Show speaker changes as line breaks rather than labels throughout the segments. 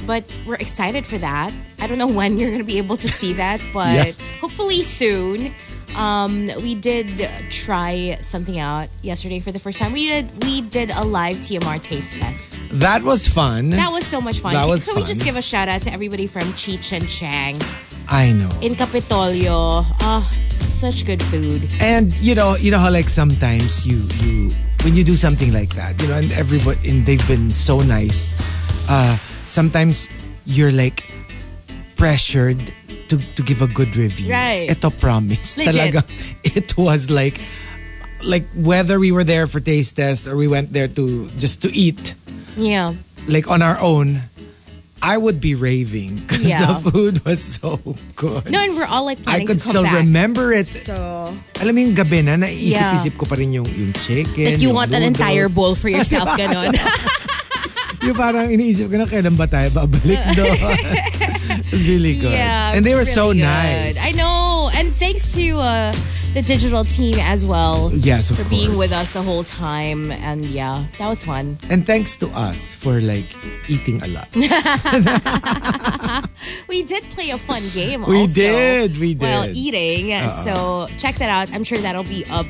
but we're excited for that. I don't know when you're going to be able to see that, but
Yeah.
hopefully soon. Um, we did try something out yesterday for the first time. We did we did a live TMR taste test.
that was fun.
That was so much fun.
That was
so we
fun.
just give a shout out to everybody from Cheech and Chang
I know.
in Capitolio. Ah, such good food.
and you know, you know how like sometimes you you when you do something like that, you know, and everybody and they've been so nice. Uh sometimes you're like pressured to to give a good review.
Right.
Ito promise.
Legit.
Talaga, it was like like whether we were there for taste test or we went there to just to eat.
Yeah.
like on our own, I would be raving because
Yeah.
the food was so good.
No, and we're all like
I
planning
could
to come
still
back.
remember it.
So
Alam mo yung gabi na, naiisip-isip
Yeah.
ko pa rin yung, yung chicken.
like you
yung
want an entire
noodles.
bowl for yourself, ganon.
Yung parang iniisip ko na, kailan ba tayo babalik doon? really good.
yeah.
and they were
really
so
good.
nice.
I know, and thanks to uh, the digital team as well.
Yes, of
for being with
course.
us the whole time, and yeah, that was fun.
And thanks to us for like eating a lot.
We did play a fun game.
We
also
did, we
While
did. Uh-uh.
eating, so check that out. I'm sure that'll be up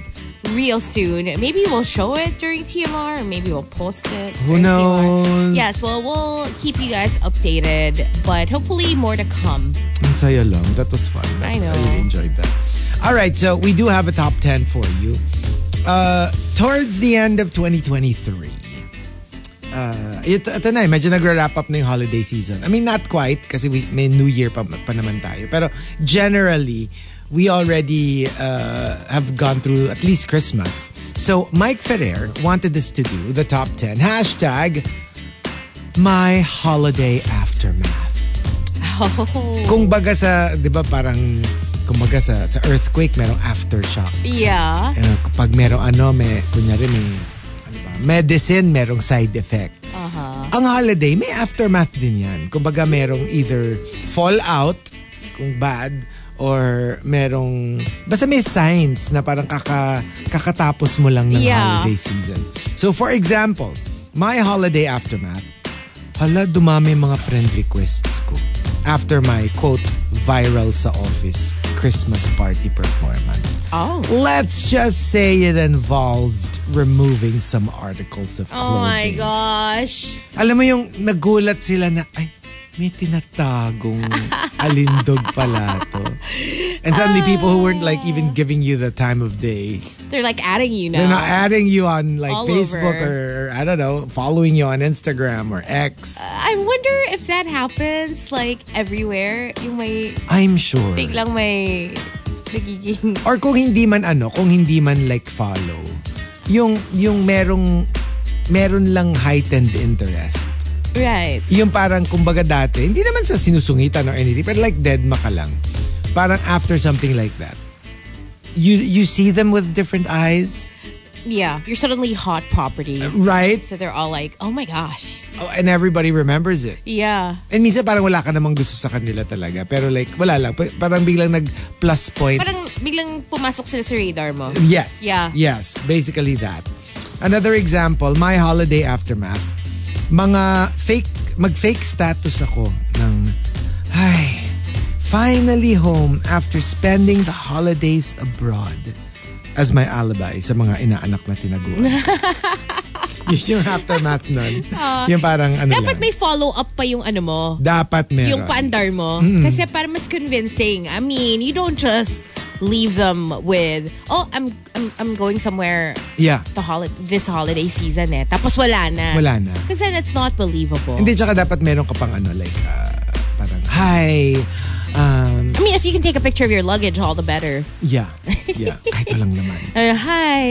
real soon. Maybe we'll show it during TMR, or maybe we'll post it.
Who
during TMR.
knows?
Yes, well, we'll keep you guys updated, but hopefully more to come.
Ang saya lang. That was fun. That-
I know.
I really enjoyed that. All right, so we do have a top 10 for you. Uh, towards the end of 2023. Uh, ito, ito na eh, medyo nag-wrap up na yung holiday season. I mean, not quite kasi we, may New Year pa, pa naman tayo. Pero generally, we already uh, have gone through at least Christmas. So Mike Ferrer wanted us to do the top 10. Hashtag my holiday aftermath
Oh,
kung baga sa, di ba parang, kung baga sa, sa earthquake, merong aftershock.
yeah.
Eh, Pag merong ano, may, kunyari may, ano ba, medicine, merong side effect. Ang holiday, may aftermath din yan. Kung baga merong either fallout, kung bad, or merong, basta may signs na parang kaka, kakatapos mo lang ng
Yeah.
holiday season. So for example, my holiday aftermath, hala dumami mga friend requests ko after my quote viral sa office Christmas party performance.
Oh.
Let's just say it involved removing some articles of clothing.
Oh my Oh gosh.
Alam mo yung nagulat sila na, ay, may tinatagong alindog pala to. And suddenly
Ah.
people who weren't like even giving you the time of day,
They're like adding you now.
they're not adding you on like
All
Facebook
over. Uh,
or, or I don't know, following you on Instagram or X.
I wonder if that happens like everywhere. Yung may
I'm sure.
biglang may nagiging
Or kung hindi man ano, kung hindi man like follow, yung yung merong meron lang heightened interest.
right.
Yung parang kumbaga dati, hindi naman sa sinusungitan or anything, but like dead maka lang. Parang after something like that. You you see them with different eyes,
Yeah, you're suddenly hot property.
right?
So they're all like, "Oh my gosh."
Oh, and everybody remembers it.
Yeah.
And minsan parang wala ka namang gusto sa kanila talaga. Pero like, wala lang. Pa- Parang biglang nag plus points.
Parang biglang pumasok sila sa radar mo.
Yes.
Yeah.
Yes, basically that. Another example, my holiday aftermath. Mga fake, mag-fake status ako ng, ay, finally home after spending the holidays abroad as my alibi sa mga inaanak na tinaguan. Yun yung aftermath nun. yung parang ano
Ah. Dapat
lang.
may follow-up pa yung ano mo.
Dapat meron.
Yung paandar mo.
Mm.
Kasi para mas convincing. I mean, you don't just leave them with, "Oh, I'm I'm, I'm going somewhere
Yeah.
the holi- this holiday season eh." Tapos wala na.
Wala na.
Kasi that's not believable.
Hindi, tsaka dapat meron ka pang ano, like, ah, parang, hi, um,
I mean, if you can take a picture of your luggage, all the better.
yeah, yeah. Ay, ito lang naman.
Uh, hi.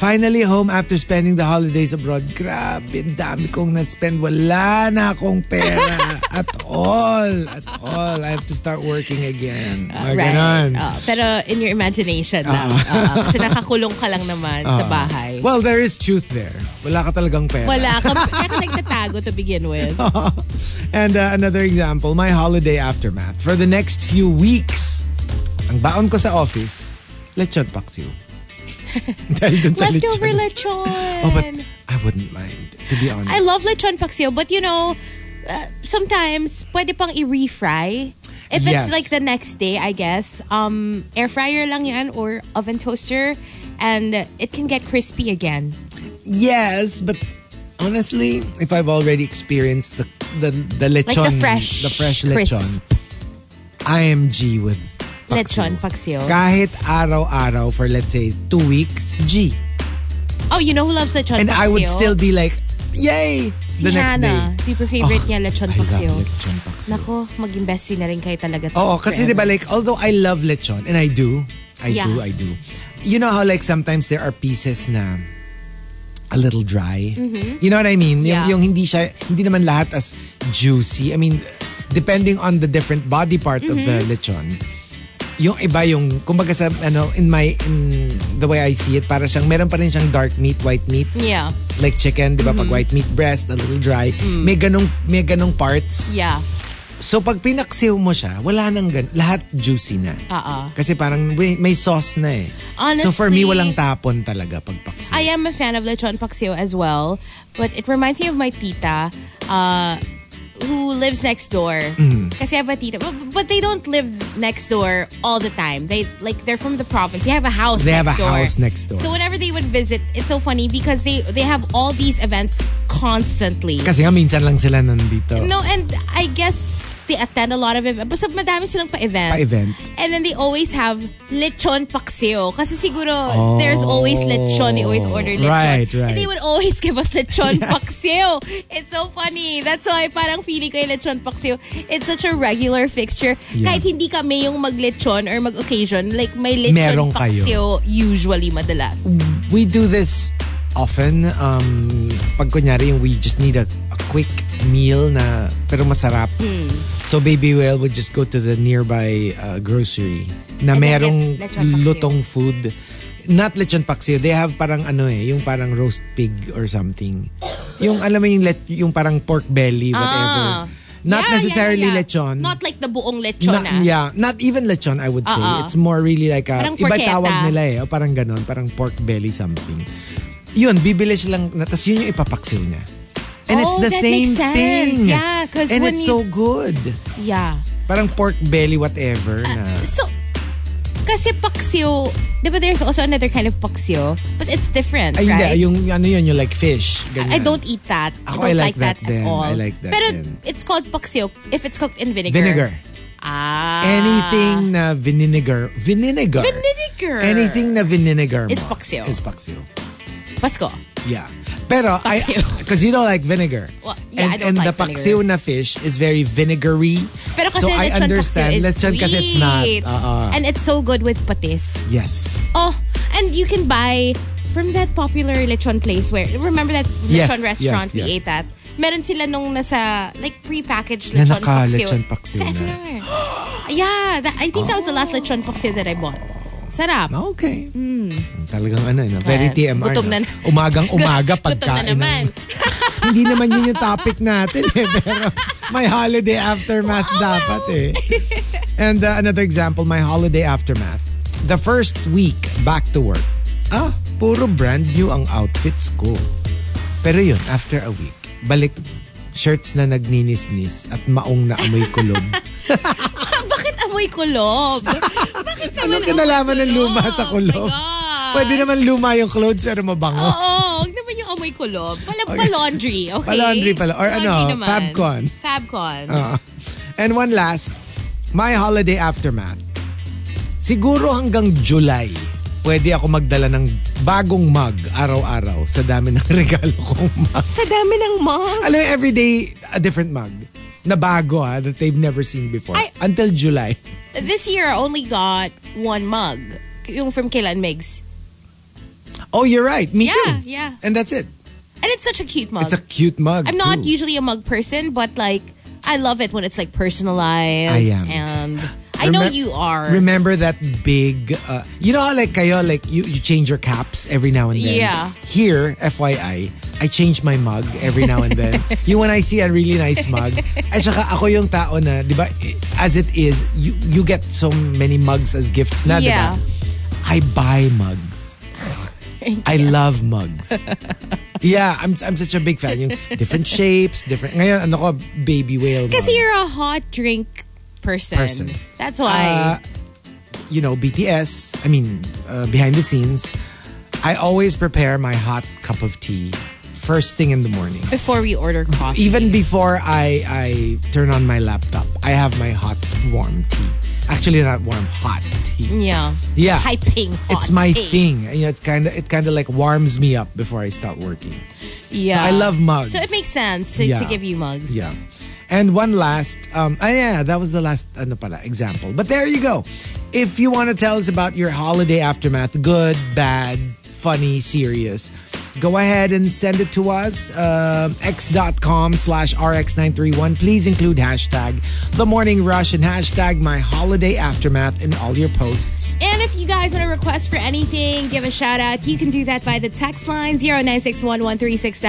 Finally home after spending the holidays abroad. Grabe, ang dami kong na-spend. Wala na akong pera at all. At all. I have to start working again. Mga Ah, ganon. Ah.
Oh, pero in your imagination lang. Oo, kasi nakakulong ka lang naman sa bahay.
Well, there is truth there. Wala ka talagang pera.
Wala ka. Kaya ka nagtatago to begin with.
Oh, And uh, another example, my holiday aftermath. For the next few weeks, ang baon ko sa office, lechon paksiw. Dahil dun sa
Leftover
lechon.
lechon.
Oh, but I wouldn't mind, to be honest.
I love lechon paksiw, but you know, uh, sometimes pwede pang i-refry. If
Yes.
it's like the next day, I guess, um, air fryer lang yan or oven toaster and it can get crispy again.
Yes, but honestly, if I've already experienced the the, the lechon,
Like the fresh
the fresh
crisp.
lechon, I am G with
Lechon
paksiw.
paksiw.
Kahit araw-araw for let's say two weeks, G.
Oh, you know who loves lechon
And
paksiw?
I would still be like, yay!
si
the next
Hannah.
day.
Super favorite
Oh,
niya lechon
I love
paksiw.
lechon paksiw.
Nako, mag-invest din na rin kayo talaga.
Oo, kasi di ba
forever.
like, although I love lechon, and I do, I
Yeah.
do, I do. You know how like sometimes there are pieces na a little dry? You know what I mean? Yung,
Mm-hmm. Yeah.
yung hindi siya, hindi naman lahat as juicy. I mean, depending on the different body part of the
Mm-hmm.
lechon, yung iba yung, kumbaga sa, ano, in my, in the way I see it, para siyang, meron pa rin siyang dark meat, white meat,
Yeah,
like chicken, di ba?
Mm-hmm.
Pag white meat breast, a little dry.
Mm.
May ganong, may ganong parts.
yeah.
So pag pinaksiw mo siya, wala nang gan lahat juicy na.
Oo.
Kasi parang may, may sauce na eh. so for
Honestly,
me walang tapon talaga pag paksiw.
I am a fan of lechon paksiw as well, but it reminds me of my tita, uh, who lives next door.
Mm-hmm.
Kasi I have a tita, but, but they don't live next door all the time. They like they're from the province. They have a house.
They have
next
a
door.
house next door.
So whenever they would visit, it's so funny because they they have all these events constantly.
Kasi nga minsan lang sila nandito.
No, and I guess they attend a lot of events. Basta madami silang pa-event.
Pa-event.
And then they always have lechon paksiw. Kasi siguro there's always lechon. They always order lechon.
right, right.
And they would always give us lechon paksiw. It's so funny. That's why parang feeling ko yung lechon paksiw. It's such a regular fixture.
Yeah.
Kahit hindi kami yung mag-lechon or mag-occasion, like may lechon
Merong kayo.
paksiw usually madalas.
We do this often. Um, pag kunyari yung we just need a, a quick meal na pero masarap.
Hmm.
So Baby Whale would just go to the nearby uh, grocery na
And then
merong
get lechon paksiw.
lutong food. Not lechon paksiw. They have parang ano eh, yung parang roast pig or something. Yung alam mo yung, let, yung parang pork belly,
Ah.
whatever.
Yeah,
Not
yeah,
necessarily
yeah.
lechon.
Not like the buong lechon.
Not,
ah.
yeah, not even lechon I would say.
Oo.
It's more really like a
Parang
iba
porchetta.
tawag nila eh, o parang ganon, parang pork belly something. Yun, bibilis lang na tas yun yung ipapaksiw niya. And it's
Oh,
the
that
same
makes sense.
thing.
Yeah, 'cause
And
when
it's
you-
so good.
Yeah. Uh,
Parang pork belly whatever na.
So, Kasi paksiw, di ba there's also another kind of paksiw? But it's different,
Ay,
right?
hindi. Yung ano yun, yung like fish. Ganyan.
I don't eat that.
Ako,
I don't
I
like,
like
that, at
that din.
all.
I like that
Pero
din.
it's called paksiw if it's cooked in vinegar.
Vinegar.
Ah.
Anything na vinegar. Vinegar.
Vinegar.
Anything na vinegar mo.
Is paksiw.
Is paksiw.
Pasko.
Yeah. Pero, I,
Paksiw.
because you don't like vinegar.
Well, yeah,
and
I don't
and
like
the paksiw na fish is very vinegary.
Pero kasi
so I
lechon
understand.
paksiw is
Lechon
sweet.
kasi it's not. Uh-uh.
And it's so good with patis.
yes.
Oh, and you can buy from that popular lechon place where remember that
Yes,
lechon restaurant
yes,
we
yes.
ate at. Meron sila nung nasa like prepackaged
Na
lechon
naka-
paksiw.
lechon paksiw
Sa
na.
SNR. yeah, that, I think that was the last lechon paksiw that I bought. Sarap.
Okay. Talagang ano, no? very
Hmm. Ayan.
TMR.
Gutom na
no?
na-
Umagang umaga
Gutom na
pagkain. ng-
naman.
Hindi naman yun yung topic natin eh. Pero my holiday aftermath dapat eh. And uh, another example, my holiday aftermath. The first week back to work. Ah, puro brand new ang outfits ko. Pero yun, after a week, balik shirts na nagninis-nis at maong na amoy kulob.
Ah, Bakit amoy kulob? Bakit naman
Anong kinalaman ng luma sa kulob?
Oh my gosh.
Pwede naman luma yung clothes pero mabango.
Oo, huwag naman yung amoy kulob. Pala,
Okay.
laundry, okay?
Pa-laundry pala. Or ano,
Laundry naman.
Fabcon.
Fabcon.
Ah. and one last, my holiday aftermath. Siguro hanggang July, pwede ako magdala ng bagong mug araw-araw sa dami ng regalo kong mug.
Sa dami ng mom.
Alam mo, everyday, a different mug. Na bago ha, that they've never seen before.
Ay-
Until July.
This year, I only got one mug. Yung from Kailan Migs.
Oh, you're right. Me
Yeah,
too.
yeah.
And that's it.
And it's such a cute mug.
It's a cute mug
I'm not
too.
usually a mug person, but like, I love it when it's like personalized.
I am.
And I know
Remem-
you are.
Remember that big, uh, you know, how like kayo, like you, you change your caps every now and then.
Yeah.
Here, FYI, I change my mug every now and then. you when I see a really nice mug, at saka ako yung tao na, di ba, i- as it is, you, you get so many mugs as gifts na, di ba?
Yeah.
I buy mugs. I love mugs. yeah, I'm I'm such a big fan. Yung different shapes, different. Ngayon, ano ko, baby whale mug.
Kasi you're a hot drink person.
Person. Uh,
That's why.
you know, BTS, I mean, uh, behind the scenes, I always prepare my hot cup of tea first thing in the morning.
before we order coffee.
Even before I, I turn on my laptop, I have my hot, warm tea. Actually, not warm, hot tea.
Yeah.
Yeah.
Piping Mm, hot
It's my
tea.
thing. You know, it's kind of it kind of like warms me up before I start working.
Yeah.
So I love mugs.
So it makes sense to,
Yeah.
to give you mugs.
Yeah. And one last, um, ah, yeah, that was the last ano pala, example. But there you go. If you want to tell us about your holiday aftermath, good, bad, funny, serious, go ahead and send it to us, um, x.com slash rx931. Please include hashtag the morning rush and hashtag my holiday aftermath in all your posts.
And if you guys want to request for anything, give a shout out, you can do that by the text line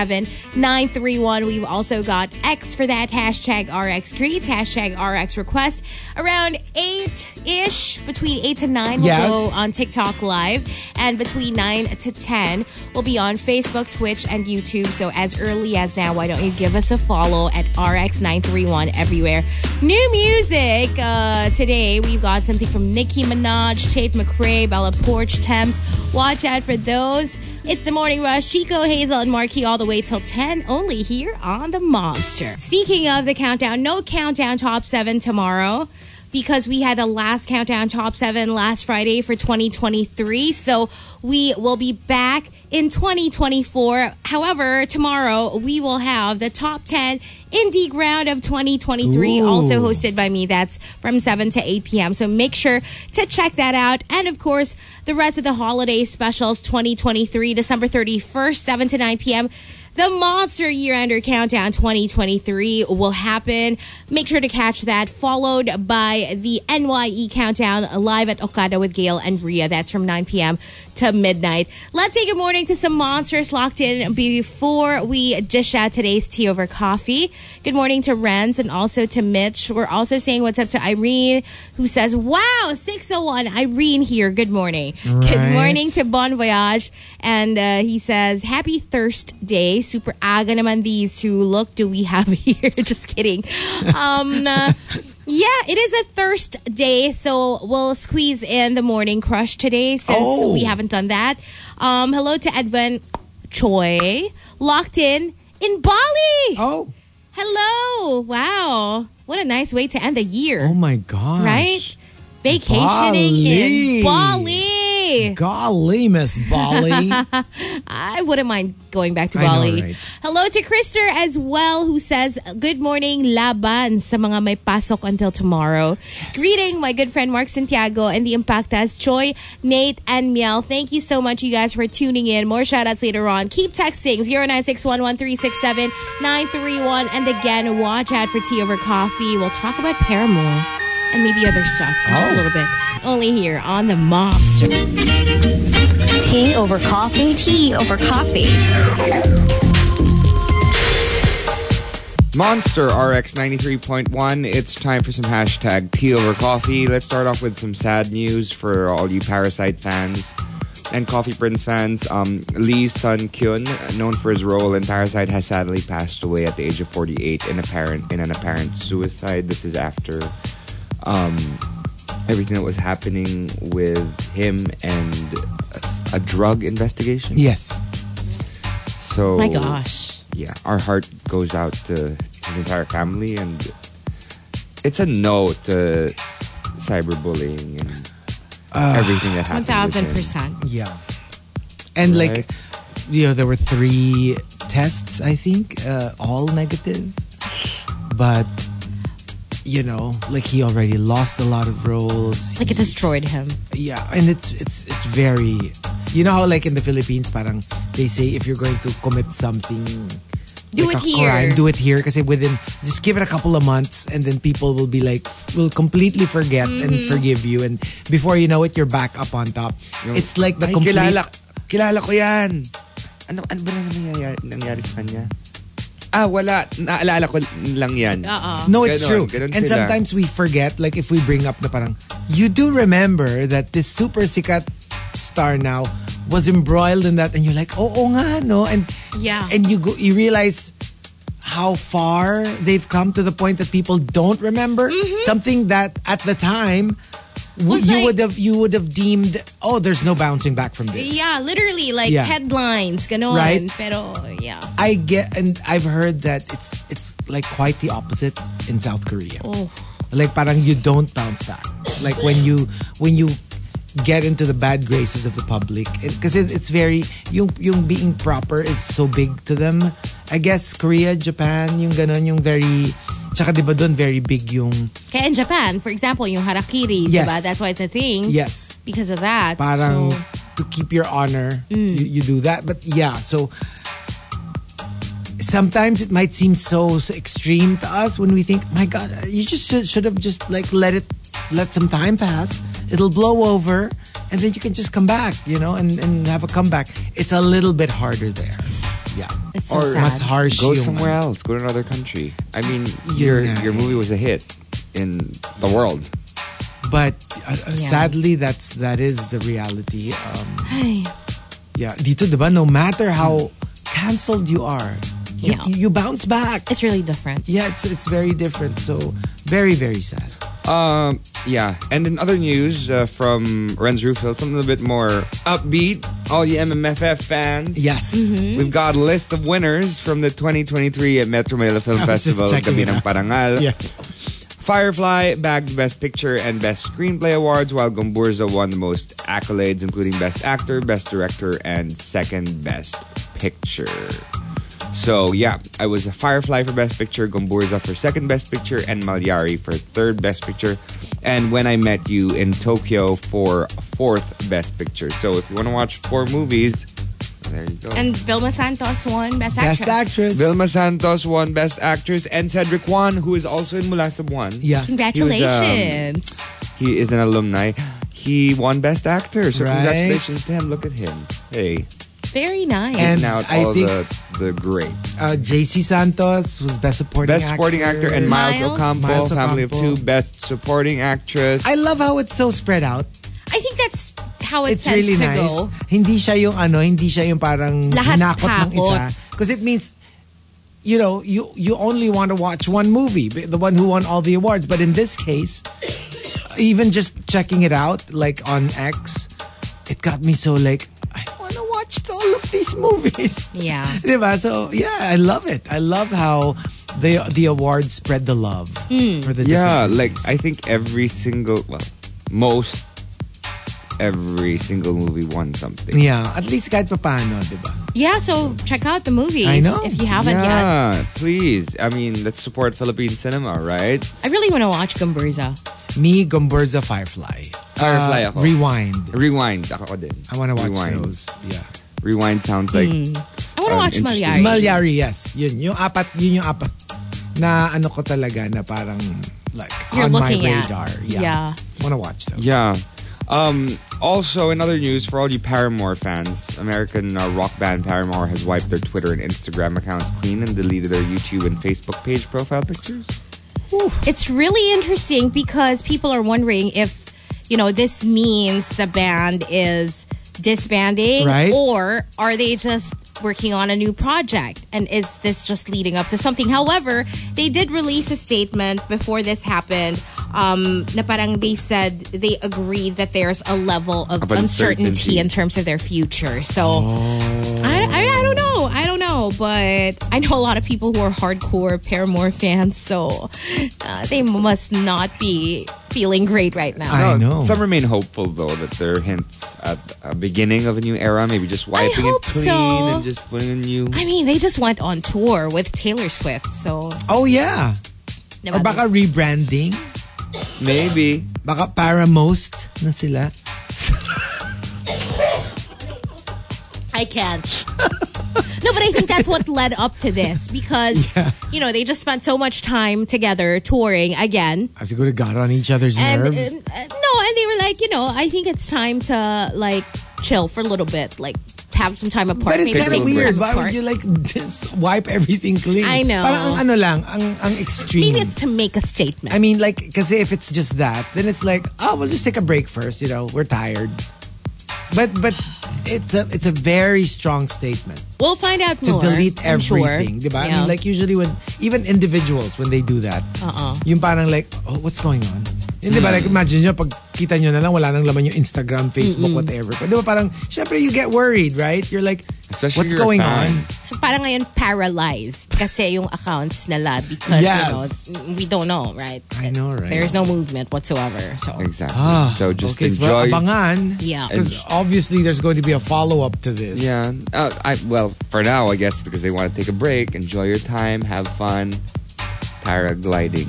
0961-1367-931. We've also got X for that, hashtag RX greets, hashtag RX request. Around 8-ish, between 8 to 9, we'll
Yes.
go on TikTok live. And between 9 to 10, we'll be on Facebook, Twitch, and YouTube. So as early as now, why don't you give us a follow at RX931 everywhere. New music uh, today. We've got something from Nicki Minaj, Tate McRae, Bella Porch, Temps. Watch out for those. It's the Morning Rush. Chico, Hazel, and Marky all the way till 10, only here on The Monster. Speaking of the countdown, no countdown top 7 tomorrow because we had the last countdown top seven last Friday for 2023. So we will be back in 2024. However, tomorrow we will have the top 10 indie round of 2023,
Ooh.
also hosted by me. That's from 7 to 8 p.m. So make sure to check that out. And of course, the rest of the holiday specials 2023, December 31st, 7 to 9 p.m. The Monster Year Ender Countdown 2023 will happen. Make sure to catch that, followed by the NYE Countdown live at Okada with Gail and Rhea. That's from 9 p.m. to midnight. Let's say good morning to some monsters locked in before we dish out today's tea over coffee. Good morning to Renz and also to Mitch. We're also saying what's up to Irene, who says, Wow, 601, Irene here. Good morning. Good
Right.
morning to Bon Voyage. And uh, he says, Happy Thirst Day. Super aga naman these two. Look, do we have here? Just kidding. Um, uh, Yeah, it is a thirst day, so we'll squeeze in the morning crush today since
Oh.
we haven't done that. Um, hello to Edwin Choi, locked in in Bali.
Oh.
Hello, wow, what a nice way to end the year,
Oh my gosh.
right? Vacationing in Bali.
Golly, Miss Bali.
I wouldn't mind going back to
I know,
Bali.
right?
Hello to Krister as well who says, Good morning, laban sa mga may pasok until tomorrow. Greeting my good friend Mark Santiago and the Impactas, Choi, Nate, and Miel. Thank you so much, you guys, for tuning in. More shoutouts later on. Keep texting 0961-1367-931. And again, watch out for Tea Over Coffee. We'll talk about Paramore and maybe other stuff in just a
Oh.
little bit. Only here on The Monster.
Tea over coffee. Tea over coffee.
Monster RX 93.1. It's time for some hashtag tea over coffee. Let's start off with some sad news for all you Parasite fans and Coffee Prince fans. Um, Lee Sun Kyun, known for his role in Parasite, has sadly passed away at the age of 48 in, apparent, in an apparent suicide. This is after um, everything that was happening with him and a, a drug investigation.
yes.
So
Oh My gosh.
yeah, our heart goes out to his entire family, and it's a no to cyberbullying and
Ah.
everything that happened. with him.
1000%.
Yeah. And
Right.
like, you know, there were three tests, I think, uh, all negative. But, you know, like he already lost a lot of roles.
Like it destroyed him.
Yeah, and it's it's it's very you know how like in the Philippines parang they say if you're going to commit something
Do
like
it
a
here.
crime, do it here because within just give it a couple of months and then people will be like will completely forget and
Mm-hmm.
forgive you and before you know it you're back up on top. it's like the
Ay,
complete
kilala, kilala ko yan. Ano, ano ba na nangyari, nangyari sa kanya? Ah, wala. Naalala ko lang yan.
Uh-uh.
No, it's
Ganon,
true.
ganon
and
sila.
sometimes we forget, like if we bring up na parang, you do remember that this super sikat star now was embroiled in that, and you're like, oh, oh nga, no? And
Yeah.
and you go, you realize how far they've come to the point that people don't remember something that at the time w-
Mm-hmm. Was
you
like-
would have you would have deemed, oh, there's no bouncing back from this.
Yeah, literally like
Yeah.
headlines, ganon.
Right?
Pero yeah.
I get, and I've heard that it's it's like quite the opposite in South Korea.
Oh.
Like parang you don't bounce back. Like when you when you get into the bad graces of the public because it, it's very yung yung being proper is so big to them. I guess Korea, Japan, yung ganon yung very tsaka 'di ba doon very big yung
Kaya in Japan, for example, yung harakiri,
Yes.
diba? That's why it's a thing.
yes,
Because of that.
parang
so, Mm.
to keep your honor, you, you do that. But yeah, so sometimes it might seem so, so extreme to us when we think, my God, you just should, should have just like let it, let some time pass. It'll blow over, and then you can just come back, you know, and, and have a comeback. It's a little bit harder there. Yeah,
it's so
or
sad.
mas harsh.
Go
yung-
somewhere else. Go to another country. I mean, your
Yun nga
your
eh.
movie was a hit in the world.
But uh, uh,
Yeah.
sadly, that's that is the reality. Um,
Ay,
Yeah, dito, di ba? No matter how cancelled you are, you,
Yeah.
you bounce back.
it's really different.
Yeah, it's, it's very different. So, very, very sad.
Um, yeah. And in other news uh, from Renz Rufil, something a little bit more upbeat. All you MMFF fans.
Yes.
Mm-hmm.
We've got a list of winners from the 2023 at Metro Manila Film
I was just
Festival,
checking it
Gabi ng
out.
Parangal.
Yeah.
Firefly bagged Best Picture and Best Screenplay awards, while Gomburza won the most accolades, including Best Actor, Best Director, and Second Best Picture. So yeah, I was a Firefly for Best Picture, Gomburza for Second Best Picture, and Malyari for Third Best Picture, and When I Met You in Tokyo for Fourth Best Picture. So if you want to watch four movies, there you go.
And Vilma Santos won Best Actress.
Best actress.
Vilma Santos won Best Actress, and Cedric Juan, who is also in Mula Sab Juan.
Yeah.
Congratulations.
um,
He is an alumni. He won Best Actor, so
Right.
congratulations to him. Look at him. Hey,
Very nice.
And-
now
I
all
think-
the, the greats.
Uh, JC Santos was Best Supporting
Best Supporting Actor and Miles,
Miles.
Ocampo,
Miles
Family
Ocampo.
of Two. Best Supporting Actress.
I love how it's so spread out.
I think that's how it
It's
tends
really
to
nice.
go.
Hindi siya yung ano, hindi siya yung parang
Lahat
hinakot ng
takot.
isa. Because it means you know, you you only want to watch one movie, the one who won all the awards. But in this case, even just checking it out, like on X, it got me so like I want to watch all of these movies.
Yeah.
Diba? So yeah, I love it. I love how the the awards spread the love for the
Yeah,
different
like
movies.
I think every single, well, most every single movie won something.
yeah, at least kahit papaano, diba?
Yeah, so check out the movies
I know.
if you haven't yet.
Yeah, please. I mean, let's support Philippine cinema, right?
I really want to watch Gumburza.
Me, Gomburza, Firefly.
Firefly
Uh,
ako.
Rewind.
Rewind. Ako din.
I want to watch
Rewind.
those. Yeah.
Rewind sounds
Hmm.
like
I want to
Um,
watch
interesting.
Malyari.
Malyari, yes. Yun, yung apat, yun yung apat na ano ko talaga na parang like
You're
on my
looking at.
radar. Yeah.
Yeah.
Want to watch them.
Yeah. Um, also, in other news, for all you Paramore fans, American uh, rock band Paramore has wiped their Twitter and Instagram accounts clean and deleted their YouTube and Facebook page profile pictures.
It's really interesting because people are wondering if, you know, this means the band is disbanding
Right.
or are they just working on a new project and is this just leading up to something however they did release a statement before this happened um na parang they said they agreed that there's a level of,
Of
uncertainty.
uncertainty.
in terms of their future so I, I, I don't know. I don't know. But I know a lot of people who are hardcore Paramore fans, so uh, they must not be feeling great right now.
I
Uh,
know.
Some remain hopeful, though, that their hints at a beginning of a new era, maybe just wiping it
hope
clean
so.
and just putting a new.
I mean, they just went on tour with Taylor Swift, so.
Oh yeah. Or baka rebranding.
Maybe.
Baka Paramost na sila.
I can't. no, but I think that's what led up to this because, you know, they just spent so much time together touring again.
Ah, siguro got on each other's
and, and
nerves.
uh, no, and they were like, you know, I think it's time to like chill for a little bit, like have some time apart.
But it's
maybe
kind of
take some
weird.
time
Why
apart.
would you like just wipe everything clean?
I know.
Parang ang ano lang, ang, ang extreme.
Maybe it's to make a statement.
I mean, like, because if it's just that, then it's like, oh, we'll just take a break first. You know, we're tired. But but it's a it's a very strong statement
we'll find out
to
more.
delete
I'm sure.
everything, diba? I mean, like usually when even individuals when they do that,
Uh-uh. Mm.
yung parang like, oh, what's going on? Yung diba, like imagine nyo, pag kita nyo na lang, wala nang laman yung Instagram, Facebook, whatever. But diba parang, syempre you get worried, right? You're like,
Especially
what's
you're a
going
fan.
on?
so parang ngayon paralyzed kasi yung accounts nila because
Yes.
you know, we don't know, right?
I know, right?
There's no movement whatsoever. So
Exactly.
Ah,
so just
okay, so
enjoy.
abangan.
Yeah.
Because obviously there's going to be a follow-up to this.
yeah. Uh, I, well, for now, I guess, because they want to take a break, enjoy your time, have fun, paragliding.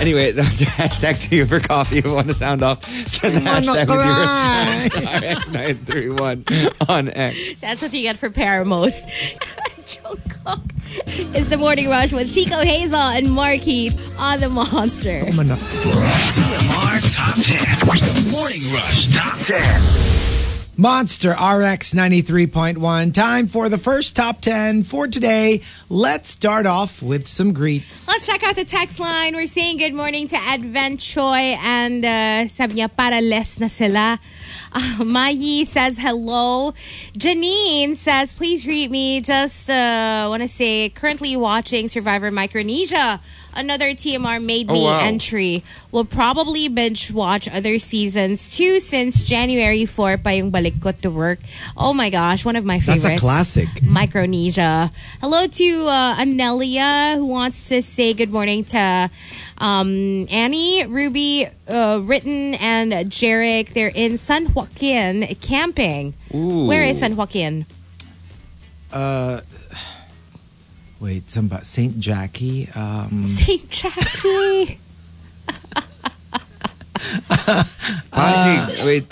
anyway, that was your hashtag to you for coffee. If you want to sound off, send the
Ano
hashtag
cry?
with your RX931 on X.
That's what you get for Paramost. Jungkook. It's the morning rush with Chico Hazel and Mark Heath on the Monster.
Manak-
TMR Top 10. The Morning Rush Top 10.
Monster RX 93.1. Time for the first top 10 for today. Let's start off with some greets.
Let's check out the text line. We're saying good morning to Advent Choi and uh, sabi niya, para less na sila. Uh, Mayi says hello. Janine says, please read me. Just uh, want to say, currently watching Survivor Micronesia. Another TMR made me
Oh, wow.
entry. Will probably binge watch other seasons too since January 4 pa yung balik ko to work. Oh my gosh, one of my
That's
favorites.
a classic.
Micronesia. Hello to uh, Anelia, who wants to say good morning to um, Annie, Ruby, uh, Ritten, and Jarek. They're in San Joaquin camping.
Ooh.
Where is San Joaquin?
Wait, somebody, St. Jackie? Um,
St. Jackie.
Pasig. Wait.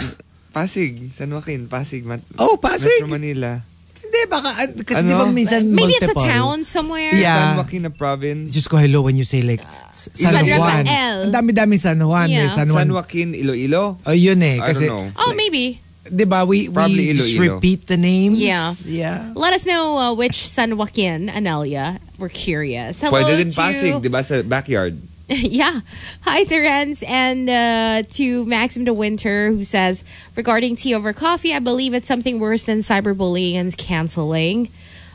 Pasig. San Joaquin. Pasig. Mat-
oh, Pasig!
Metro Manila.
Hindi, baka, ah, kasi
Ano?
di ba minsan
Maybe it's a
multiple.
town somewhere.
Yeah.
San Joaquin na province.
Just ko hello when you say like San,
San
Juan.
Rafael.
Ang dami-dami San Juan.
Yeah.
May San Juan.
San Joaquin, Iloilo.
Oh, yun eh.
I
Kasi,
don't know.
Oh, maybe.
di ba, we, we
Probably
just
Iloilo.
repeat the names.
Yeah.
Yeah.
Let us know uh, which San Joaquin, Anelia. We're curious. Hello
Pwede din
to-
Pasig, di ba? Sa backyard.
yeah. Hi, Terence, and uh, to Maxim de Winter, who says regarding tea over coffee, I believe it's something worse than cyberbullying and canceling.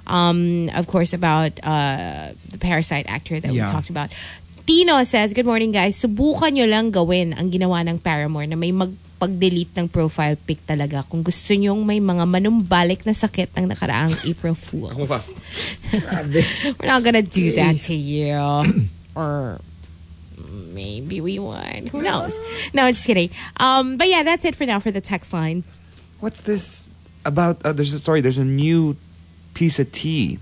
Um, of course, about uh, the Parasite actor that
Yeah.
we talked about. Tino says, Good morning guys. Subukan nyo lang gawin ang ginawa ng Paramore na may magpag-delete ng profile pic talaga kung gusto nyong may mga manumbalik na sakit ng nakaraang April Fools. We're not gonna do that to you. or maybe we would. Who knows? No, just kidding. Um, but yeah, that's it for now for the text line.
What's this about? Uh, there's a, sorry. There's a new piece of tea.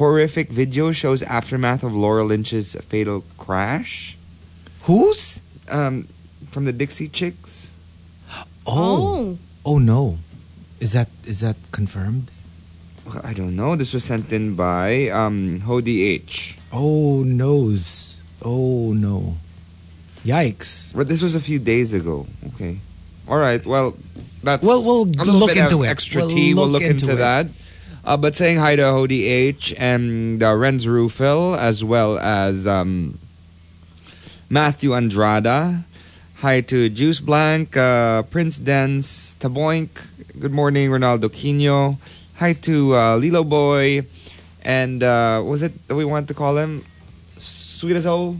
Horrific video shows aftermath of Laura Lynch's fatal crash.
Who's?
Um, from the Dixie Chicks.
Oh. Oh no. Is that is that confirmed?
Well, I don't know. This was sent in by um, Hody H.
Oh noes. Oh no. Yikes.
But this was a few days ago. Okay. All right. Well, that's
Well, we'll
a little
look
bit of
into it.
Extra
We'll
tea. We'll
look
look into,
into it.
that. Uh, but saying hi to Hody H and uh, Renz Rufil as well as um, Matthew Andrada. Hi to Juice Blank, uh, Prince Dance, Taboink. Good morning, Ronaldo Quino. Hi to uh, Lilo Boy. And uh, what was it that we want to call him? Sweet as Owl?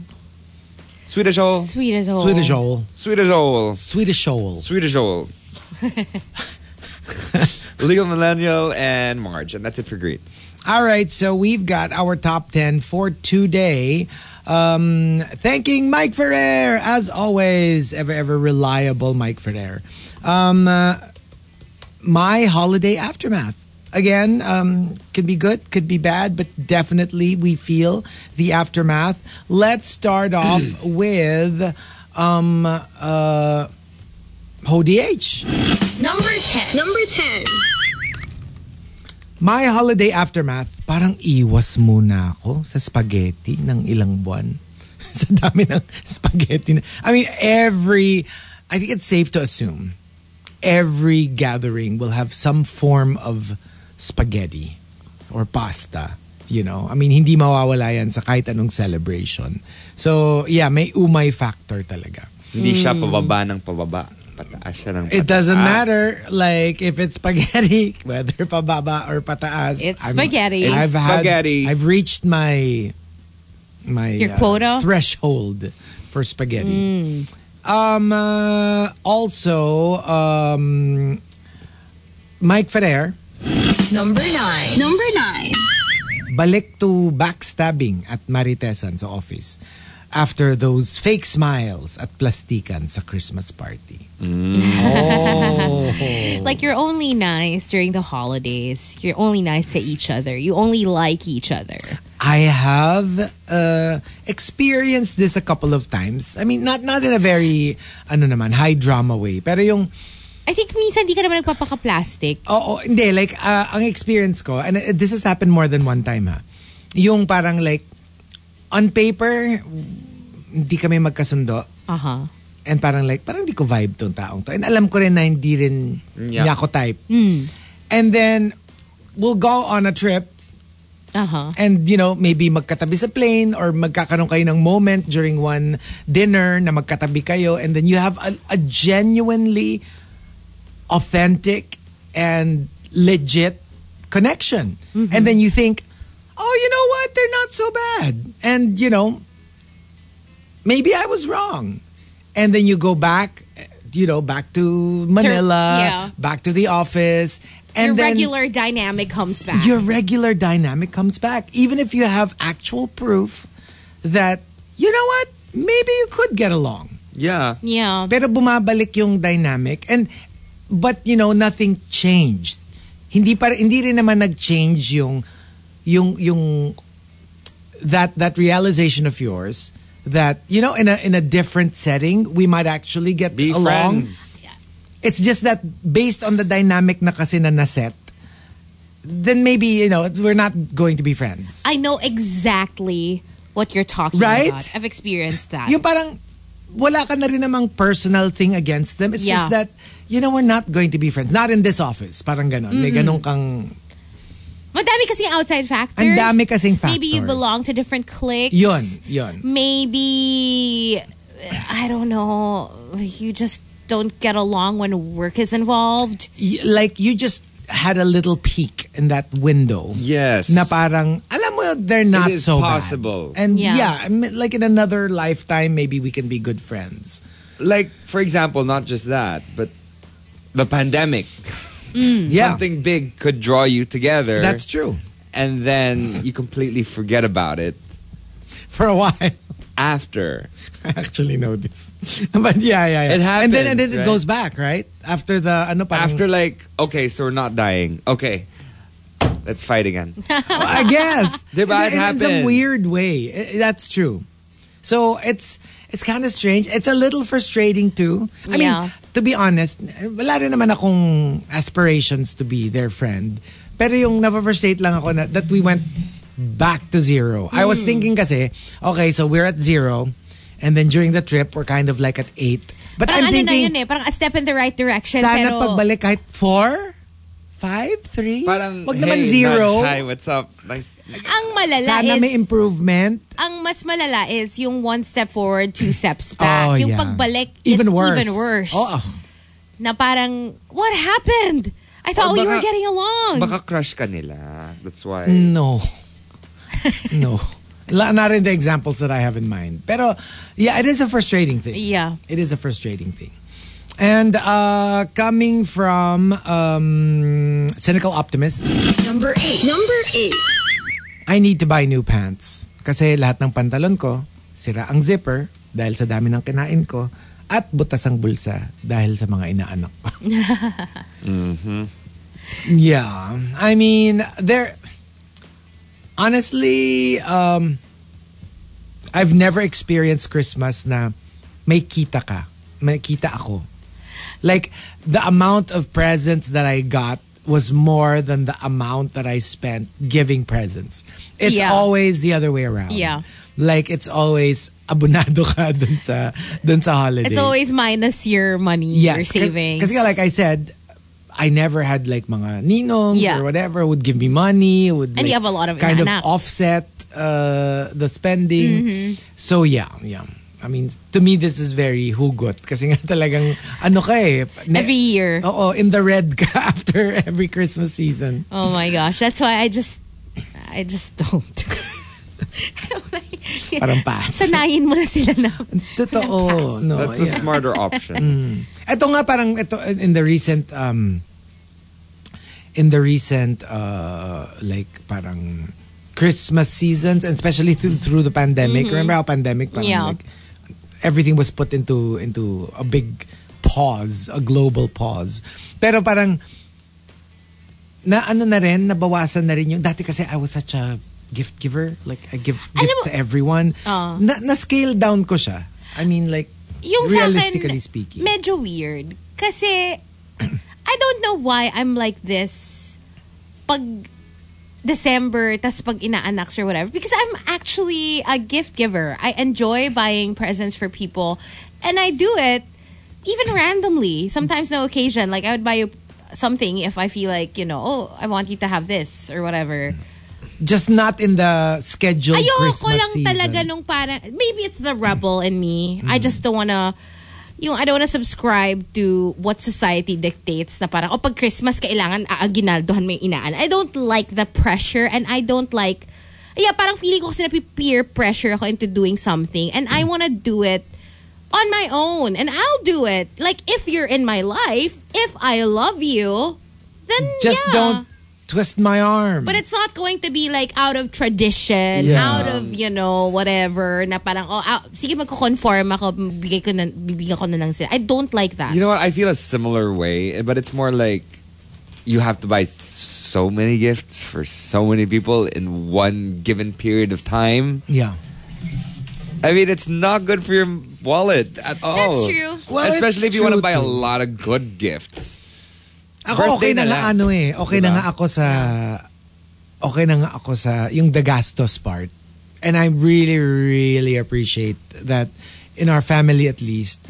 Sweet as Owl?
Oh, Sweet as all.
Swedish owl.
Sweet as Owl.
Swedish owl.
Swedish old. Legal Millennial and Marge. And that's it for greets.
All right, so we've got our top 10 for today. Um, thanking Mike Ferrer, as always, ever, ever reliable Mike Ferrer. Um, uh, my holiday aftermath. Again, um, could be good, could be bad, but definitely we feel the aftermath. Let's start off with um, uh, HODH.
Number 10. Number 10.
My holiday aftermath, parang iwas muna ako sa spaghetti ng ilang buwan. sa dami ng spaghetti. Na, I mean, every, I think it's safe to assume, every gathering will have some form of spaghetti or pasta. You know, I mean, hindi mawawala yan sa kahit anong celebration. So, yeah, may umay factor talaga.
Hindi siya
Hmm.
pababa ng pababa. Pataas siya ng
It doesn't
pataas.
matter, like, if it's spaghetti, whether pababa or pataas.
It's
I'm-
spaghetti. It's
I've
spaghetti.
Had, I've reached my my uh,
Your quota? Mm.
threshold for spaghetti. Um. uh, also, um, Mike Ferrer,
Number 9. Number 9.
balik to backstabbing at Maritesan sa office after those fake smiles at Plastikan sa Christmas party.
Like you're only nice during the holidays. You're only nice to each other. You only like each other.
I have uh, experienced this a couple of times. I mean, not not in a very ano naman high drama way, pero yung
I think minsan di ka naman nagpapaka-plastic.
oo, hindi like uh, ang experience ko and uh, this has happened more than one time ha. Yung parang like on paper hindi kami magkasundo
Aha.
and parang like parang hindi ko vibe tong taong to. And alam ko rin na hindi rin
Yeah.
niya ako type. And then we'll go on a trip
Aha.
And you know, maybe magkatabi sa plane or magkakaroon kayo ng moment during one dinner na magkatabi kayo and then you have a, a genuinely authentic and legit connection.
Mm-hmm.
And then you think, "Oh, you know what? They're not so bad." And you know, maybe I was wrong. And then you go back, you know, back to Manila,
yeah.
back to the office,
Your
and then
regular dynamic comes back.
your regular dynamic comes back. Even if you have actual proof that, you know what, maybe you could get along.
Yeah.
yeah.
Pero bumabalik yung dynamic. And, but you know, nothing changed. Hindi, pa, hindi rin naman nag-change yung, yung, yung, that, that realization of yours that, you know, in a, in a different setting, we might actually get
Be
along.
friends.
It's just that based on the dynamic na kasi na naset, then maybe, you know, we're not going to be friends.
I know exactly what you're talking
Right?
about. I've experienced that.
Yung parang, wala ka na rin namang personal thing against them. It's
Yeah.
just that, you know, we're not going to be friends. Not in this office. Parang ganon. May ganon kang,
Madami kasing outside factors.
Ang dami kasing
Maybe you
factors.
belong to different cliques.
yun, yun.
Maybe, I don't know, you just don't get along when work is involved.
Y- like, you just had a little peek in that window.
Yes.
Na parang, alam mo, they're not
is
so bad.
possible.
And yeah,
Yeah.
I mean, like in another lifetime, maybe we can be good friends.
like for example, not just that, but the pandemic.
Hmm.
Yeah,
Something big could draw you together.
that's true.
and then you completely forget about it
For a while.
after.
I actually know this. but yeah, yeah, yeah.
It
And then, and
happens,
then it
right?
goes back, right? After the, ano parang,
after like, okay, so we're not dying. Okay. Let's fight again.
I guess.
Diba?
in, in
It
some
happens.
weird way. I- that's true. So it's it's kind of strange. It's a little frustrating too. I
Yeah.
mean, to be honest, wala rin naman akong aspirations to be their friend. Pero yung na-frustrate lang ako na that we went back to zero. I was
Hmm.
thinking kasi, okay, so we're at zero and then during the trip we're kind of like at eight. But
Parang ano
I'm
na
thinking,
yun eh. Parang a step in the right direction.
sana
pero,
pagbalik kahit four, five, three?
Parang,
Wag naman
hey,
zero.
Nudge, hi, what's up? Nice.
Ang malala
Sana
is,
may improvement.
ang mas malala is yung one step forward, two steps back.
Oh,
yung
yeah. Oh,
pagbalik, it's even worse.
Oo.
Na parang, what happened? I thought
Or
we
baka-
were getting along.
Baka crush ka nila. That's why.
No. no. La- Not in the examples that I have in mind. Pero, yeah, it is a frustrating thing.
Yeah.
It is a frustrating thing. And uh, coming from um, Cynical Optimist,
Number eight. Number eight.
I need to buy new pants. Kasi lahat ng pantalon ko, sira ang zipper dahil sa dami ng kinain ko at butas ang bulsa dahil sa mga inaanak ko. Yeah. I mean, there honestly um I've never experienced Christmas na may kita ka. May kita ako. Like the amount of presents that I got was more than the amount that I spent giving presents. It's
Yeah.
always the other way around.
Yeah.
Like it's always abunado ka dun sa dun sa holiday.
It's always minus your money, your savings.
Because like I said, I never had like mga ninongs
Yeah.
or whatever would give me money. Would
And you
like,
have a lot of
kind of
inaanak.
offset uh, the spending.
Mm-hmm.
So yeah, yeah. I mean, to me this is very hugot kasi nga talagang ano ka eh. ne-
Every year.
Oo, in the red ka after every Christmas season.
Oh my gosh, that's why I just, I just don't.
Parang pass.
Sanayin mo na sila na.
Totoo. No,
That's
yeah.
the smarter option.
Ito nga parang ito in the recent um in the recent uh like parang Christmas seasons and especially through through the pandemic. Remember how pandemic parang
Mm-hmm. Yeah.
like everything was put into into a big pause, a global pause. Pero parang na ano na rin, nabawasan na rin yung dati kasi I was such a gift giver, like I give
Alam
gift
mo-
to everyone.
Ah.
na, na scale down ko siya. I mean like
Yung
realistically
sa akin,
speaking.
medyo weird. Kasi, I don't know why I'm like this pag December, tas pag inaanaks or whatever. Because I'm actually a gift giver. I enjoy buying presents for people. And I do it even randomly. Sometimes no occasion. Like, I would buy you something if I feel like, you know, oh, I want you to have this or whatever.
Just not in the scheduled
Ayoko
Christmas
lang
season. Mm.
talaga nung parang, maybe it's the rebel in me. I just don't wanna, yung I don't wanna subscribe to what society dictates na parang, oh, pag Christmas, kailangan aaginaldohan mo yung inaan. I don't like the pressure and I don't like, yeah, parang feeling ko kasi napipeer pressure ako into doing something and
Mm.
I wanna do it on my own and I'll do it. Like, if you're in my life, if I love you, then
Just
yeah.
don't twist my arm.
But it's not going to be like out of tradition,
Yeah.
out of, you know, whatever, na parang, oh, ah, sige, magko-conform ako, bigay ko na, bibigyan ko na lang sila. I don't like that.
you know what? I feel a similar way, but it's more like you have to buy so many gifts for so many people in one given period of time.
yeah.
I mean, it's not good for your wallet at all.
true.
Well, it's
Especially if you want
true
to buy a
too.
lot of good gifts.
Ako okay
Birthday
na
na
nga
lang.
ano eh. Okay na
Diba?
nga ako sa okay na nga ako sa yung the gastos part. And I really really appreciate that in our family at least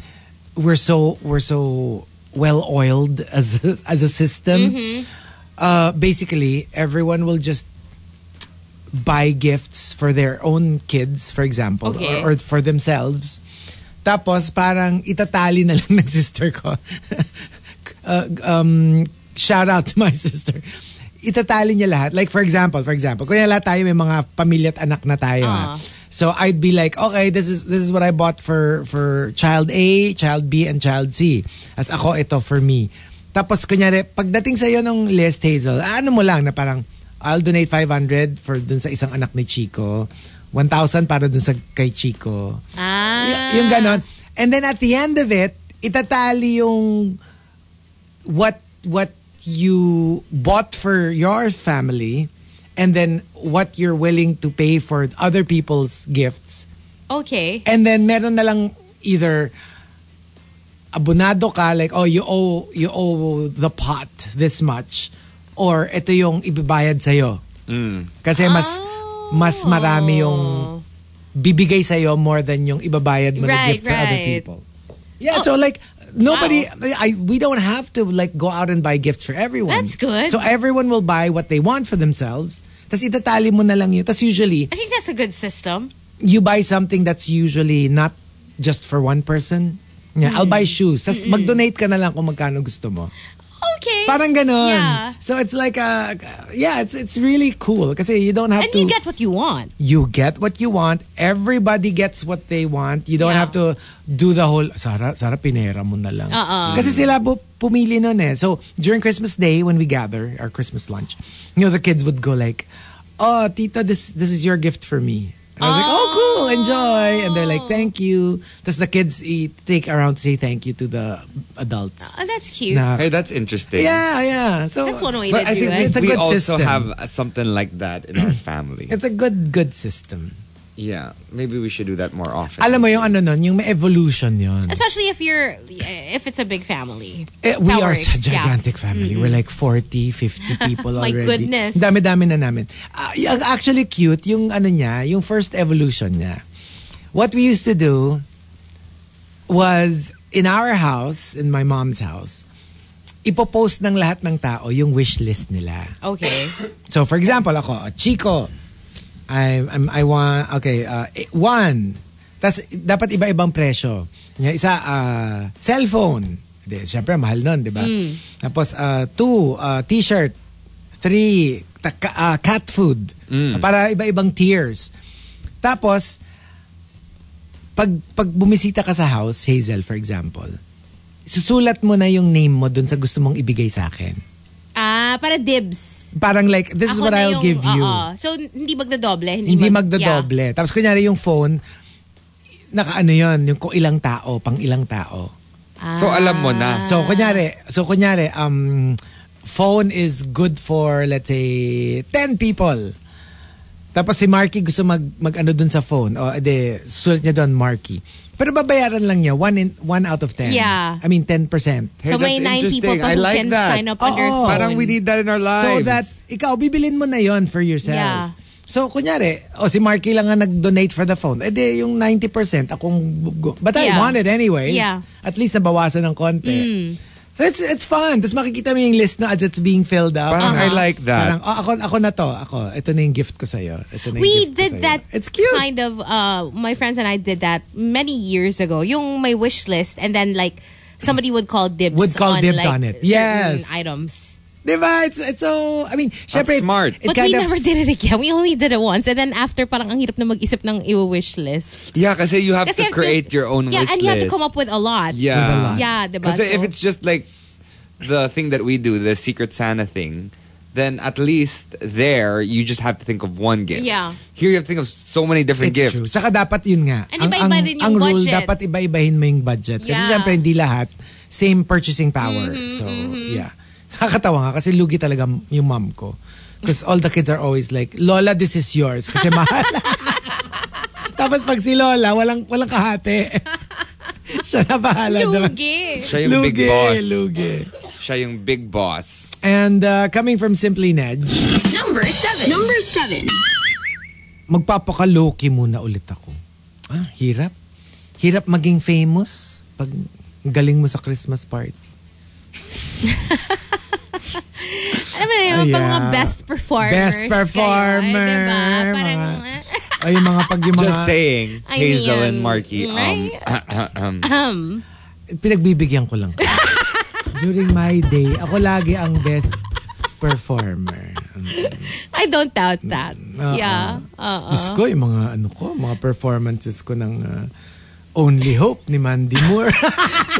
we're so we're so well oiled as as a system. Uh basically everyone will just buy gifts for their own kids for example
Okay.
or, or for themselves. Tapos parang itatali na lang ng sister ko. uh, um, shout out to my sister. Itatali niya lahat. Like for example, for example, kunya lahat tayo may mga pamilya at anak na tayo. ha. So I'd be like, okay, this is this is what I bought for for child A, child B, and child C. As ako, ito for me. Tapos kunyari, pagdating sa'yo ng list, Hazel, ano mo lang na parang, I'll donate 500 for dun sa isang anak ni Chico, 1,000 para dun sa kay Chico.
Ah.
Y- yung ganon. And then at the end of it, itatali yung what what you bought for your family and then what you're willing to pay for other people's gifts.
Okay.
And then meron na lang either abonado ka like oh you owe you owe the pot this much or ito yung ibibayad sa'yo. Kasi Eh, mas mas
Oh.
marami yung bibigay sa'yo more than yung ibabayad mo na
Right,
gift for other
right. Oh.
people. Yeah, so like nobody I we don't have to like go out and buy gifts for everyone.
That's good.
So everyone will buy what they want for themselves. Tapos itatali mo na lang yun. Tapos usually,
I think that's a good system.
you buy something that's usually not just for one person. Yeah, I'll buy shoes. Tapos mag-donate ka na lang kung magkano gusto mo.
Okay.
Parang ganon.
Yeah.
So it's like a, yeah, it's it's really cool kasi you don't
And
have to
you get what you want.
you get what you want. Everybody gets what they want. You don't
Yeah.
have to do the whole, Sara, Sara pinera mo na lang.
Uh-uh.
Kasi sila po, pumili nun eh. So, during Christmas Day, when we gather, our Christmas lunch, you know, the kids would go like, oh, tita, this, this is your gift for me. And I was like, oh, cool, enjoy. And they're like, thank you. Tapos the kids eh, take around to say thank you to the adults.
Oh, that's cute.
Na,
Hey, that's interesting.
yeah, yeah. So,
That's one way
But
to
I
do
think
it.
It's a
we
good
also
system.
have uh, something like that in our family.
It's a good, good system.
yeah, maybe we should do that more often.
Alam mo yung ano nun, yung may evolution yun.
Especially if you're eh, if it's a big family.
Eh, we
That
are
works,
such a
yeah.
gigantic family. We're like 40, 50 people
My
already.
goodness.
Dami-dami na namin. Ah, y- actually cute yung ano niya, yung first evolution niya. What we used to do was in our house, in my mom's house, ipopost ng lahat ng tao yung wish list nila.
Okay.
So for example, ako, Chico, I, I'm, I want, okay, uh, eh, one. Tapos dapat iba-ibang presyo. Yan, Isa, uh, cellphone. Di, Siyempre, mahal nun, di ba?
Hmm.
Tapos, uh, two, uh, t-shirt. Three, ta- ka- uh, cat food. Para iba-ibang tiers. Tapos, pag, pag bumisita ka sa house, Hazel for example, susulat mo na yung name mo dun sa gusto mong ibigay sa akin.
Ah, para dibs.
Parang like, this is
Ako
what
na
I'll
yung-
give you.
oo. So hindi magdodoble, hindi,
Hindi
mag-
magdodoble. Tapos kunyari yung phone, naka ano yun, yung kung ilang tao, pang ilang tao.
Yeah.
So alam mo
Ah.
na.
So kunyari, so kunyari, um, phone is good for, let's say, 10 people. Tapos si Marky gusto mag, mag ano dun sa phone. O, ade, sulat niya dun, Marky. Pero babayaran lang niya, one, in, one out of 10.
Yeah.
I mean, 10%.
So
Hey,
may
that's
nine people pa
interesting. I
who
like
can
that.
sign up on their
Oo.
phone.
Parang we need that in our lives.
So that, ikaw, bibilin mo na yon for yourself.
Yeah.
So, kunyari, o si Marky lang nga nag-donate for the phone. Eh di, yung 90% akong... bugo. But I
Yeah.
want it anyways.
Yeah. Mm.
At least nabawasan ng konti. So, it's, it's fun. Tapos makikita mo yung list na as it's being filled up.
Parang
Uh-huh.
I like
Parang,
that.
oh, ako, ako na to. Ako, ito na yung gift ko sa'yo. Ito na yung
We
gift ko
did
sa'yo.
that
It's cute.
kind of uh my friends and I did that many years ago. Yung my wish list and then like somebody would call dibs
Would call
on
dibs
like,
on it.
certain
Yes.
items.
Diba? It's, it's so... I mean, syempre... it-
smart.
It
but we
kind of,
never did it again. We only did it once and then after parang ang hirap na mag-isip ng i-wish list.
yeah, because you have
Kasi
to
you have
create your own
Yeah,
wish
and you have to
list.
come up with a lot.
Yeah.
With a lot.
Yeah, diba?
Because if
So-
it's just like the thing that we do, the Secret Santa thing, then at least there you just have to think of one gift.
Yeah.
Here you have to think of so many different
It's
gifts.
true. Saka dapat yun nga.
And iba-iba rin yung
ang rule,
budget.
dapat iba-ibahin mo yung budget. Kasi
Yeah. Mm-hmm,
syempre, hindi lahat same purchasing power. so, yeah. Nakakatawa nga kasi lugi talaga yung mom ko. Because all the kids are always like, Lola, this is yours. Kasi mahal. Tapos pag si Lola, walang, walang kahate. Siya na bahala doon.
Lugi.
Siya yung big
Lugi,
boss.
lugi.
Siya yung big boss.
And uh, coming from Simply Nedge,
Number seven. Number seven.
magpapakaloki muna ulit ako. Ah, hirap. Hirap maging famous pag galing mo sa Christmas party.
Alam mo na yun, pag mga
Yeah.
best performers.
Best performer,
Kayo, ay, diba? Parang,
mga- Ay, yung mga pag yung mga
Just saying,
I
Hazel
mean,
and Marky. Um,
right? um,
pinagbibigyan ko lang. During my day, ako lagi ang best performer.
I don't doubt that.
Mm,
Yeah. Uh-uh.
Diyos ko, yung mga ano ko, mga performances ko ng ah, Only Hope ni Mandy Moore.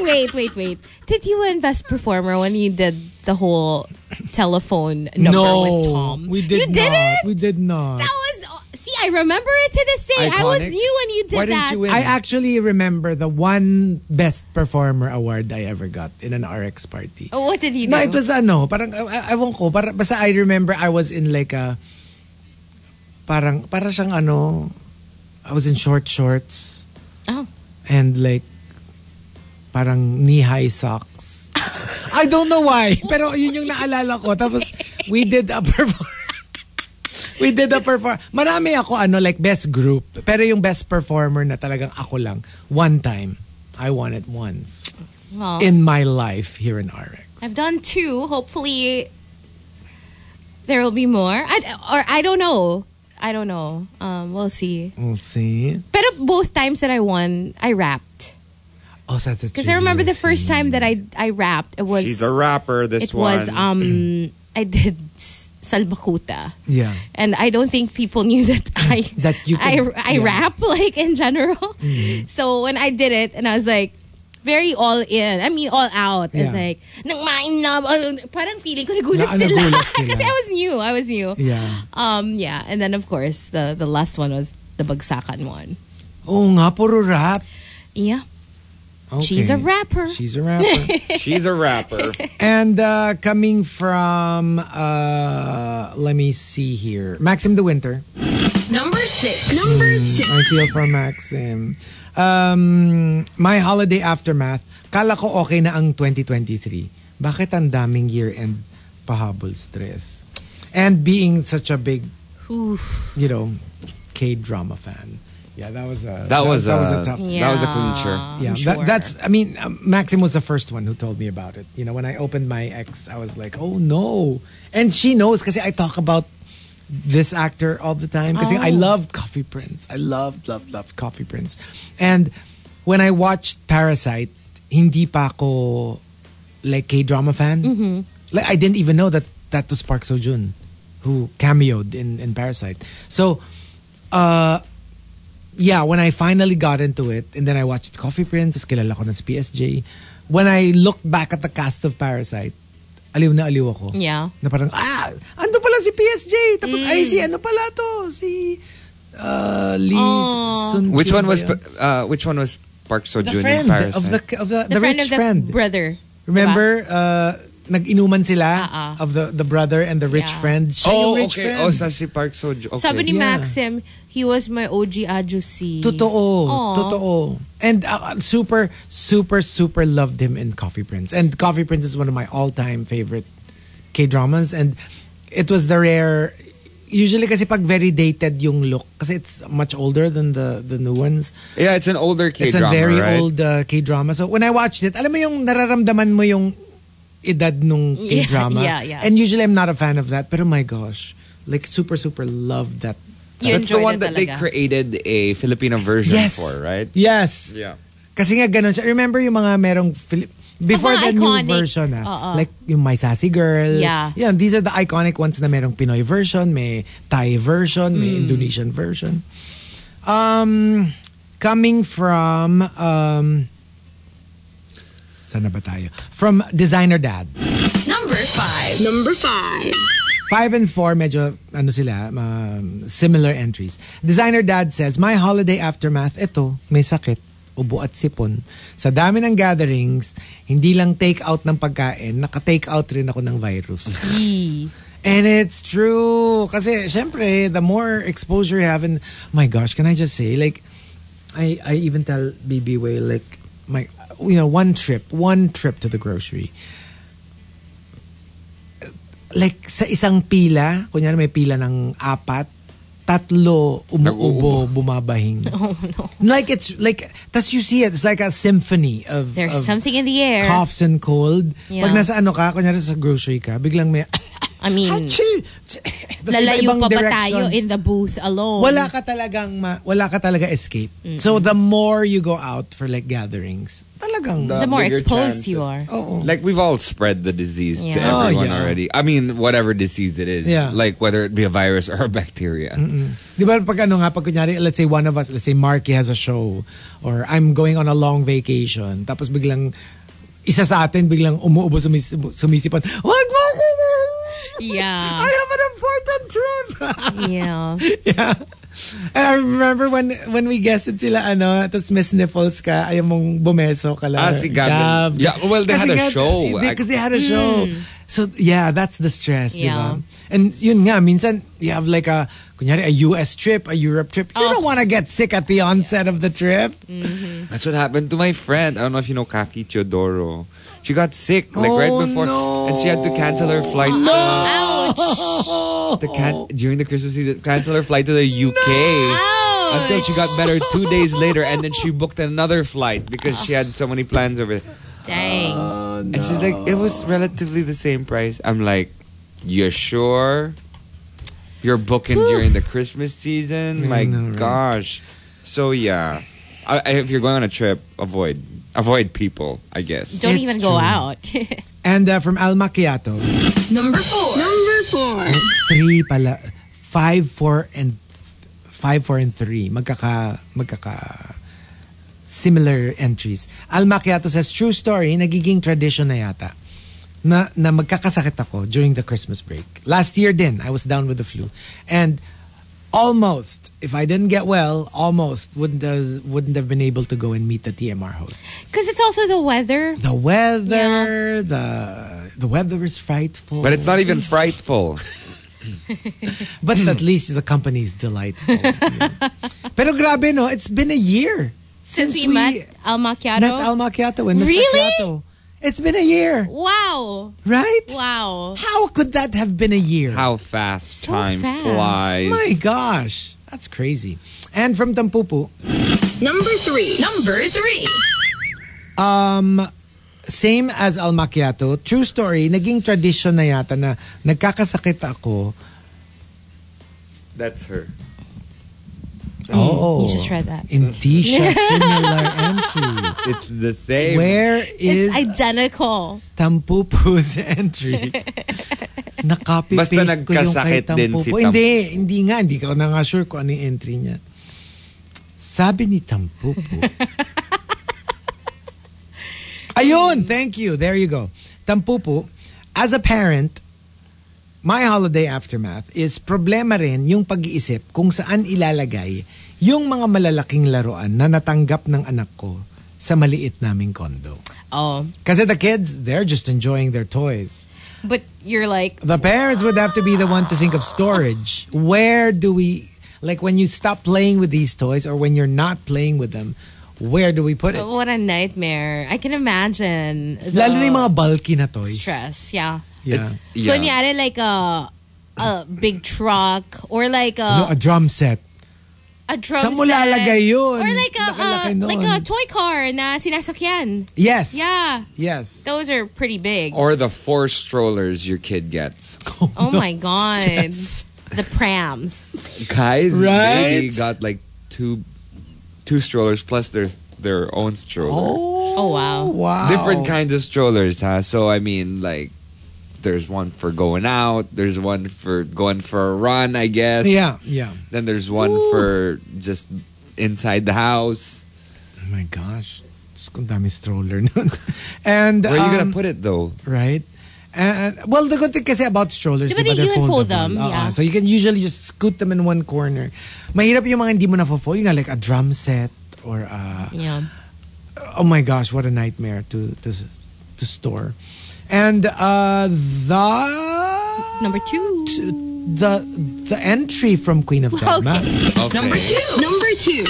Wait, wait, wait. Did you win Best Performer when you did the whole telephone number with Tom?
we
you
did not.
did it?
We did not.
That was see, I remember it to this day. I was
Iconic.
you when you did
Why
that.
didn't you win?
I actually remember the one best performer award I ever got in an RX party.
Oh, what did you do?
No, it was ano, parang, I, I, ewan ko, para, basta I remember I was in like a, parang, para siyang ano, I was in short shorts.
Oh.
And like, parang knee-high socks. I don't know why, pero yun yung naalala ko. Tapos, we did a perform. We did a perform. Marami ako ano like best group, pero yung best performer na talagang ako lang one time. I won it once
Well,
in my life here in RX.
I've done two. Hopefully, there will be more. I, or I don't know. I don't know. Um, we'll see.
We'll Mm, see.
But both times that I won, I rapped.
Oh, so that's
Because I remember the first time that I I rapped, it was
She's a rapper. This
it was um
one.
I did s- Salbakuta.
Yeah.
And I don't think people knew that I
Mm. That you could-
I, I
yeah. Mm-hmm.
rap like in general. So when I did it and I was like very all in. I mean all out. It's
Yeah.
like nagmain na uh, parang feeling ko nagulat
Na-
sila.
nagulat sila.
Kasi I was new. I was new.
Yeah.
Um yeah, and then of course the the last one was the bagsakan one.
Oo Oh, nga, puro rap.
Yeah.
Okay.
She's a rapper.
She's a rapper.
She's a rapper.
and uh, coming from, uh, let me see here, Maxim the Winter. Mm,
Number six. Number six.
I feel for Maxim. Um, my holiday aftermath, kala ko okay na ang 2023. Bakit ang daming year-end pahabol stress? And being such a big, you know, K-drama fan. Yeah, that was a
That was
that was
a,
a tough
that was a
Yeah.
clincher.
yeah,
sure.
that, that's. I mean, um, Maxim was the first one who told me about it. You know, when I opened my ex, I was like, "Oh no!" And she knows because I talk about this actor all the time because I loved Coffee Prince. I loved, loved, loved Coffee Prince. And when I watched Parasite, hindi pa ako like K drama fan. Like I didn't even know that that was Park Seo Joon who cameoed in in Parasite. So. uh yeah, when I finally got into it, and then I watched Coffee Prince, tas kilala ko na si PSJ. When I looked back at the cast of Parasite, aliw na aliw ako.
Yeah.
Na parang, ah, ando pala si PSJ. Tapos, ay, si
Mm.
ano pala to? Si uh, Lee
Oh.
Sun
Which
Kyun
one was
ba yun?
uh, which one was Park Seo
the
Joon in
friend
Parasite?
of the, of the,
The,
the
friend of
rich
the
friend.
brother.
Remember, uh, nag-inuman sila
Ah,
of the, the brother and the rich
Yeah.
friend. Siya
oh,
yung rich
okay.
friend.
Oh, sa si Park Seo Joon. Okay.
Sabi ni
Yeah.
Maxim, he was my OG Ajusi.
Totoo.
Aw.
Totoo. And uh, super, super, super loved him in Coffee Prince. And Coffee Prince is one of my all-time favorite K-dramas. And it was the rare... Usually kasi pag very dated yung look. Kasi it's much older than the, the new ones.
yeah, it's an older K
It's a
drama,
very
right?
old uh, K-drama. So when I watched it, alam mo yung nararamdaman mo yung edad nung
Yeah,
K-drama.
yeah, yeah.
And usually I'm not a fan of that. Pero my gosh, like super, super loved that.
You
That's the
enjoyed
one
it
that they
talaga.
created a Filipino version
Yes.
for, right?
Yes.
Yeah.
Kasi nga ganun siya. Remember yung mga merong Philip before
Oh, Mga
the new
iconic.
version ah.
Oo.
Like yung My Sassy Girl.
Yeah.
Yan, these are the iconic ones na merong Pinoy version, may Thai version, may
Mm.
Indonesian version. Um, coming from um, Sana ba tayo? From Designer Dad.
Number five. Number five.
Five and four, medyo ano sila, um, similar entries. Designer Dad says, My holiday aftermath, ito, may sakit, ubo at sipon. Sa dami ng gatherings, hindi lang take out ng pagkain, naka-take out rin ako ng virus.
Yee.
And it's true. Kasi, syempre, the more exposure you have, and my gosh, can I just say, like, I, I even tell BB Way, like, my, you know, one trip, one trip to the grocery. Like, sa isang pila, kunyari may pila ng apat, tatlo umuubo, bumabahing. Oh, no. Like, it's, like, tas you see it, it's like a symphony of,
There's
of
something in the air.
coughs and cold.
Yeah.
Pag nasa ano ka, kunyari sa grocery ka, biglang may,
I mean,
Achoo! Tas
lalayo pa
iba-ibang
ba
direction.
tayo in the booth alone?
wala ka talagang ma- wala ka talaga escape. So the more you go out for like gatherings, talag talagang...
The more
bigger
exposed
chance
you
of-
are.
Oo.
Like we've all spread the disease to
Yeah.
Oh,
everyone
yeah.
already. I mean, whatever disease it is,
Yeah.
like whether it be a virus or a bacteria.
Di ba pag ano nga, pag kunyari, let's say one of us, let's say Marky has a show or I'm going on a long vacation tapos biglang isa sa atin biglang umuubo sumis, sumisipan, wag mo ako na!
Yeah.
I have an important trip!
Yeah.
yeah. And I remember when when we guested sila ano, tapos Miss Niffles ka, ayaw mong bumeso ka lang.
Ah, si Gab. Yeah, well, they had a show.
Because they had a show. So, yeah, that's the stress, di ba?
Hmm. Yeah.
And yun nga, minsan, you have like a, kunyari, a US trip, a Europe trip. You
Oh.
don't want to get sick at the onset of the trip.
That's what happened to my friend. I don't know if you know Kaki Teodoro. She got sick like
Oh,
right before,
no.
and she had to cancel her flight. No,
Oh.
the can- during the Christmas season, cancel her flight to the UK. Until she got better two days later, and then she booked another flight because she had so many plans over there.
Dang.
And she's like, it was relatively the same price. I'm like, you sure? You're booking during the Christmas season? My
know, right?
gosh. So yeah, I, I- if you're going on a trip, avoid avoid people. I guess.
Don't
It's
even go
true.
out.
And uh, from Al Macchiato,
Number four. Number four.
Oh, three pala, five, four, and five, four, and three. Magkaka, magkaka, similar entries. Al Macchiato says, true story, nagiging tradition na yata na, na magkakasakit ako during the Christmas break. Last year din, I was down with the flu. And almost, if I didn't get well, almost wouldn't, has- wouldn't have been able to go and meet the TMR hosts.
Because it's also the weather.
The weather, the the weather is frightful.
But it's not even frightful.
But at
Hmm.
least the company is delightful. Pero grabe no, it's been a year
Since, we, met Al Macchiato.
met Al Macchiato and Mr.
Really?
Macchiato. It's been a year,
wow.
right?
Wow.
How could that have been a year?
How fast
So
time
fast.
flies.
My gosh, that's crazy. And from Tampupu,
Number three. Number three.
um, same as Al Macchiato, true story, naging tradition na yata na nagkakasakit ako.
That's her.
Mm, You
Oh,
just read that.
Hindi siya similar entries.
It's the same.
Where is
It's identical.
Tampupu's entry. Nakapi paste ko
Basta
yung kay
nagkasakit din si
Tampupo.
Tampupo.
Hindi, hindi nga. Hindi ko na nga sure kung ano yung entry niya. Sabi ni Tampupo. Ayun! Thank you. There you go. Tampupo, as a parent, my holiday aftermath is problema rin yung pag-iisip kung saan ilalagay yung mga malalaking laruan na natanggap ng anak ko sa maliit naming kondo.
Oh.
Kasi the kids, they're just enjoying their toys.
But you're like,
The parents would have to be the one to think of storage. Where do we, like when you stop playing with these toys or when you're not playing with them, where do we put it?
what a nightmare. I can imagine. the
Lalo na yung mga bulky na toys.
stress. Yeah.
Yeah.
It's-
yeah.
yeah.
Kunyari like a, a big truck or like a,
no, a drum set.
a drum
Saan mo
set.
lalagay yun?
Or like a,
Laki-laki
a- like a
nun.
toy car na sinasakyan.
Yes.
Yeah.
Yes.
Those are pretty
Oh,
big.
Or the four strollers your kid gets.
oh my god.
Yes.
The prams.
Guys,
Right?
they got like two two strollers plus their their own stroller.
Oh,
Oh wow.
wow.
different kinds of strollers, huh? So I mean, like, there's one for going out, there's one for going for a run, I guess.
Yeah, yeah.
Then there's one for just inside the house.
Oh my gosh. Diyos ko, ang dami stroller nun. And,
Where are you
um,
gonna put it though?
Right? And, well, the good thing kasi about strollers,
Diba
diba,
they-
they're
you can
foldable.
fold them,
Oo,
yeah.
So you can usually just scoot them in one corner. Mahirap yung mga hindi mo na-fold. Yung nga, like a drum set or a,
Yeah.
oh my gosh, what a nightmare to to, to store. And uh, the
Number two.
the the entry from Queen of Dogma.
Okay.
Number two. Number two.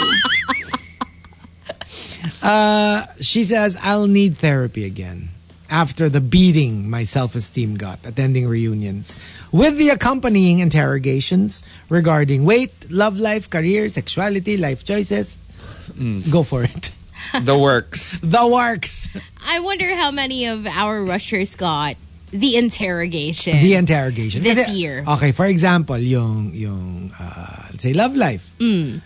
Uh, she says, I'll need therapy again after the beating my self esteem got attending reunions with the accompanying interrogations regarding weight, love life, career, sexuality, life choices. Go for it.
The works.
The works.
I wonder how many of our rushers got the interrogation.
The interrogation.
This year. Mm.
Okay, for example, yung, yung uh, let's say love life. kunyari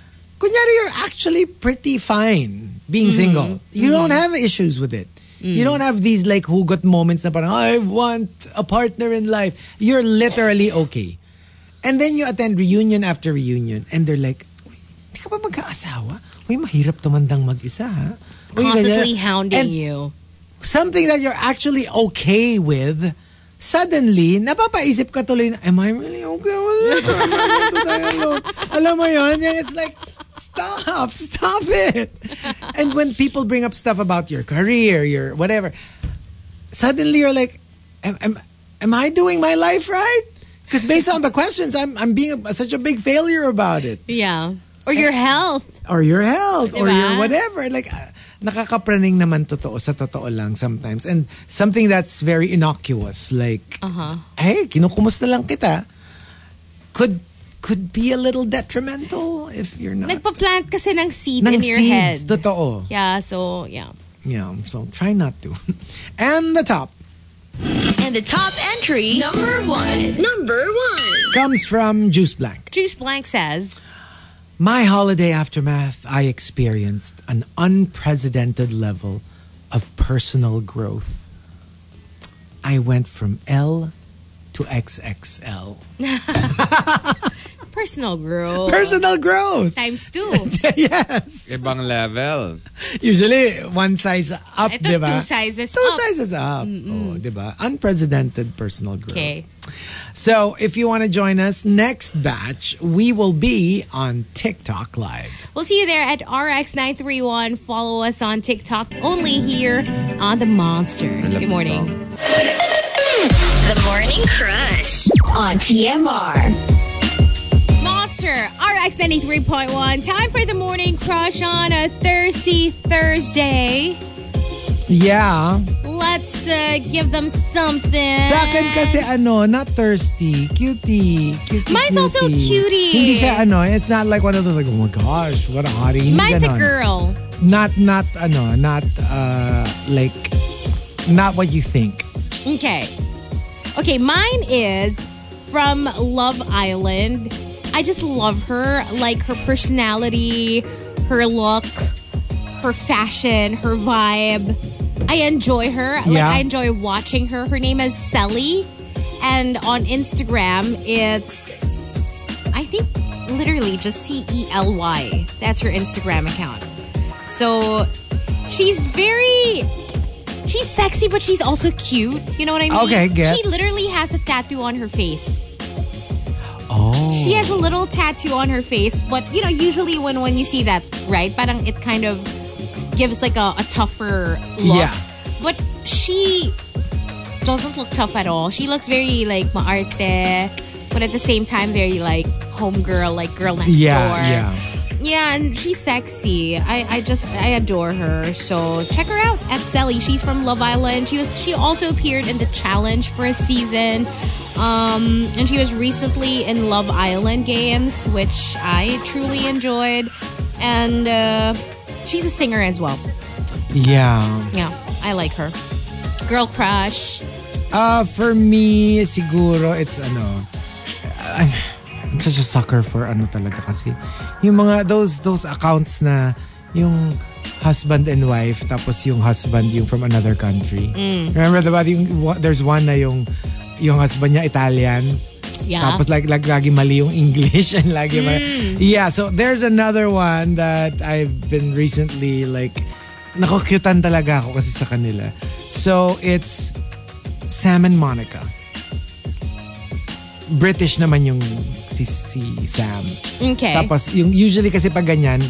you're actually pretty fine being
Mm-hmm.
single. You don't have issues with it. You
Mm.
don't have these like hugot moments na parang, I want a partner in life. You're literally okay. And then you attend reunion after reunion and they're like, Uy, di ka ba magkaasawa? Uy, mahirap tumandang mag-isa ha? Uy,
Constantly
ganyan."
hounding
And
you.
something that you're actually okay with, suddenly, napapaisip ka tuloy na, am I really okay with it? Am I really today alone?" Alam mo yun? And it's like, stop, stop it. And when people bring up stuff about your career, your whatever, suddenly you're like, am, am, am I doing my life right? Because based on the questions, I'm, I'm being a, such a big failure about it
Yeah. Or your health.
or your health or
Diba?
your whatever like ah, nakakapraning naman totoo sa totoo lang sometimes and something that's very innocuous like
Uh-huh.
hey kinukumusta lang kita could could be a little detrimental if you're not
Nagpa-plant kasi ng seed
Ng
in your
seeds,
head.
totoo
Yeah, so, yeah.
yeah so try not to and the top
And the top entry, number one. Number one.
comes from Juice Blank
Juice Blank says,
my holiday aftermath I experienced an unprecedented level of personal growth I went from L to XXL
personal growth.
personal growth.
Times two.
yes.
Ibang level.
Usually, one size up,
Ito,
di ba?
two sizes
Two
up.
sizes up. Oh, di ba? Unprecedented personal growth.
Okay.
So, if you want to join us next batch, we will be on TikTok Live.
We'll see you there at RX931. Follow us on TikTok only here on The Monster.
love
Good
this
morning.
song.
The Morning Crush on TMR.
Monster RX 93.1. Time for the morning crush on a Thirsty Thursday.
Yeah.
Let's uh, give them something.
Sa akin kasi ano, not thirsty, cutie, cutie.
Mine's also cutie.
Hindi siya ano, it's not like one of those like, oh my gosh, what a hottie. Hindi
Mine's a
ganon.
girl.
Not, not ano, not uh, like, not what you think.
Okay. Okay, mine is from Love Island. I just love her. Like her personality, her look, her fashion, her vibe. I enjoy her. Like
Yeah.
I enjoy watching her. Her name is Sally. And on Instagram, it's I think literally just C E L Y. That's her Instagram account. So she's very She's sexy, but she's also cute. You know what I mean?
Okay, gets.
She literally has a tattoo on her face.
Oh.
She has a little tattoo on her face, but you know, usually when when you see that, right? Parang it kind of gives like a, a tougher look.
Yeah.
But she doesn't look tough at all. She looks very like maarte, but at the same time very like homegirl, like girl next
Yeah,
door.
yeah.
Yeah, and she's sexy. I, I just I adore her. So check her out at Sally. She's from Love Island. She was she also appeared in the challenge for a season. Um, and she was recently in Love Island games, which I truly enjoyed. And uh, she's a singer as well.
Yeah.
Yeah, I like her. Girl crush.
Uh, for me, siguro, it's ano, I'm, I'm such a sucker for ano talaga kasi. Yung mga, those, those accounts na, yung husband and wife, tapos yung husband yung from another country. Remember, diba, yung, wa- there's one na yung, yung husband niya Italian.
Yeah.
Tapos like, like lagi mali yung English and lagi mali. Yeah, so there's another one that I've been recently like nakukyutan talaga ako kasi sa kanila. So it's Sam and Monica. British naman yung si, si Sam.
Okay.
Tapos yung usually kasi pag ganyan,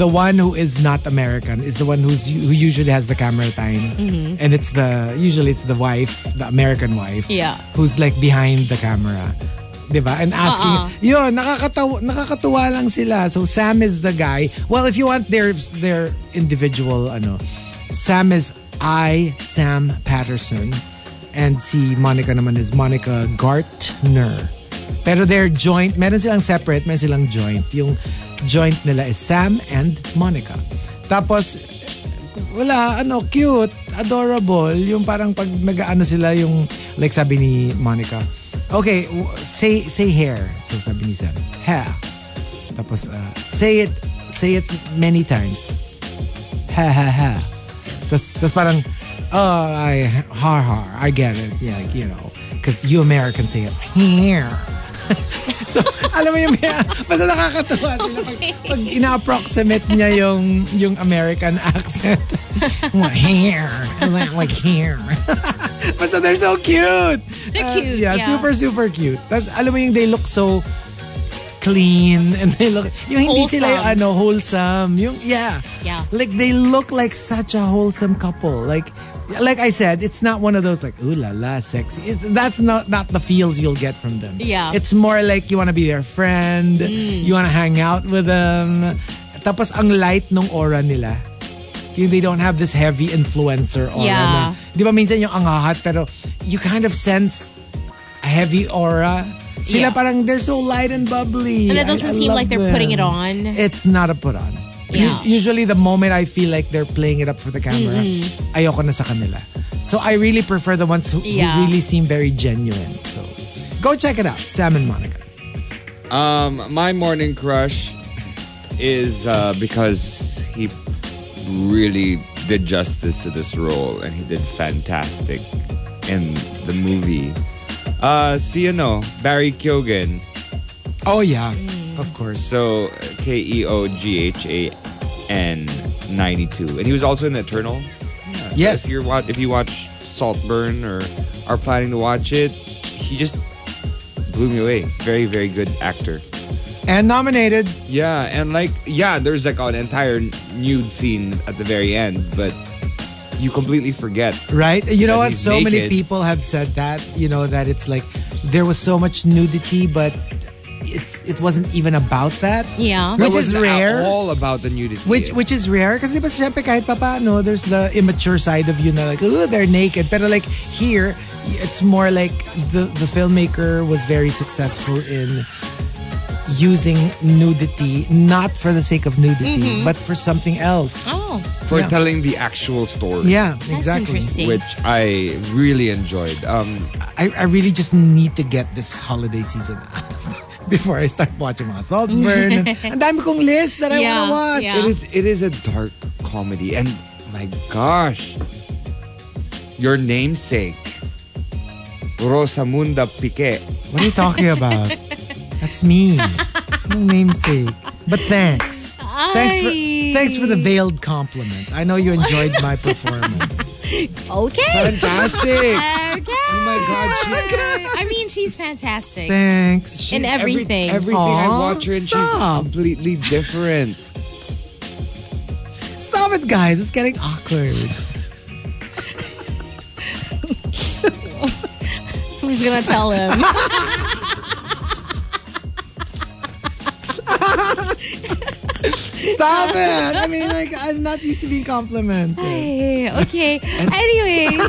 the one who is not American is the one who's who usually has the camera time.
Mm-hmm.
And it's the usually it's the wife, the American wife,
Yeah.
who's like behind the camera. 'Di ba? And asking,
Oo.
yun, nakakatawa, nakakatuwa lang sila. So Sam is the guy. Well, if you want their their individual ano, Sam is I Sam Patterson and si Monica naman is Monica Gartner. Pero their joint, meron silang separate, meron silang joint. Yung joint nila is Sam and Monica. Tapos wala, ano, cute, adorable. Yung parang pag nag-ano sila, yung, like sabi ni Monica, okay, w- say say hair. So sabi ni Sam, hair. Tapos, uh, say it say it many times. Ha ha ha. That's that's parang oh I har har. I get it. Yeah, like, you know, because you Americans say it here. so, alam mo yung may, basta nakakatawa sila pag, pag ina-approximate niya yung yung American accent. here. Like, like here. basta they're so cute. Uh,
They're cute, yeah.
super super cute. Tapos alam mo yung they look so clean and they look yung hindi sila yung
Wholesome.
ano wholesome yung yeah
Yeah.
like they look like such a wholesome couple like like I said it's not one of those like ooh la la sexy it's, that's not not the feels you'll get from them
Yeah. Mm.
it's more like you want to be their friend you want to hang out with them tapos ang light nung aura nila yung they don't have this heavy influencer aura
Yeah.
na di ba minsan yung ang hahat pero you kind of sense a heavy aura
Yeah.
sila parang they're so light and bubbly
And it doesn't seem
love
like they're putting it on.
It's not a put on.
Yeah.
U- Usually the moment I feel like they're playing it up for the camera,
Mm-hmm.
ayoko na sa kanila. So I really prefer the ones who, who
Yeah.
really seem very genuine. So go check it out, Sam and Monica.
Um, my morning crush is uh, because he really did justice to this role and he did fantastic in the movie. Uh, si ano, Barry Keoghan.
Oh yeah,
Mm.
of course.
So K E O G H A N 92. And he was also in the Eternal.
Yes.
If you watch, if you watch Saltburn or are planning to watch it, he just blew me away. Very, very good actor.
And nominated.
Yeah, and like yeah, there's like an entire nude scene at the very end, but you completely forget.
Right? You know what?
Because he's
So many
naked.
people have said that, you know, that it's like there was so much nudity, but it's it wasn't even about that.
Yeah.
Which
It
is
was
rare.
All about the nudity.
Which which is rare kasi di ba siyempre kahit papaano there's the immature side of you na like oh they're naked pero like here it's more like the the filmmaker was very successful in using nudity not for the sake of nudity
Mm-hmm.
but for something else.
Oh,
for
yeah.
telling the actual story.
Yeah,
that's
exactly.
interesting.
Which I really enjoyed. Um,
I, I really just need to get this holiday season out before I start watching mga Saltburn. Ang dami kong list that I
Yeah,
wanna watch.
yeah.
it is it is a dark comedy, and my gosh, your namesake, Rosamunda Piquet.
What are you talking about? That's me. No namesake. But thanks.
Oh.
Thanks for
Ay.
thanks for the veiled compliment. I know you enjoyed my performance.
okay.
Fantastic!
okay.
oh my god, she,
I mean, she's fantastic.
Thanks.
in
every-
everything.
everything
Aw,
I watch her in, she's
stop.
completely different.
Stop it, guys. It's getting awkward.
Who's gonna tell him?
Stop it. I mean, like, I'm not used to being complimented.
Hey, okay. Anyway,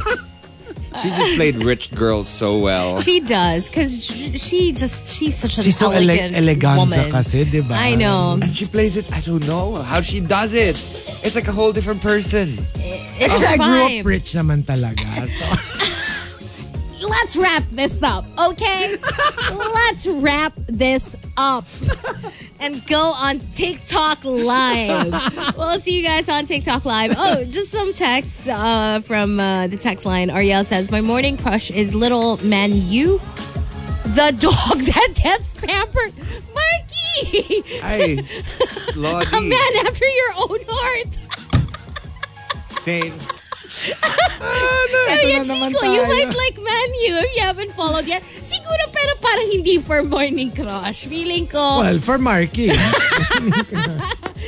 She just played rich girl so well.
she does because she just she's such an
She's so ele-
elegant
eleganza
woman.
kasi, di ba?
I know.
And she plays it, I don't know how she does it. It's like a whole different person.
Kasi I grew up
vibe.
rich naman talaga. So,
Let's wrap this up, okay? Let's wrap this up and go on TikTok Live. we'll see you guys on TikTok Live. Oh, just some texts uh, from uh, the text line. Ariel says, "My morning crush is little man you, the dog that gets pampered, Marky."
Ay,
A
Lodi.
man after your own heart.
Same.
So,
ito
yeah,
na Ah, naman
Chico, you
tayo.
might like Manu if you haven't followed yet. Siguro, pero parang hindi for morning crush. Feeling ko,
well, for Marky.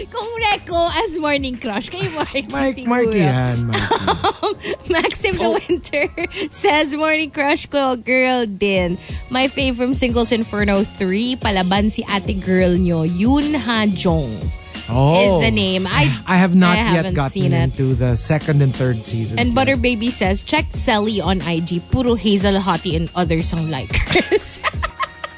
kung reko as morning crush kay Marky
Mike, Oh.
siguro.
Marky yan. Marky.
Maxim the Winter says, Morning crush ko, girl din. My fave from Singles Inferno 3, palaban si ate girl nyo, Yoon Ha Jong
Oh.
is the name. I,
I have not
I
yet
haven't
gotten
seen it.
into the second and third seasons.
And
yet.
Butter Baby says, check Sally on IG. Puro Hazel Hottie and others ang likers.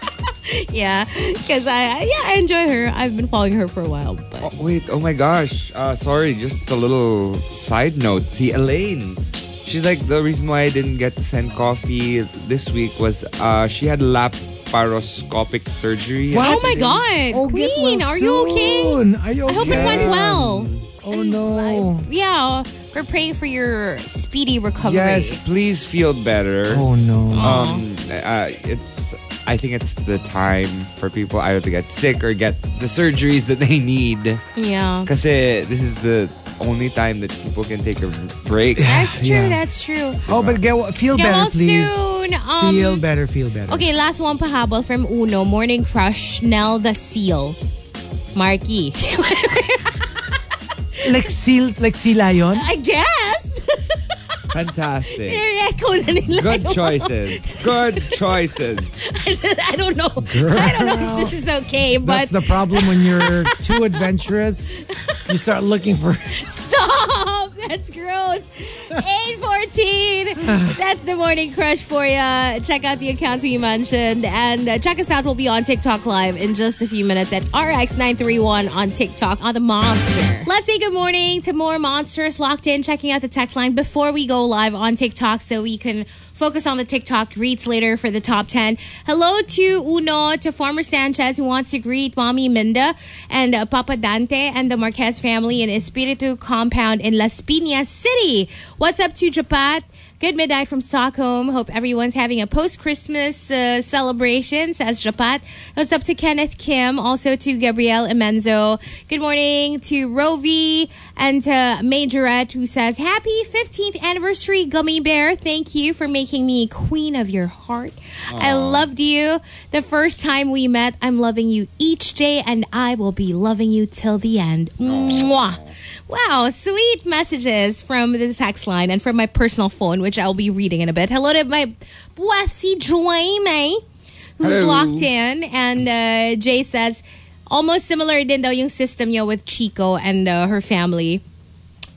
yeah, because I yeah I enjoy her. I've been following her for a while. But
Oh, wait, oh my gosh. Uh, sorry, just a little side note. See, Elaine. She's like, the reason why I didn't get to send coffee this week was uh, she had lap laparoscopic surgery.
What?
Oh my God.
Oh, get
Queen,
well
are you okay?
soon. Are you
I
okay?
hope it went well.
Oh no.
Yeah, we're praying for your speedy recovery.
Yes, please feel better.
Oh no.
Um, uh, it's. I think it's the time for people either to get sick or get the surgeries that they need.
Yeah.
Because this is the only time that people can take a break.
That's true.
Yeah.
That's true.
Oh, but get feel
Get
better,
well
please.
soon. Um,
Feel better, feel better.
Okay, last one pahabol from Uno. Morning crush, Nell the Seal. Marky.
Like seal, like sila yun?
I guess.
Fantastic.
Nire-echo na nila
Good
yung-
choices. Good choices.
I don't know. I don't know if this is okay, but
That's the problem when you're too adventurous. You start looking for
stop. That's gross. 814. That's the morning crush for ya. Check out the accounts we mentioned and uh, check us out. We'll be on TikTok live in just a few minutes at RX931 on TikTok on the monster. Let's say good morning to more monsters locked in, checking out the text line before we go live on TikTok so we can focus on the TikTok greets later for the top 10. Hello to Uno, to former Sanchez who wants to greet Mommy Minda and uh, Papa Dante and the Marquez family in Espiritu compound in Las Piñas City. What's up to Japat? Good midnight from Stockholm. Hope everyone's having a post Christmas uh, celebration, says Japat. What's up to Kenneth Kim, also to Gabrielle Emenzo. Good morning to Rovi and to Majorette, who says, Happy 15th anniversary, Gummy Bear. Thank you for making me queen of your heart. I loved you the first time we met. I'm loving you each day, and I will be loving you till the end. Mwah. Wow, sweet messages from the text line and from my personal phone, which I'll be reading in a bit. Hello to my Buasi Joime, who's
Hello.
locked in. And uh, Jay says, almost similar din daw yung system niya with Chico and uh, her family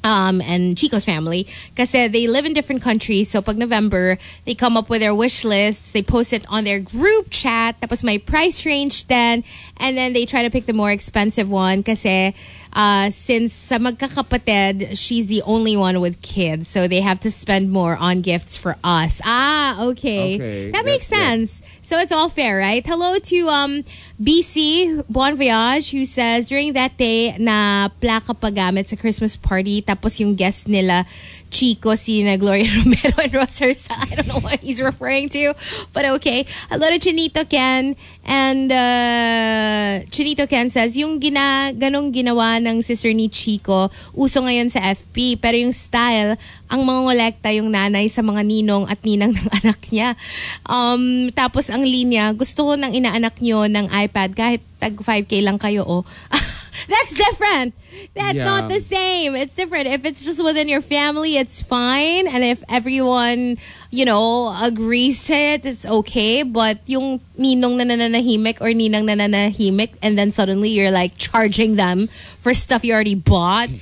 um, and Chico's family kasi they live in different countries. So pag November, they come up with their wish lists. They post it on their group chat. Tapos may price range then. And then they try to pick the more expensive one kasi uh, since sa magkakapatid, she's the only one with kids. So they have to spend more on gifts for us. Ah, okay.
Okay,
That makes
that's- yeah.
sense sense. So it's all fair, right? Hello to um, BC Bon Voyage who says during that day na plaka pagamit sa Christmas party tapos yung guest nila Chico, sina Gloria Romero and Ross Ursa. I don't know what he's referring to, but okay. Hello to Chinito Ken and uh, Chinito Ken says yung gina, ganong ginawa ng sister ni Chico uso ngayon sa FP pero yung style ang mangongolekta yung nanay sa mga ninong at ninang ng anak niya. Um, tapos ang linya, gusto ko ng inaanak nyo ng iPad kahit tag 5K lang kayo oh. That's different. That's
Yeah.
not the same. It's different. If it's just within your family, it's fine. And if everyone, you know, agrees to it, it's okay. But yung ninong na nananahimik or ninang na nananahimik and then suddenly you're like charging them for stuff you already bought,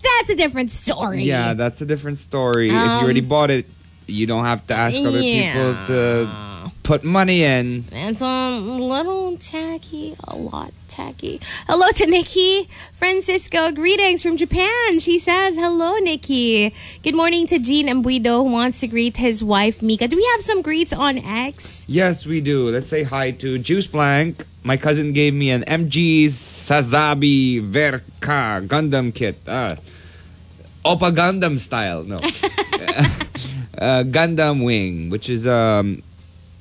that's a different story.
Hmm. Yeah, that's a different story. if you already bought it, you don't have to ask other people
yeah.
to put money in.
It's um, a little tacky, a lot tacky. Hello to Nikki Francisco. Greetings from Japan. She says, Hello, Nikki. Good morning to Gene Embuido, who wants to greet his wife, Mika. Do we have some greets on X?
Yes, we do. Let's say hi to Juice Blank. My cousin gave me an MG Sazabi Verka Gundam kit. Uh, Opa Gundam style. No. uh, Gundam Wing, which is, um,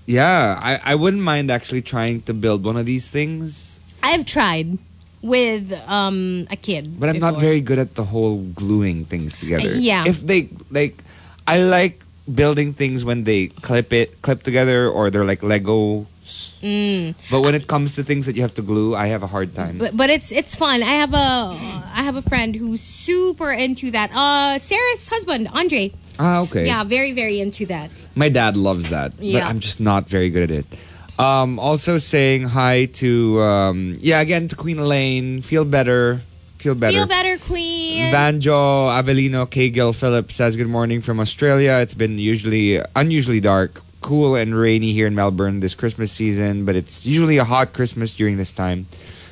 yeah, I, I wouldn't mind actually trying to build one of these things.
I've tried with um, a kid.
But I'm not
before.
very good at the whole gluing things together.
yeah.
If they like, I like building things when they clip it, clip together, or they're like Lego.
Mm.
But when it comes to things that you have to glue, I have a hard time.
But, but it's it's fun. I have a I have a friend who's super into that. Uh, Sarah's husband, Andre.
ah, okay.
Yeah, very very into that.
My dad loves that, but
Yeah.
I'm just not very good at it. Um, also saying hi to um, yeah again to Queen Elaine. Feel better. Feel better.
Feel better, Queen.
Vanjo Avelino K. Gill Phillips says good morning from Australia. It's been usually unusually dark, cool and rainy here in Melbourne this Christmas season, but it's usually a hot Christmas during this time.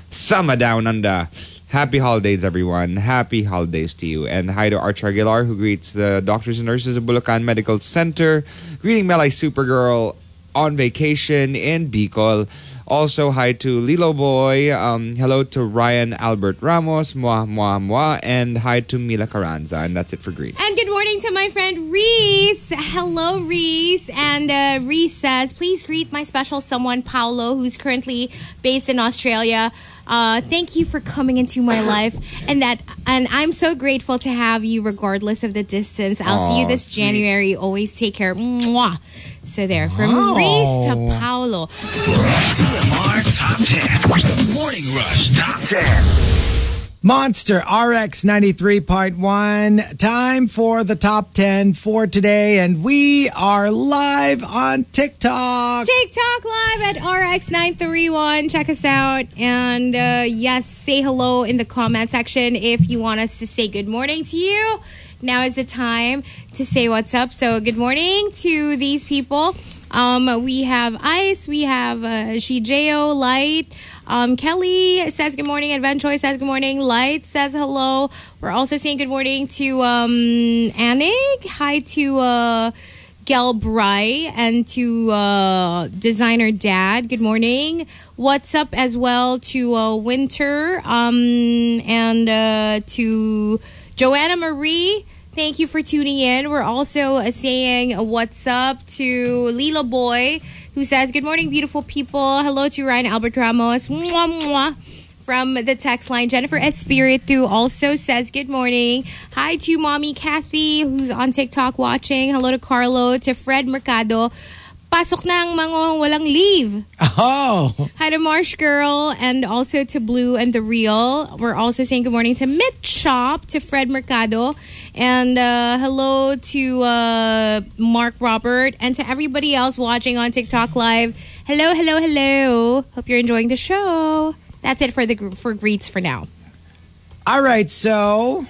Summer down under. Happy holidays, everyone. Happy holidays to you. And hi to Archer Aguilar, who greets the doctors and nurses of Bulacan Medical Center. Greeting Melai Supergirl on vacation in Bicol. Also, hi to Lilo Boy. Um, hello to Ryan Albert Ramos. Mwah, mwah, mwah. And hi to Mila Carranza. And that's it for greetings.
And good morning to my friend Reese. Hello, Reese. And uh, Reese says, please greet my special someone, Paolo, who's currently based in Australia. Uh, thank you for coming into my life, and that, and I'm so grateful to have you, regardless of the distance. I'll see you
Aw,
this January. Always take care. Mwah. So there, from Reese to Paolo.
TMR Top 10. The Morning Rush Top 10.
Monster RX 93.1. Time for the top 10 for today. And we are live on TikTok.
TikTok live at RX931. Check us out. And uh, yes, say hello in the comment section if you want us to say good morning to you. Now is the time to say what's up. So, good morning to these people. Um, we have Ice, we have uh, Shijeo, Light. Um, Kelly says good morning. Adventure says good morning. Light says hello. We're also saying good morning to um, Anik. Hi to. Uh, Gal Bry and to uh, designer dad. Good morning. What's up as well to uh, Winter um, and uh, to Joanna Marie. Thank you for tuning in. We're also uh, saying what's up to Lila Boy, who says, Good morning, beautiful people. Hello to Ryan Albert Ramos. Mwah, mwah from the text line. Jennifer Espiritu also says good morning. Hi to mommy Kathy, who's on TikTok watching. Hello to Carlo, to Fred Mercado. Pasok na ang mga walang leave.
Oh,
Hi to Marsh Girl and also to Blue and The Real. We're also saying good morning to Mitch Shop, to Fred Mercado, and uh, hello to uh, Mark Robert and to everybody else watching on TikTok Live. Hello, hello, hello. Hope you're enjoying the show. That's it for the gr- for greets for now.
all right. So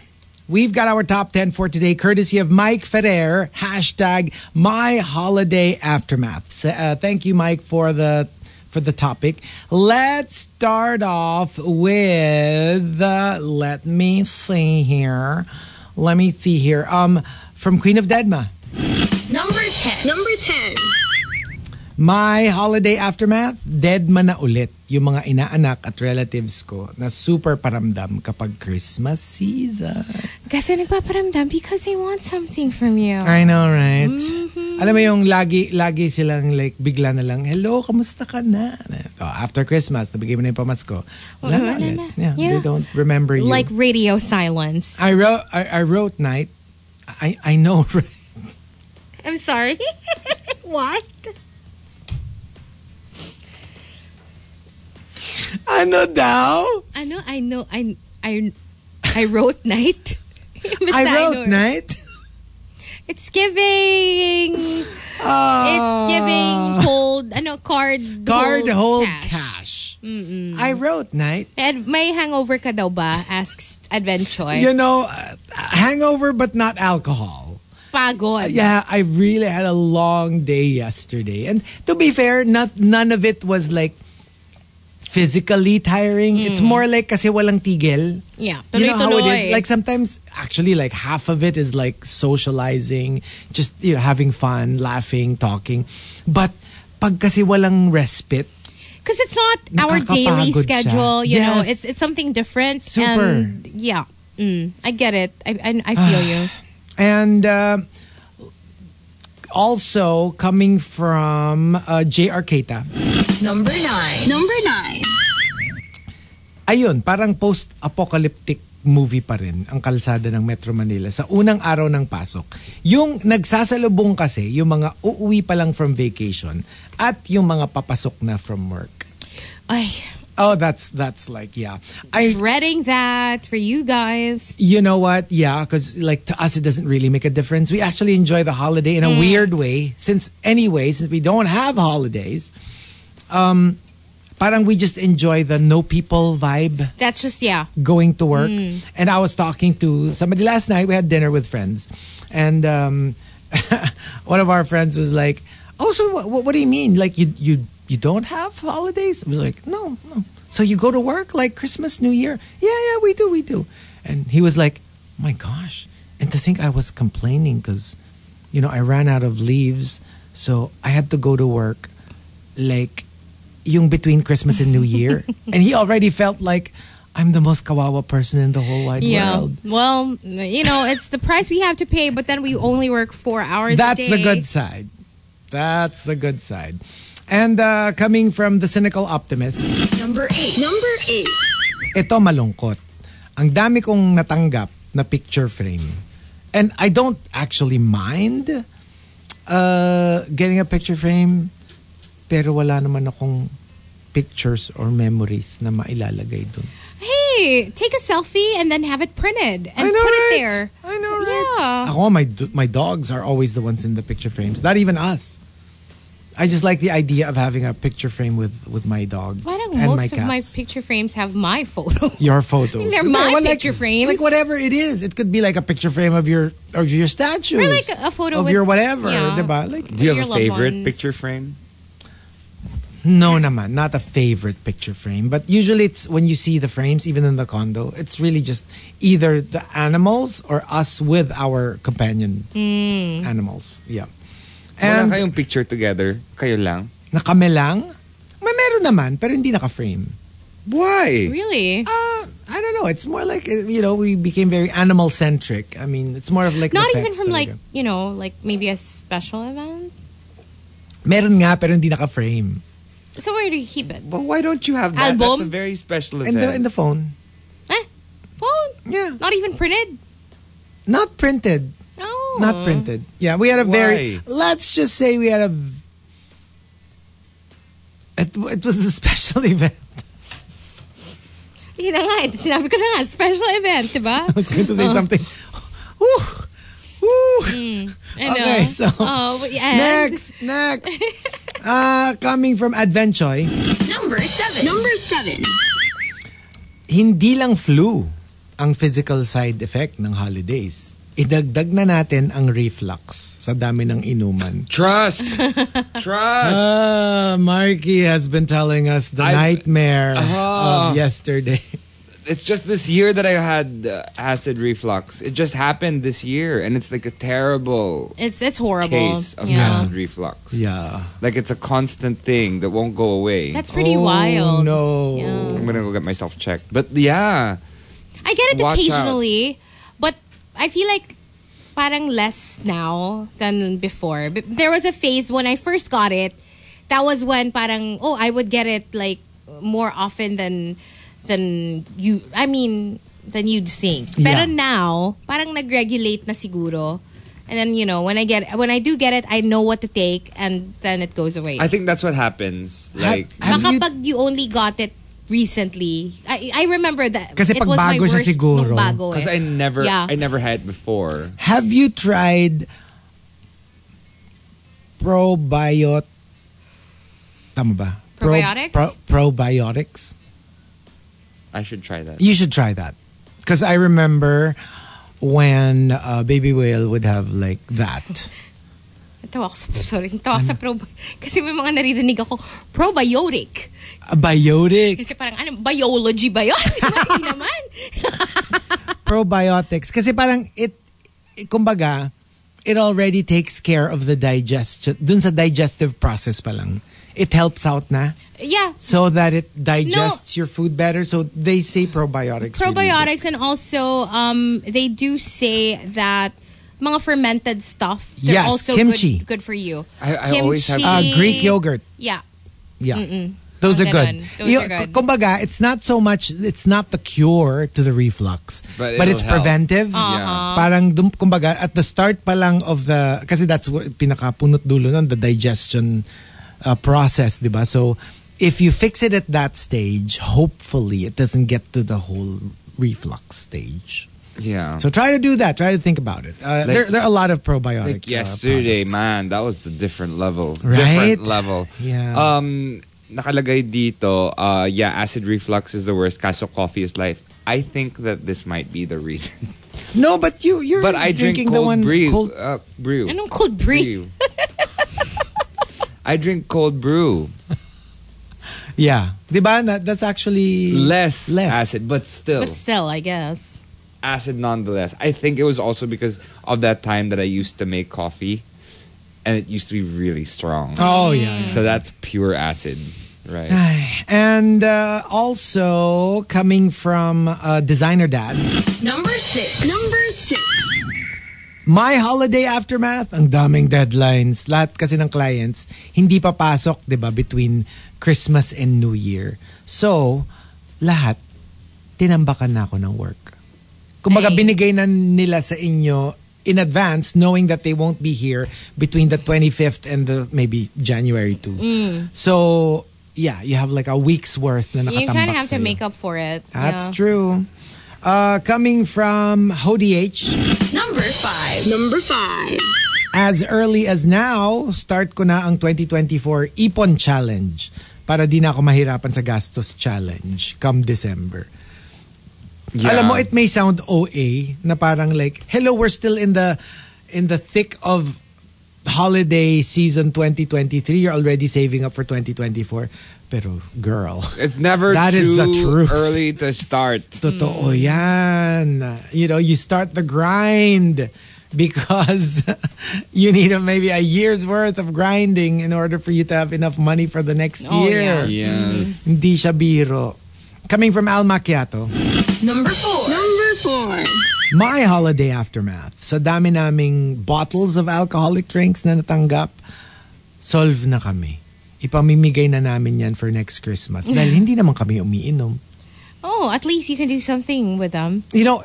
we've got our top 10 for today, courtesy of Mike Ferrer, hashtag my holiday aftermath. So, uh, thank you, Mike, for the for the topic. Let's start off with uh, let me see here. Let me see here. Um, from Queen of Deadma.
Number 10. Number 10.
My holiday aftermath, dead man na ulit yung mga inaanak at relatives ko na super paramdam kapag Christmas season.
Kasi nagpaparamdam because they want something from you.
I know, right?
Mm-hmm.
Alam mo yung lagi, lagi silang like bigla na lang, hello, kamusta ka na? Oh, after Christmas, nabigay mo na yung pamasko. Wala na
Wala
ulit.
na.
Yeah,
Yeah.
They don't remember you.
Like radio silence.
I wrote, I, I wrote night. I, I know, right?
I'm sorry. what?
Ano daw?
I know, I know, I, I, I wrote night. Basta
I wrote
know.
night?
It's giving.
Ah.
it's giving cold. Ano card?
Oh. Card hold
cash.
cash. I wrote night.
And may hangover ka daw ba? Asks Adventure.
you know, uh, hangover but not alcohol.
Pagod.
Yeah, I really had a long day yesterday. And to be fair, not, none of it was like physically tiring. It's more like kasi walang tigil.
Yeah.
You know how it
Tuloy-tuloy.
is? Like sometimes actually like half of it is like socializing, just you know, having fun, laughing, talking. But pag kasi walang respite,
Because it's not our daily
Nakakapagod siya.
schedule, you know.
Yes.
It's it's something different.
Super.
And yeah, mm, I get it. I I, I feel you.
And uh, also coming from uh, J. Arcata.
Number 9. Number 9.
Ayun, parang post-apocalyptic movie pa rin ang kalsada ng Metro Manila sa unang araw ng pasok. Yung nagsasalubong kasi yung mga uuwi pa lang from vacation at yung mga papasok na from work.
Ay,
Oh, that's that's like yeah. I
dreading that for you guys.
you know what? Yeah, because like to us, it doesn't really make a difference. We actually enjoy the holiday in a weird way, since anyway, since we don't have holidays, um, parang we just enjoy the no people vibe
That's just yeah.
going to work. And I was talking to somebody last night. We had dinner with friends, and um, one of our friends was like, "Oh, so what, what, what do you mean? Like you you you don't have holidays?" I was like, "No, no. So you go to work like Christmas, New Year? Yeah, yeah, we do, we do." And he was like, "My gosh!" And to think I was complaining because, you know, I ran out of leaves, so I had to go to work like yung between Christmas and New Year. and he already felt like I'm the most kawawa person in the whole wide
Yeah.
world.
Well, you know, it's the price we have to pay, but then we only work four hours a
That's
day.
the good side. That's the good side. And uh, coming from the cynical optimist,
Number eight. Number eight.
ito malungkot. Ang dami kong natanggap na picture frame. And I don't actually mind uh, getting a picture frame, pero wala naman akong pictures or memories na mailalagay dun.
Hey, take a selfie and then have it printed and
I know,
put
right?
it there.
I know, right?
Yeah.
Ako, my, do- my dogs are always the ones in the picture frames. Not even us. I just like the idea of having a picture frame with, with my dogs
Why don't
and
most
my
of
cats.
my picture frames have my photo?
your photos.
They're
No,
my
well, like-
picture frames.
Like whatever it is, it could be like a picture frame of your of your statues,
Or like a photo
of
with-
your whatever,
yeah.
diba? Like
Do you
Your
have a
loved
favorite
ones.
picture frame?
no, naman, not a favorite picture frame, but usually it's when you see the frames, even in the condo, it's really just either the animals or us with our companion
Mm.
animals. Yeah,
Wala
and
kayong picture together? Kayo lang?
na kami lang, may meron naman, pero hindi naka-frame.
Why?
really?
Uh, I don't know. It's more like uh, you know we became very animal centric. I mean, it's more of like the
Not even
pets
from like,
talaga.
you know, like maybe a special event.
Meron nga pero hindi naka-frame.
So where do you keep it?
Well, why don't you have that?
Album?
That's a very special
In
event.
the in the phone.
Phone?
Yeah.
Not even printed?
Not printed.
No.
Not printed. Yeah, we had a very
Why?
Let's just say we had a v- It, it was a special event.
Yun na nga, eh, sinabi ko na nga, special event, di ba?
I was going to say something. Whew. Whew.
I know.
Okay, so
Oh, but- and-
next, next. uh, coming from Advenchoy,
Number seven. Number seven.
hindi lang flu ang physical side effect ng holidays. Idagdag na natin ang reflux sa dami ng inuman.
Trust! Trust!
Ah, Marky has been telling us the
I've-
nightmare
Ah.
of yesterday.
it's just this year that I had uh, acid reflux. It just happened this year, and it's like a terrible
It's it's horrible.
case of
yeah.
acid reflux.
Yeah.
Like it's a constant thing that won't go away.
That's pretty
oh,
wild.
No.
Yeah.
I'm gonna go get myself checked. But yeah,
I get it
Watch
occasionally, but I feel like parang less now than before. But there was a phase when I first got it. That was when parang oh I would get it like more often than than you. I mean than you'd think.
Yeah.
Pero now parang nag-regulate na siguro. And then you know when I get when I do get it, I know what to take, and then it goes away.
I think that's what happens. Like
Have
Baka
you-
pag you only got it recently. I, I remember that.
Kasi
it was my
pagbago siya
worst
siguro.
nung bago
because
eh.
I never,
Yeah.
I never had it before.
Have you tried probiot Tama ba? Pro-
Probiotics?
pro- probiotics?
I should try that.
You should try that. Because I remember when uh, Baby Whale would have like that.
Natawa ako sa, sorry, natawa ako sa prob- Kasi may mga naririnig ako, probiotic.
A biotic.
Kasi parang, ano, biology ba yun? Hindi naman.
probiotics kasi parang it it- kumbaga it already takes care of the digestion dun sa digestive process pa lang it helps out na
Yeah.
so that it digests your food better so they say probiotics really.
Probiotics and also, um, they do say that mga fermented stuff, they're
Yes,
also
kimchi.
Good, good for you.
I- I always have-
uh, Greek yogurt
Yeah.
yeah Those
Ang
are good.
ganun. Those
You-
are good.
Kumbaga, it's not so much, it's not the cure to the reflux,
But
but,
it'll
it's
help.
preventive.
Uh-huh.
Parang, dum, kumbaga, at the start pa lang of the, kasi that's what, pinakapunot dulo nun, the digestion uh, process, di ba? So, if you fix it at that stage, hopefully it doesn't get to the whole reflux stage.
Yeah.
So try to do that. Try to think about it. Uh, there,
Like-
there are a lot of probiotic.
like
uh,
yesterday,
products.
man, that was a different level.
Right?
Different level.
Yeah.
Um, nakalagay dito, uh, yeah, acid reflux is the worst. Kaso coffee is life. I think that this might be the reason.
No, but you you're
But I drink
drinking
cold
the one
brew.
cold-
uh, brew.
Anong cold brew?
Brew. I drink cold brew.
Yeah. Diba? Na, that's actually
Less,
Less.
acid, but still
But still, I guess.
acid nonetheless. I think it was also because of that time that I used to make coffee. and it used to be really strong.
Oh, yeah.
So that's pure acid, right?
And uh, also coming from uh, Designer Dad,
Number six. Number six.
my holiday aftermath, ang daming deadlines. Lahat kasi ng clients, hindi papasok, di ba, between Christmas and New Year. So, lahat, tinambakan na ako ng work. Kumbaga,
Ay.
binigay na nila sa inyo in advance knowing that they won't be here between the 25th and the maybe January 2. So, yeah, you have like a week's worth na nakatambak
Mm. You kind of have to
sa'yo.
make up for it.
That's
yeah.
true. Uh, coming from HODH,
Number five. Number five.
as early as now, start ko na ang 2024 Ipon Challenge para di na ako mahirapan sa gastos challenge come December.
Yeah.
Alam mo, it may sound OA na parang like, hello, we're still in the in the thick of holiday season 2023. You're already saving up for 2024. Pero girl,
It's never
That
too
is the truth.
early to start.
Totoo yan. You know, you start the grind because you need a, maybe a year's worth of grinding in order for you to have enough money for the next
Oh,
year.
Yes.
Hindi siya biro. Coming from Al Macchiato,
Number four. Number four.
my holiday aftermath. Sa dami naming bottles of alcoholic drinks na natanggap, solve na kami. Ipamimigay na namin yan for next Christmas. Dahil hindi naman kami umiinom.
Oh, at least you can do something with them.
you know,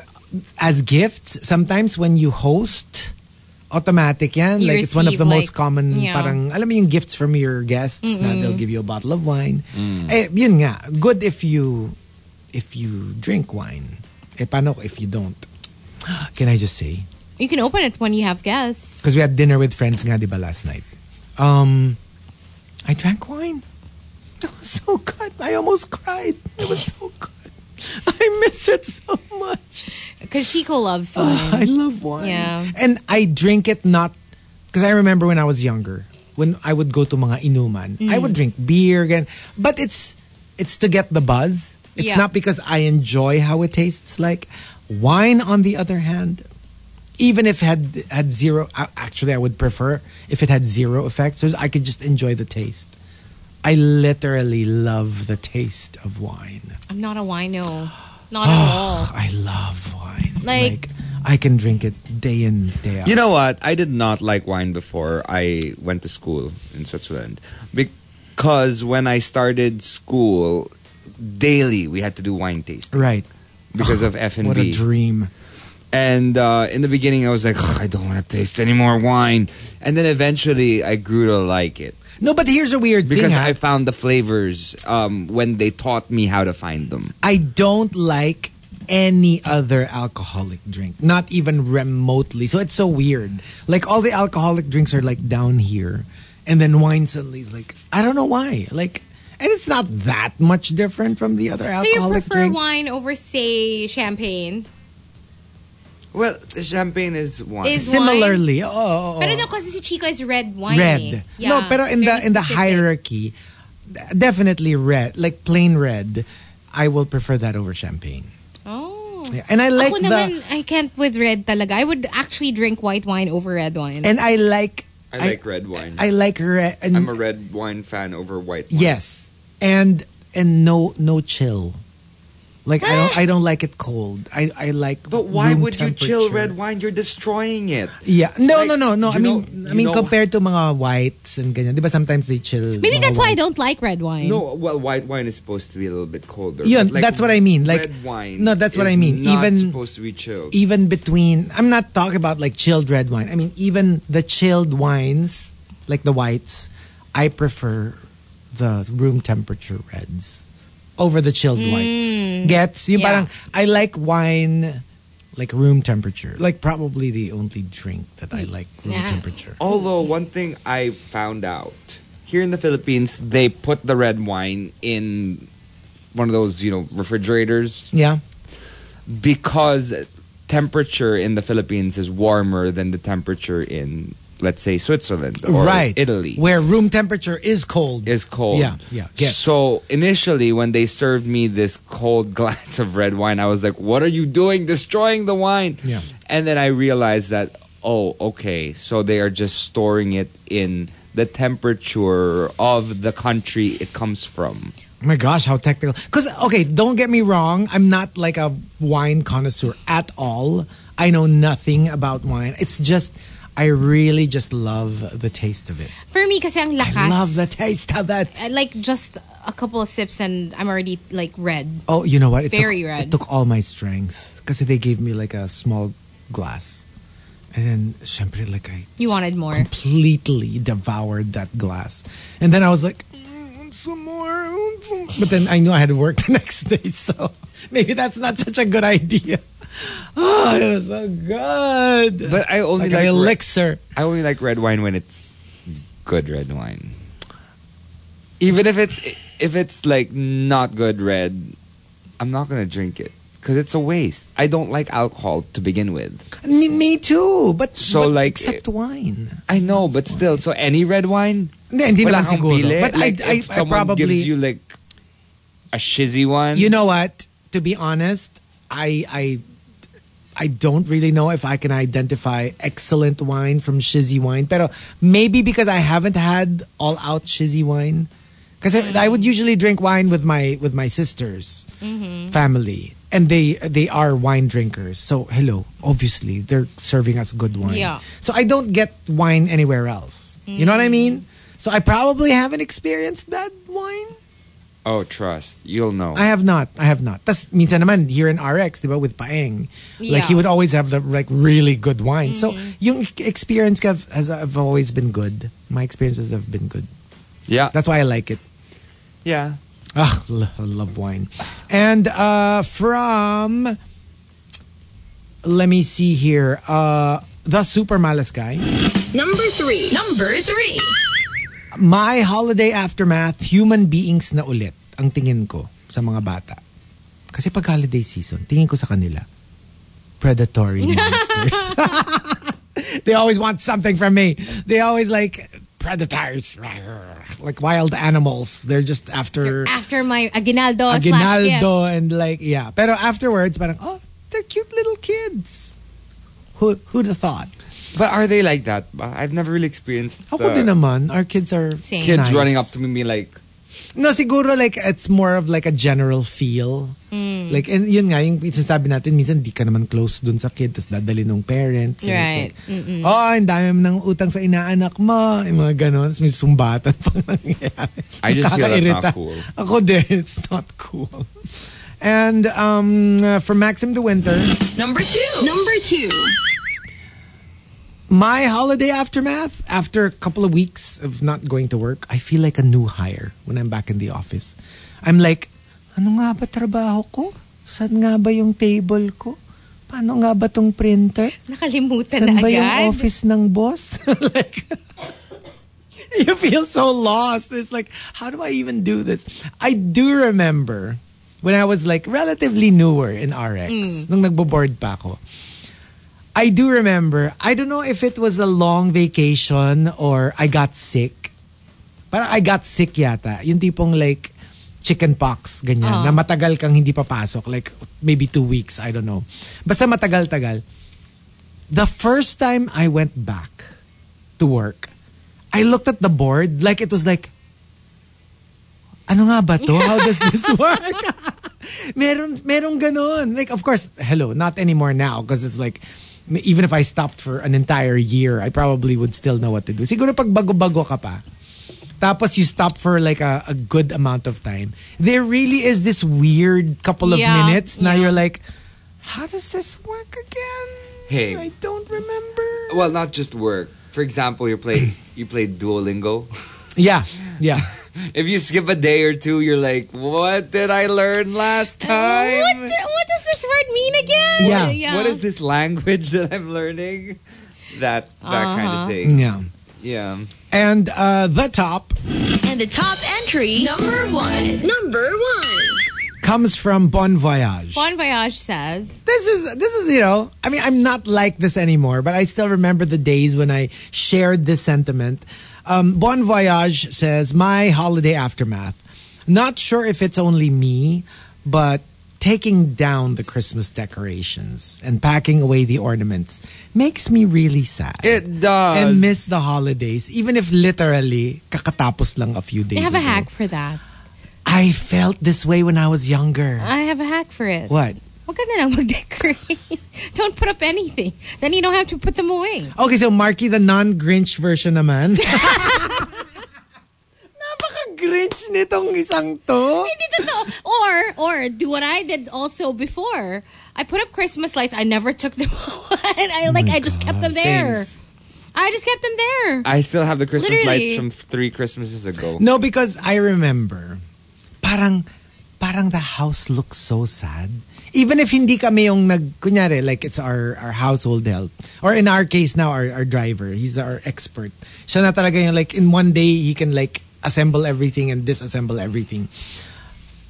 as gifts, sometimes when you host, automatic yan.
You
like it's one of
receive,
the most
like,
common
yeah.
parang, alam mo yung gifts from your guests na they'll give you a bottle of wine. Eh, yun nga. Good if you, if you drink wine. Eh, paano if you don't? Can I just say?
You can open it when you have guests.
Because we had dinner with friends nga, di ba, last night. Um, I drank wine. It was so good. I almost cried. It was so good. I miss it so much.
Because Chico loves
Ah, I
wine.
love wine.
Yeah.
And I drink it not because I remember when I was younger, when I would go to mga inuman, I would
Mm.
drink beer again. But it's it's to get the buzz. It's
Yeah.
not because I enjoy how it tastes like. Wine, on the other hand, even if had had zero, a- actually, I would prefer if it had zero effect, so I could just enjoy the taste. I literally love the taste of wine.
I'm not a wino. Not at all.
I love wine.
Like-
I can drink it day in, day out.
You know what? I did not like wine before I went to school in Switzerland because when I started school, daily we had to do wine tasting
right.
because of F and
What a
B.
dream.
And uh, in the beginning, I was like, "Ugh, I don't want to taste any more wine. And then eventually, I grew to like it
No, but here's a weird
because
thing.
I
I,
found the flavors um, when they taught me how to find them.
I don't like any other alcoholic drink, not even remotely. So it's so weird. Like all the alcoholic drinks are like down here, and then wine suddenly is like I don't know why. Like, and it's not that much different from the other
So you
alcoholic
prefer
drinks.
wine over, say, champagne?
Well, champagne is wine.
Is wine?
Similarly, oh, oh, oh.
Pero no, kasi si Chico is red wine. eh.
red.
Yeah,
no, pero in the
very
in the
specific.
hierarchy, definitely red, like plain red. I will prefer that over champagne.
Oh.
Yeah. And I like
Ako
the
naman, I can't with red talaga. I would actually drink white wine over red wine.
and I like
I
I-
like red wine.
I like red. And,
I'm a red wine fan over white wine.
yes, and and no no chill. Like I don't I don't like it cold. I I like.
But why
room
would you chill
temperature.
red wine? You're destroying it.
Yeah. No,
Like,
no, no, no. I
you
mean,
know-
I mean,
you know-
compared to mga whites and ganyan, di ba sometimes they chill.
Maybe
mga
that's why I
white.
don't like red wine.
No, well, white wine is supposed to be a little bit colder.
Yun,
but, like,
that's what I mean, like-
red wine.
No, that's what
is
I mean,
Not
even-
supposed to be chilled.
even between I'm not talking about like chilled red wine. I mean even the chilled wines, like the whites, I prefer the room temperature reds over the chilled whites. Gets?
Mm. Yeah.
Yung parang I like wine like room temperature. Like probably the only drink that I like room
Yeah.
temperature.
Although one thing I found out here in the Philippines, they put the red wine in one of those you know refrigerators
Yeah.
because temperature in the Philippines is warmer than the temperature in let's say Switzerland or
right.
Italy.
Where room temperature is cold.
is cold.
Yeah, yeah, gets.
So initially, when they served me this cold glass of red wine, I was like, "What are you doing? Destroying the wine!"
Yeah.
And then I realized that oh, okay, so they are just storing it in the temperature of the country it comes from.
my gosh, how technical. Because, okay, don't get me wrong. I'm not like a wine connoisseur at all. I know nothing about wine. It's just, I really just love the taste of it.
For me, kasi ang lakas.
I love the taste of it.
I like just a couple of sips and I'm already like red.
Oh, you know what? It
Very
took,
red.
It took all my strength. Because they gave me like a small glass. And then, syempre, like I
You wanted more.
completely devoured that glass. And then I was like, "Mm, I want some more. I want some-" But then I knew I had to work the next day, so maybe that's not such a good idea. Oh, it was so good.
But I only
like an
like, re-
elixir.
I only like red wine when it's good red wine. Even if it's if it's like not good red, I'm not gonna drink it because it's a waste. I don't like alcohol to begin with.
Me, me too. But
So,
but
like, eh,
except wine.
I know, but still. So any red wine,
Hindi, hindi
wala
naman
kang
siguro.
pili.
But
Like,
I,
if
I, I
someone gives
probably
you like a shizzy one.
You know what? To be honest, I I I don't really know if I can identify excellent wine from shizzy wine. Pero maybe because I haven't had all out shizzy wine. Because I, I would usually drink wine with my with my sisters family, and they they are wine drinkers. So hello, obviously they're serving us good wine.
Yeah.
So I don't get wine anywhere else. You know what I mean? So I probably haven't experienced that wine.
oh, trust you'll know.
I have not. I have not. That's minsan naman here in RX, diba, with Paeng. Like
Yeah.
he would always have the like really good wine. So yung experience ko have- has have always been good. My experiences have been good.
yeah,
That's why I like it.
yeah.
Ah, lo- I love wine. And uh, from let me see here. Uh, the super malas guy.
Number three. Number three.
My holiday aftermath, human beings na ulit ang tingin ko sa mga bata. Kasi pag holiday season, tingin ko sa kanila, predatory monsters. they always want something from me. They always like predators, like wild animals. They're just after
After my aguinaldo, slash gift.
aguinaldo and like, yeah. Pero afterwards, parang, oh, they're cute little kids. Who, who'd have thought?
But are they like that? I've never really experienced
Ako
the
din naman, our kids are
Same.
kids
nice.
running up to me like.
No, siguro like it's more of like a general feel. Like, and yun nga, yung sinasabi natin, minsan di ka naman close dun sa kid, tapos dadali ng parents. And it's
Right.
Like, oh, ang dami mo ng utang sa inaanak mo. Yung mga ganon. Tapos may sumbatan pang nangyayari.
I just feel that's not
Nakakairita.
cool.
Ako din, it's not cool. And um, uh, from Maxim to Winter,
Number two. Number two.
my holiday aftermath after a couple of weeks of not going to work i feel like a new hire when i'm back in the office i'm like ano nga ba trabaho ko saan nga ba yung table ko paano nga ba tong printer
Nakalimutan
Saan
na
ba yung
agad.
office ng boss? like, you feel so lost. It's like, how do I even do this? I do remember when I was like relatively newer in RX,
Mm.
nung nagbo-board pa ako. I do remember, I don't know if it was a long vacation or I got sick. Parang I got sick yata. Yung tipong like chicken pox, ganyan.
Ah.
Na matagal kang hindi papasok. Like maybe two weeks, I don't know. Basta matagal-tagal the first time I went back to work, I looked at the board like it was like, ano nga ba to? How does this work? meron, meron ganon. Like, of course, hello, not anymore now because it's like, even if I stopped for an entire year, I probably would still know what to do. Siguro pag bago-bago ka pa, tapos you stop for like a, a good amount of time, there really is this weird couple of
Yeah,
minutes na
yeah.
you're like, how does this work again?
Hey.
I don't remember.
Well, not just work. For example, you play you play Duolingo.
Yeah, yeah.
If you skip a day or two, you're like, what did I learn last time?
What, what does this word mean again?
Yeah.
What is this language that I'm learning? That that kind
Uh-huh.
of thing.
Yeah.
Yeah.
And uh, the top
And the top entry. Number one. Number one.
comes from Bon Voyage.
Bon Voyage says,
this is this is you know i mean i'm not like this anymore but i still remember the days when i shared this sentiment um, bon voyage says my holiday aftermath not sure if it's only me but taking down the Christmas decorations and packing away the ornaments makes me really sad.
It does.
And miss the holidays, even if literally kakatapos lang a few days.
I have a
ago.
hack for that.
I felt this way when I was younger.
I have a hack for it.
What?
Huwag ka na lang mag-decorate. Don't put up anything. Then you don't have to put them away.
Okay, so Marky, the non-Grinch version naman. Napaka-Grinch nitong isang to.
Hindi totoo. Or, or, do what I did also before. I put up Christmas lights. I never took them out. and I, like, I just kept them there.
Thanks.
I just kept them there.
I still have the Christmas
Literally.
lights from three Christmases ago.
No, because I remember, parang, parang the house looks so sad. Even if hindi kami yung nag, kunyari, like it's our, our household help. Or in our case now, our, our driver. He's our expert. Siya na talaga yung like, in one day, he can like assemble everything and disassemble everything.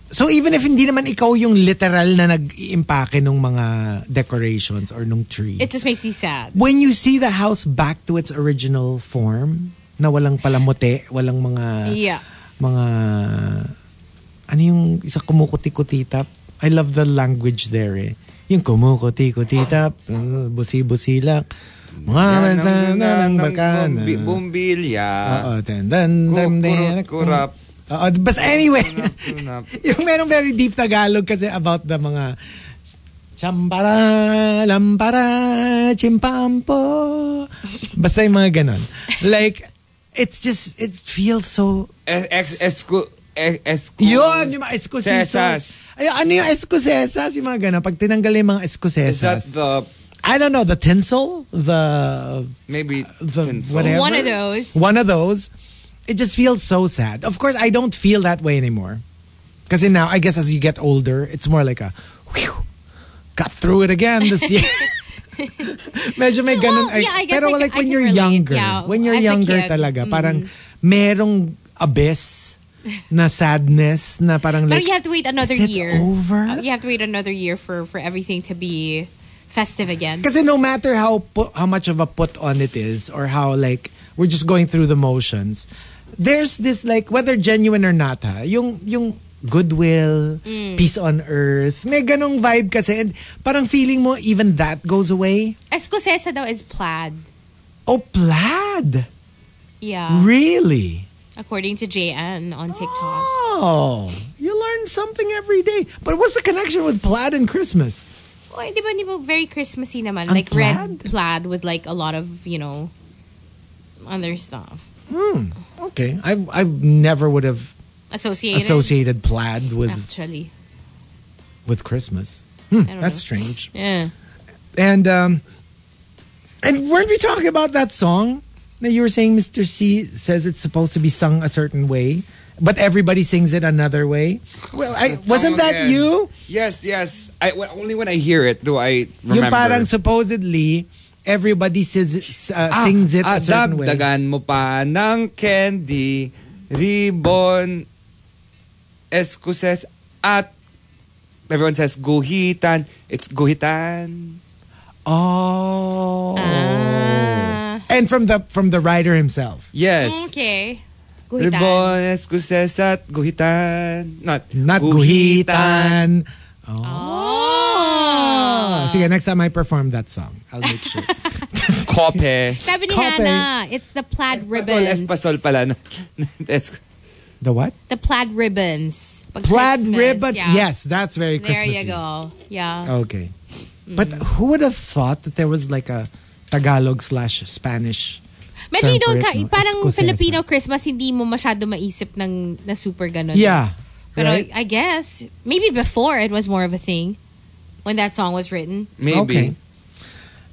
So even if hindi naman ikaw yung literal na nag-iimpake ng mga decorations or nung tree.
It just makes you sad.
when you see the house back to its original form, na walang palamote, walang mga
Yeah.
mga ano yung isa kumukuti-kutitap. I love the language there eh. Yung kumukuti-kutitap, uh, busi-busilak, mga mansan na lang bakana.
Bumbi-
Oo,
Bumbilya.
tendan,
Kurap,
damdera,
kurap.
Oo, but anyway,
Kunap, kunap.
yung merong very deep Tagalog kasi about the mga champara, lampara, chimpampo. Basta yung mga ganon. Like, it's just, it feels so
Es- ex- escu- e- escu-
yun, yung mga escocesas.
Sesas.
Ay, ano yung escocesas? Yung mga ganun. Pag tinanggal yung mga
Is that
escocesas.
the
I don't know, the tinsel? The,
maybe
Uh, the
tinsel?
whatever?
One of those.
One of those. It just feels so sad. Of course, I don't feel that way anymore. Because now, I guess as you get older, it's more like a, whew, got through it again this year. Medyo may ganun.
Well, yeah, I guess
pero
I can-
like
I
when
can
you're
relate.
younger,
Yeah,
when you're
as a
younger
kid. mm-hmm.
talaga, parang merong abyss na sadness na parang
But
like,
you have to wait another
is it
year.
over?
Uh, You have to wait another year for, for everything to be festive again.
Kasi no matter how pu- how much of a put on it is or how like we're just going through the motions, there's this like whether genuine or not ha, yung yung goodwill,
Mm.
peace on earth, may ganong vibe kasi and parang feeling mo even that goes away.
Escocesa daw is plaid.
Oh, plaid.
Yeah.
Really?
According to JN Ah. on TikTok.
Oh, you learn something every day. But what's the connection with plaid and Christmas?
Oh, di ba, di ba, very Christmassy naman.
Ang
like
plaid?
red plaid with like a lot of, you know, other stuff
Hmm, Okay, I I never would have
associated.
associated plaid with
Actually.
with Christmas.
I don't
Hmm, That's strange.
know. Yeah.
And um and weren't we talking about that song that you were saying Mr. C says it's supposed to be sung a certain way, but everybody sings it another way? Well, I,
That song
wasn't that
again.
you?
Yes, yes. I, well, only when I hear it do I remember.
Yung parang supposedly everybody says, uh,
Ah,
sings it
ah,
a certain way.
Dagdagan mo pa ng candy, ribbon, eskuses, at everyone says guhitan. It's guhitan.
Oh.
Ah.
And from the from the writer himself.
Yes.
Okay. Guhitan.
Ribbon, eskuses, at guhitan. Not,
Not guhitan.
Ah.
Oh. Sige, next time I perform that song, I'll make sure.
Kope.
Sabi ni
Kope.
Hannah, it's the plaid
Ribbon.
ribbons.
Espasol pala. Es-
the what?
The plaid ribbons. Pag
plaid
Christmas,
ribbon.
yeah.
Yes, that's very
There
Christmassy.
you go. Mm. Yeah.
Okay, but who would have thought that there was like a Tagalog slash Spanish?
Medyo you
Term for
don't,
it,
ka,
no?
parang
Escocesas.
Filipino Christmas, hindi mo masyado maisip ng, na super ganun.
Yeah,
But
right.
I, I guess maybe before it was more of a thing when that song was written.
Okay.
Maybe.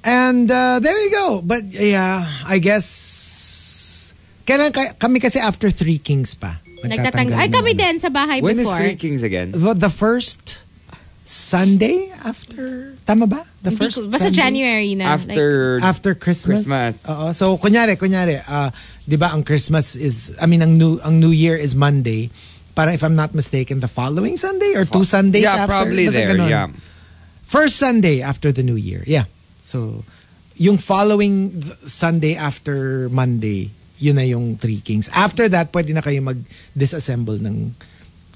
And uh, there you go. But yeah, I guess. Kailan ka- kami kasi after Three Kings pa.
Nagtatang Ay,
ng
kami
ano.
din sa bahay
When is
before.
Three Kings again?
The, the first Sunday after. Tama ba? The
Hindi
first.
ko- basta
Sunday?
January na. like-
After
after Christmas.
Christmas.
Oo. So kunyari, kunyari, uh, 'di ba ang Christmas is I mean ang new ang New Year is Monday. Para if I'm not mistaken, the following Sunday or two Sundays
yeah,
after.
probably
Basta
there.
ganun.
Yeah.
First Sunday after the New Year. Yeah. So yung following th- Sunday after Monday, yun na yung Three Kings. After that, pwede na kayo mag-disassemble ng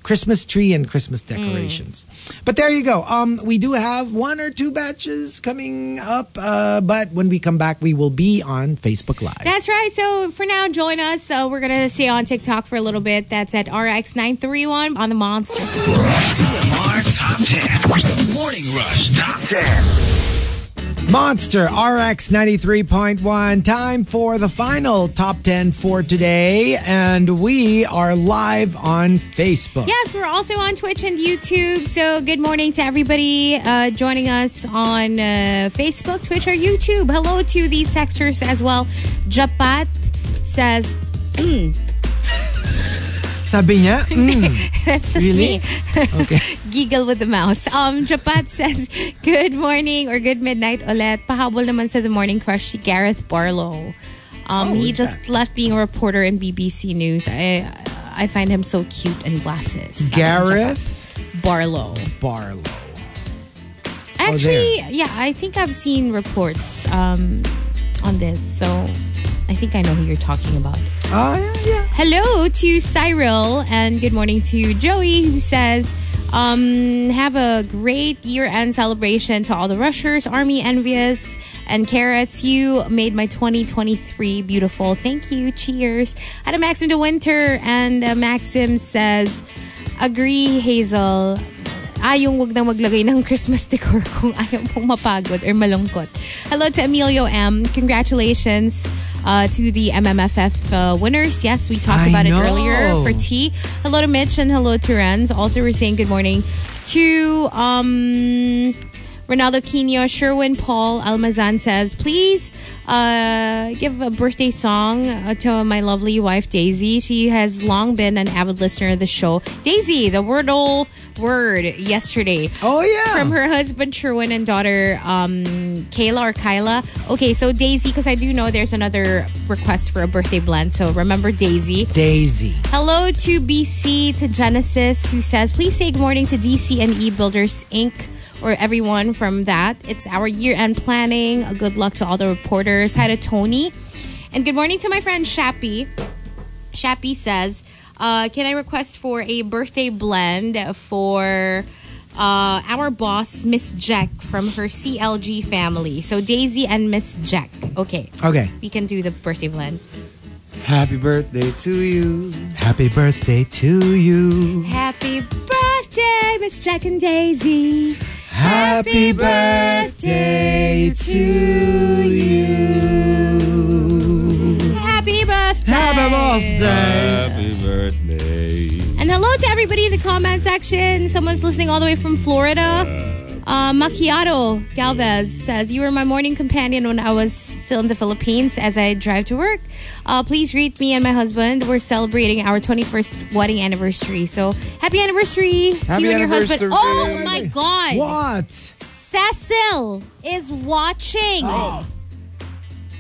Christmas tree and Christmas decorations. But there you go. Um, we do have one or two batches coming up, uh, but when we come back, we will be on Facebook Live.
That's right. So for now, join us. So we're gonna stay on TikTok for a little bit. That's at RX931 on the Monster.
TMR Top 10. Morning Rush Top 10.
Monster RX 93.1. Time for the final top 10 for today. And we are live on Facebook.
Yes, we're also on Twitch and YouTube. So good morning to everybody uh, joining us on uh, Facebook, Twitch, or YouTube. Hello to these texters as well. Japat says,
Sabi niya, mm,
that's just
Really?
me.
okay.
Giggle with the mouse. Um, Japat says, good morning or good midnight ulit. Pahabol naman sa The Morning Crush si Gareth Barlow.
Oh,
Um, he just left being a reporter in BBC News. I I find him so cute and glasses. Sabi ni
Gareth
Japat Barlow.
Barlow.
Actually, yeah, I think I've seen reports um, on this, so I think I know who you're talking about.
Ah, yeah, yeah.
Hello to Cyril, and good morning to Joey, who says, um, Have a great year end celebration to all the rushers, Army Envious, and Carrots. You made my 2023 beautiful. Thank you. Cheers. Had a Maxim to Winter, and uh, Maxim says, Agree, Hazel ah, yung wag na maglagay ng Christmas decor kung ayaw mong mapagod or malungkot. Hello to Emilio M. Congratulations uh, to the MMFF uh, winners. Yes, we talked
I
about it
know.
earlier for tea. Hello to Mitch and hello to Renz. Also, we're saying good morning to um, Ronaldo Quino, Sherwin Paul Almazan says, please uh, give a birthday song uh, to my lovely wife, Daisy. She has long been an avid listener of the show. Daisy, the Wordle word yesterday
Oh, yeah.
from her husband Sherwin and daughter um, Kayla or Kyla. Okay, so Daisy, because I do know there's another request for a birthday blend, so remember Daisy.
Daisy.
Hello to BC to Genesis, who says, please say good morning to DC and E Builders Inc. or everyone from that. It's our year end planning. A good luck to all the reporters. Hi to Tony. And good morning to my friend Shappy. Shappy says, uh, Can I request for a birthday blend for uh, our boss, Miss Jack, from her CLG family? So Daisy and Miss Jack. Okay.
Okay.
We can do the birthday blend.
Happy birthday to you.
Happy birthday to you.
Happy birthday, Miss Jack and Daisy.
Happy birthday to you.
Happy birthday.
Happy birthday.
Happy birthday.
And hello to everybody in the comment section. Someone's listening all the way from Florida. Uh, Macchiato Galvez says, You were my morning companion when I was still in the Philippines as I drive to work. Uh, please greet me and my husband. We're celebrating our 21st wedding anniversary. So happy anniversary to
Happy
you and your husband.
anniversary.
Oh my God.
What?
Cecil is watching. My
Oh,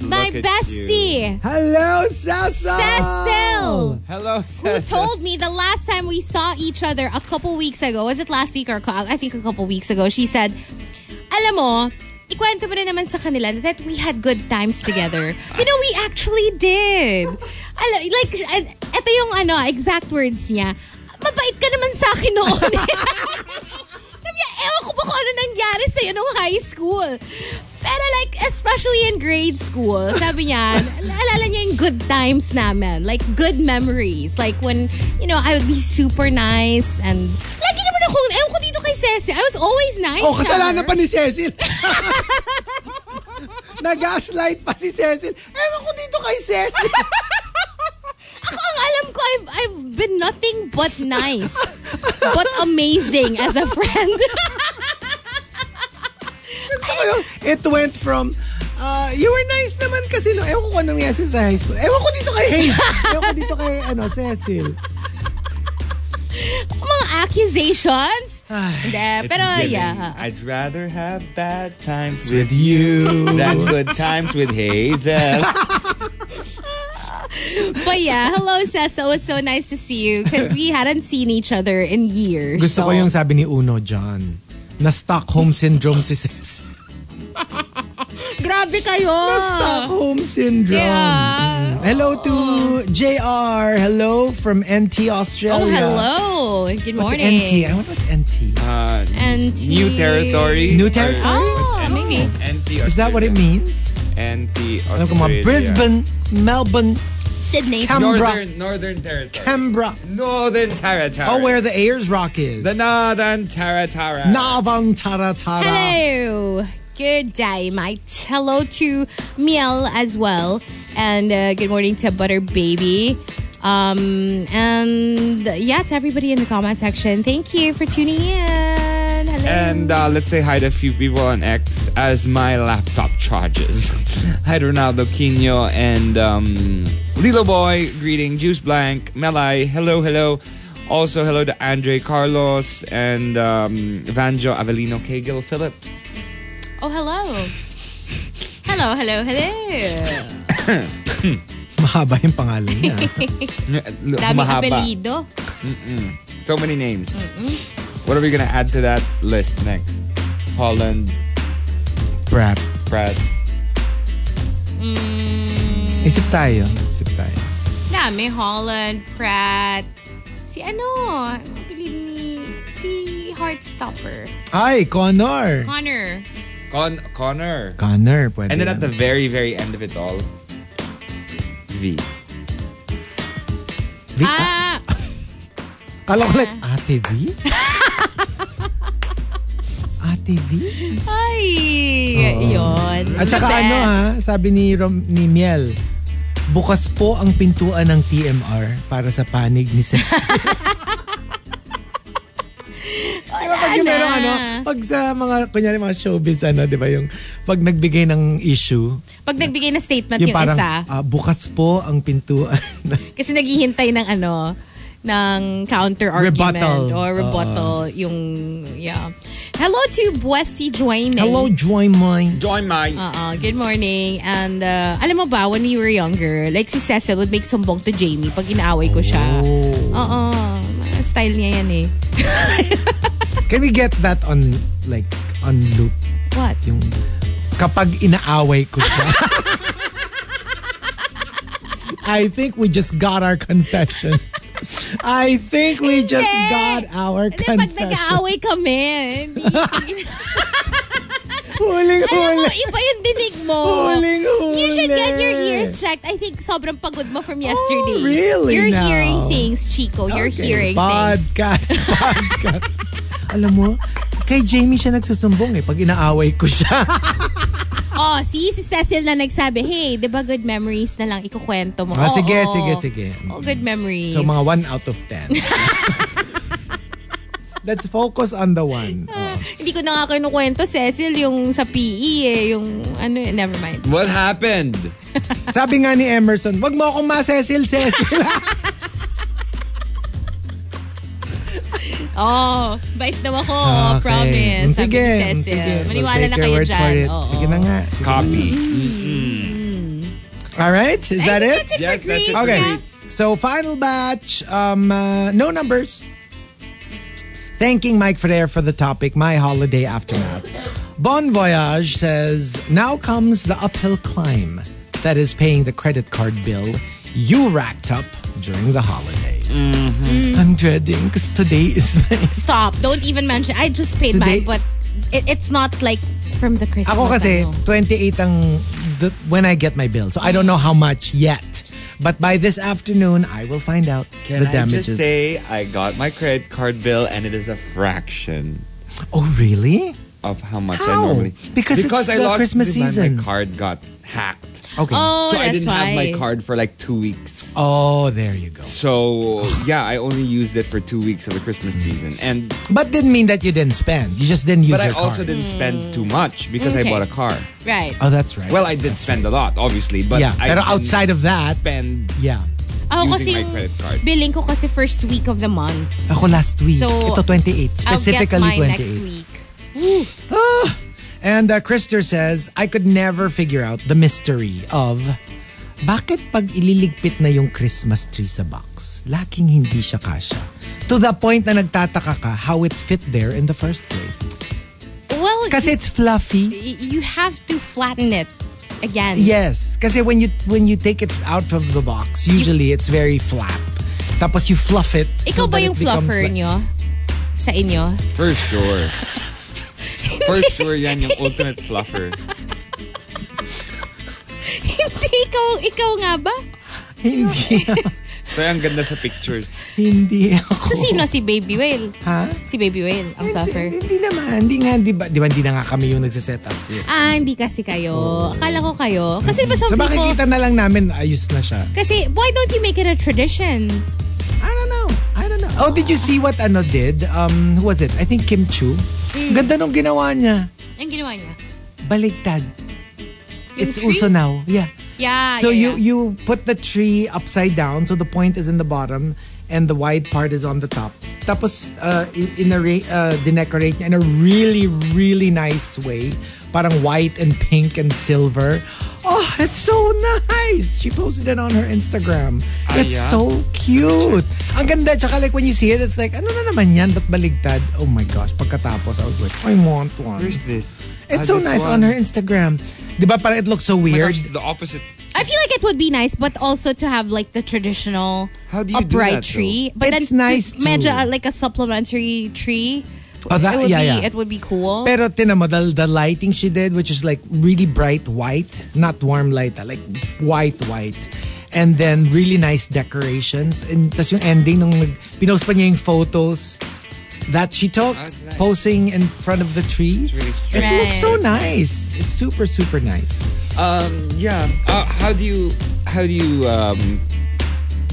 Look at
bestie,
Hello, Cecil.
Cecil,
Hello,
who
Cecil.
told me the last time we saw each other a couple weeks ago. Was it last week or co- I think a couple weeks ago? She said, "Alam mo, ikwento mo rin naman sa kanila that we had good times together." you know, we actually did. Alam, like, ito yung ano, exact words niya. Mabait ka naman sa akin noon. Sabi niya, ewan ko ba kung ano nangyari sa'yo nung high school. Pero like, especially in grade school, sabi niya, alala niya yung good times namin. Like, good memories. Like when, you know, I would be super nice and lagi naman ako, ewan ko dito kay Ceci. I was always nice.
Oh,
to
kasalanan
her.
pa ni Cecil. Nag-gaslight pa si Cecil. Ewan ko dito kay Cecil.
Ako ang alam ko, I've, I've been nothing but nice. but amazing as a friend.
Ayun, It went from, uh, you were nice naman kasi no. Ewan ko anong nangyari sa high school. Ewan ko dito kay Hayes. Ewan ko dito kay ano, Cecil.
Mga accusations. Hindi, pero yeah.
I'd rather have bad times with you than good times with Hazel.
But yeah, hello Cecil. It was so nice to see you because we hadn't seen each other in years.
Gusto
so.
ko yung sabi ni Uno, John. Na Stockholm Syndrome si Cecil.
Grabe kayo!
Stockholm Syndrome.
Yeah.
Hello to JR. Hello from NT Australia.
Oh, hello. Good
What's
morning.
NT? I wonder what's NT.
Uh,
And
new
to-
territory.
New territory?
Oh,
It's
maybe.
NT
Is that what it means?
NT
Ano ko, mga
Australia.
Brisbane, Melbourne,
Sydney.
Canberra.
Northern, Northern Territory.
Canberra.
Northern Territory.
Oh, where the Ayers Rock is.
The Northern Territory.
Navan Tara Tara.
Hello. Good day, mate. Hello to Miel as well. And uh, good morning to Butter Baby. Um, and yeah, to everybody in the comment section, thank you for tuning in. Hello.
And uh, let's say hi to a few people on X as my laptop charges. hi to Ronaldo Quino and um, Lilo Boy, greeting Juice Blank, Melai, hello, hello. Also, hello to Andre Carlos and um, Vanjo Avelino Cagle Phillips.
oh, hello. Hello, hello, hello.
Mahaba yung pangalan niya.
Dami
Mahaba.
apelido.
So many names. What are we going to add to that list next? Holland,
Brad.
Pratt.
Isip tayo. Isip tayo.
Mm, Dami, Holland, Pratt. Si ano? Ang apelido ni... Si Heartstopper.
Ay, Connor.
Connor.
Con- Connor.
Connor, pwede
And then at
yan.
the very, very end of it all, V.
V-
Ah!
ah, Kala ko like, Ate V? Ate V?
Ay! Yun.
ah. At saka
The best.
ano ha, sabi ni, Rom, ni Miel, bukas po ang pintuan ng TMR para sa panig ni Cecil. Diba pag yung
na.
merong ano, pag sa mga, kunyari mga showbiz, ano, di ba yung, pag nagbigay ng issue,
Pag nagbigay na statement
yung,
yung,
parang,
isa,
ah, bukas po ang pintuan.
kasi naghihintay ng ano, ng counter-argument
Rebuttal.
or rebuttal. yung, yeah. Hello to Buesti Joyne.
Hello, Joy Moy.
Join my.
Oo, good morning. And uh, alam mo ba, when we were younger, like si Cecil would make sumbong to Jamie pag inaaway ko siya.
Oh.
Oo. Style niya yan eh.
Can we get that on, like, on loop?
What?
Yung, kapag inaaway ko siya. I think we just got our confession. I think we just
Hindi.
got our
Hindi, pag
confession.
nag-aaway kami, hindi. Alam mo,
Huling-huli.
iba yung dinig mo.
Huling-huli.
You should get your ears checked. I think sobrang pagod mo from yesterday.
Oh, really
You're
now?
hearing things, Chico. You're
Okay,
hearing things.
podcast, podcast. Alam mo, kay Jamie siya nagsusumbong eh pag inaaway ko siya.
Oh, si, si Cecil na nagsabi, hey, di ba good memories na lang ikukwento mo?
Ah,
Oo,
sige,
oo.
sige, sige.
Oh, good memories.
So mga 1 out of 10. Let's focus on the one. Oh.
Hindi ko na nga kinukwento, Cecil, yung sa PE eh, yung ano, eh, never mind.
What happened?
Sabi nga ni Emerson, wag mo akong masesil, Cecil.
Oh, bait daw ako,
Ah, Okay.
Oh, promise. Sabi
Sige,
ni Cecil.
sige.
Maniwala
We'll
na
take your
kayo
word for
dyan.
it.
Oo.
Sige na nga.
Copy.
All right, is that
I
it?
think That's it for
Yes, that's it
Greeks,
for
Okay.
yeah.
So final batch, um, uh, no numbers. Thanking Mike Ferrer for the topic, my holiday aftermath. Bon Voyage says, now comes the uphill climb that is paying the credit card bill you racked up during the holidays.
Mm-hmm.
I'm dreading because today is my
Stop. Don't even mention. I just paid
Today-
mine, but it, it's not like from the Christmas.
Ako kasi,
ano.
28 ang the, when I get my bill. So I don't know how much yet. But by this afternoon, I will find out
Can
the
I
damages.
just say I got my credit card bill and it is a fraction
oh, really?
of how much
How?
I normally
Because it's
I
the
lost
Christmas
my-
season.
My card got hacked.
Okay.
Oh,
so
that's
I didn't
why.
have my card for like two weeks.
Oh, there you go.
So yeah, I only used it for two weeks of the Christmas season, and
But didn't mean that you didn't spend. You just didn't use
but I
your card.
also didn't spend too much because
Hmm. Okay.
I bought a car.
Right.
Oh, that's right.
Well, I did spend a lot, obviously, but
yeah.
I
Pero
didn't
outside of that,
spend
yeah.
Ako
using
kasi
my
yung
credit card.
billing ko kasi first week of the month.
Ako last week.
So,
Ito 28.
I'll get
Specifically
mine
28.
next week.
And uh, Krister says, I could never figure out the mystery of bakit pag ililigpit na yung Christmas tree sa box, laking hindi siya kasya. To the point na nagtataka ka how it fit there in the first place.
Well,
Kasi it's fluffy.
y- you have to flatten it. it again.
Yes, kasi when you when you take it out of the box, usually it's very flat. Tapos you fluff it.
Ikaw
so
ba
that
yung
it becomes
fluffer
like-
nyo? Sa inyo?
For sure. For sure, yan yung ultimate fluffer.
Hindi, ikaw, ikaw nga ba?
Hindi.
So, ang ganda sa pictures.
hindi ako.
Sa sino? Si Baby Whale.
Ha?
Si Baby Whale, ang fluffer.
Hindi, hindi naman. Hindi nga, di ba, di ba hindi na nga kami yung nagsiset up.
Ah, hindi kasi kayo. Akala ko kayo. Kasi ba
Oh. So
some people...
makikita na lang namin, ayos na siya.
Kasi why don't you make it a tradition?
I don't know. I don't know. Oh, did you see what ano did? Um, who was it? I think Kim Chu.
Hmm.
Ganda nung ginawa niya.
Ang ginawa niya.
Baligtad. It's
tree?
uso now. Yeah.
Yeah,
so
Ah, yeah,
you
yeah.
you put the tree upside down so the point is in the bottom and the wide part is on the top. Tapos uh, i- in a re- uh, dinecorate niya in a really really nice way. Parang white and pink and silver. Oh, it's so nice. She posted it on her Instagram. It's
Ah, yeah?
so cute. Ang ganda. Tsaka like when you see it, it's like, ano na naman yan? Ba't baligtad? Oh my gosh. Pagkatapos, I was like, I want one.
Where's Ah, this?
It's so nice on her Instagram. Di ba parang it looks so
Oh my
weird?
gosh, it's the opposite.
I feel like it would be nice, but also to have like the traditional
How do you do
upright
that, though?
tree. But
It's
then
nice
to- medyo
too.
uh, like a supplementary tree.
Oh, that-
it would
yeah,
be,
yeah.
It would be cool.
Pero tinan mo, the, the lighting she did, which is like really bright white, not warm light, ah, like white white. And then really nice decorations. And tas yung ending nung nag, pinost pa niya yung photos that she took,
Ah, it's nice.
posing in front of the tree.
really
it
strange.
looks so nice. It's super, super nice.
Um, yeah. Uh, how do you, how do you, um,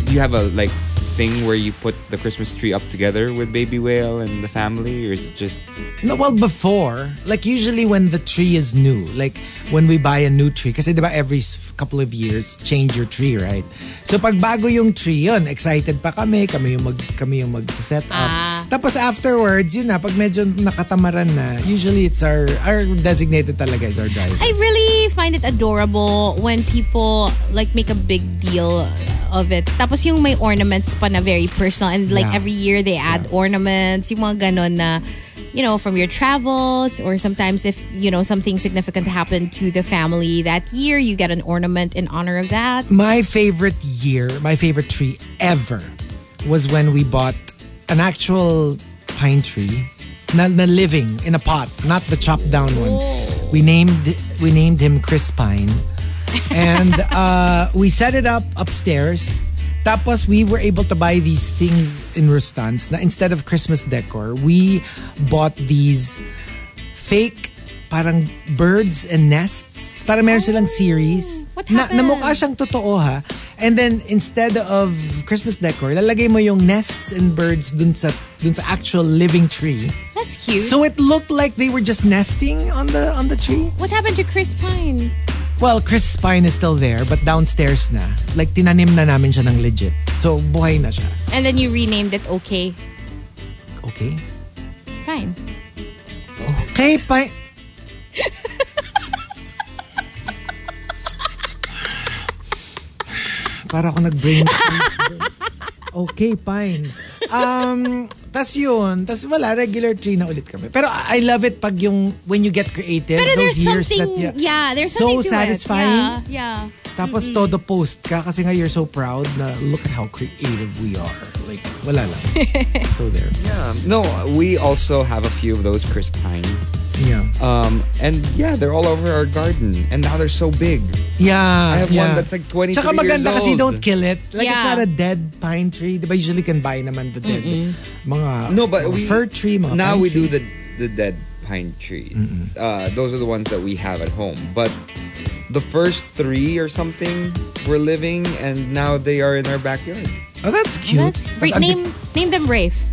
do you have a, like, thing where you put the Christmas tree up together with Baby Whale and the family? Or is it just,
No, well, before, like usually when the tree is new, like when we buy a new tree, kasi diba every s- couple of years, change your tree, right? So pag bago yung tree yun, excited pa kami, kami yung, mag, kami yung mag-set up.
Ah.
Tapos afterwards, yun na, pag medyo nakatamaran na, usually it's our, our designated talaga is our driver.
I really find it adorable when people like make a big deal of it. Tapos yung may ornaments pa na very personal and like
Yeah.
every year they add ornaments, yung mga ganon na you know from your travels or sometimes if you know something significant happened to the family that year you get an ornament in honor of that.
My favorite year, my favorite tree ever was when we bought an actual pine tree na, na living in a pot, not the chopped down one. We named we named him Chris Pine. And uh, we set it up upstairs. Tapos we were able to buy these things in Rustans. Na instead of Christmas decor, we bought these fake parang birds and nests. Para meron silang series.
Oh, What
na, na
happened?
mukha siyang totoo ha. And then instead of Christmas decor, lalagay mo yung nests and birds dun sa dun sa actual living tree.
That's cute.
So it looked like they were just nesting on the on the tree.
what happened to Chris Pine?
Well, Chris Pine is still there but downstairs na. Like tinanim na namin siya ng legit. So buhay na siya.
And then you renamed it okay.
Okay.
Fine.
Okay, Pine. Para ako nag-brain. okay, fine. Um, tas yun. Tas wala, regular tree na ulit kami. Pero I I love it pag yung, when you get creative,
Pero
those
there's
years
something,
that you,
yeah, there's
so
something to
satisfying.
it. Yeah, yeah.
Tapos todo post ka kasi nga you're so proud na look at how creative we are. Like, wala lang. so there.
yeah. Um, No, we also have a few of those crisp pines.
Yeah.
Um, and yeah, they're all over our garden, and now they're so big.
Yeah. I
have one that's like 23
Tsaka
years
maganda kasi
old.
don't kill it. Like it's
Yeah.
not a dead pine tree. Diba usually can buy naman the dead. Mga,
No,
mga
but we
fir tree, mga
now
pine
we
tree.
do the the dead pine trees. Uh, those are the ones that we have at home. But the first three or something were living, and now they are in our backyard.
Oh, that's cute.
That's, Ra- name, name them Rafe.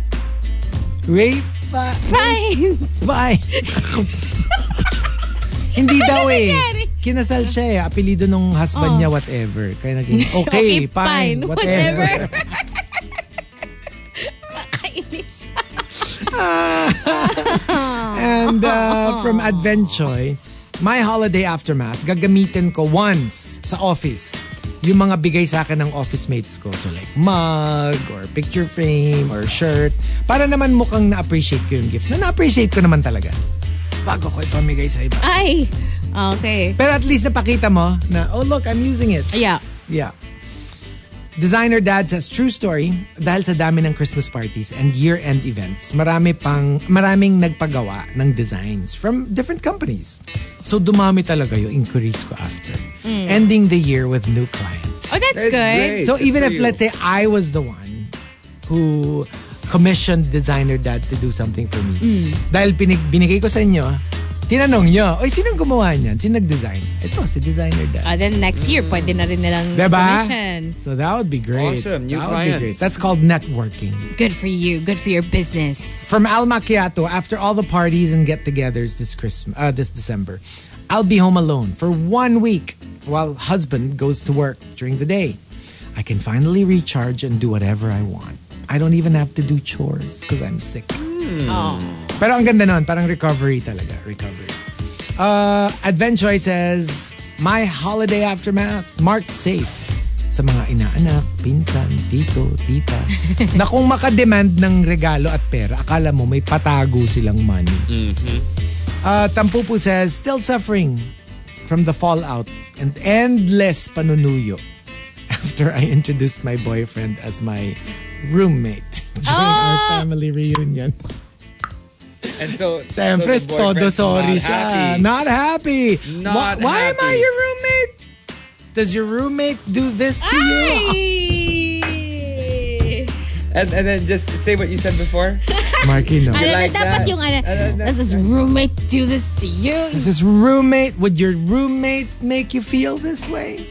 Rafe. uh,
Fine.
Bye. Hindi daw eh. Kinasal siya eh. Apelido nung husband niya, whatever. Kaya naging, okay, fine, whatever.
Nakakainis.
And uh, from Advenchoy, my holiday aftermath, gagamitin ko once sa office yung mga bigay sa akin ng office mates ko. So like mug or picture frame or shirt. Para naman mukhang na-appreciate ko yung gift. Na na-appreciate ko naman talaga. Bago ko ito amigay sa iba.
Ay. Okay.
Pero at least napakita mo na, oh look, I'm using it.
Yeah.
Yeah. Designer Dad says, true story, dahil sa dami ng Christmas parties and year-end events, marami pang, maraming nagpagawa ng designs from different companies. So dumami talaga yung inquiries ko after.
Hmm.
Ending the year with new clients.
Oh, that's
That's
good.
great.
So
good
even
for
if
you.
let's say I was the one who commissioned designer dad to do something for me.
Hmm.
Dahil pinig, binigay ko sa inyo, tinanong nyo, oy, sinong gumawa niyan? Sino nag-design? Ito, si designer dad.
Ah, then next year, pwede na rin nilang
Diba?
commission.
So that would be great.
Awesome, new
that would be
clients.
great. That's called networking.
Good for you. Good for your business.
From Al Macchiato, after all the parties and get-togethers this Christmas, uh, this December, I'll be home alone for one week while husband goes to work during the day. I can finally recharge and do whatever I want. I don't even have to do chores because I'm sick. Pero ang ganda nun, parang recovery talaga, recovery. Uh, Adventure says, My holiday aftermath marked safe sa mga inaanak, pinsan, tito, tita. na kung makademand ng regalo at pera, akala mo may patago silang money. Uh, Tampupu says, Still suffering from the fallout and endless panunuyo after I introduced my boyfriend as my roommate during our family reunion.
And so,
Siyempre,
so the
todo
boyfriend's
sorry
not
siya. Ah,
happy.
Not happy.
Not
Why- Why am I
happy.
your roommate? Does your roommate do this to you?
And, and then just say what you said before.
Marquino.
Ano
like
na dapat
that?
yung ano,
Ano na-
does this roommate do this to you?
Does this roommate, would your roommate make you feel this way?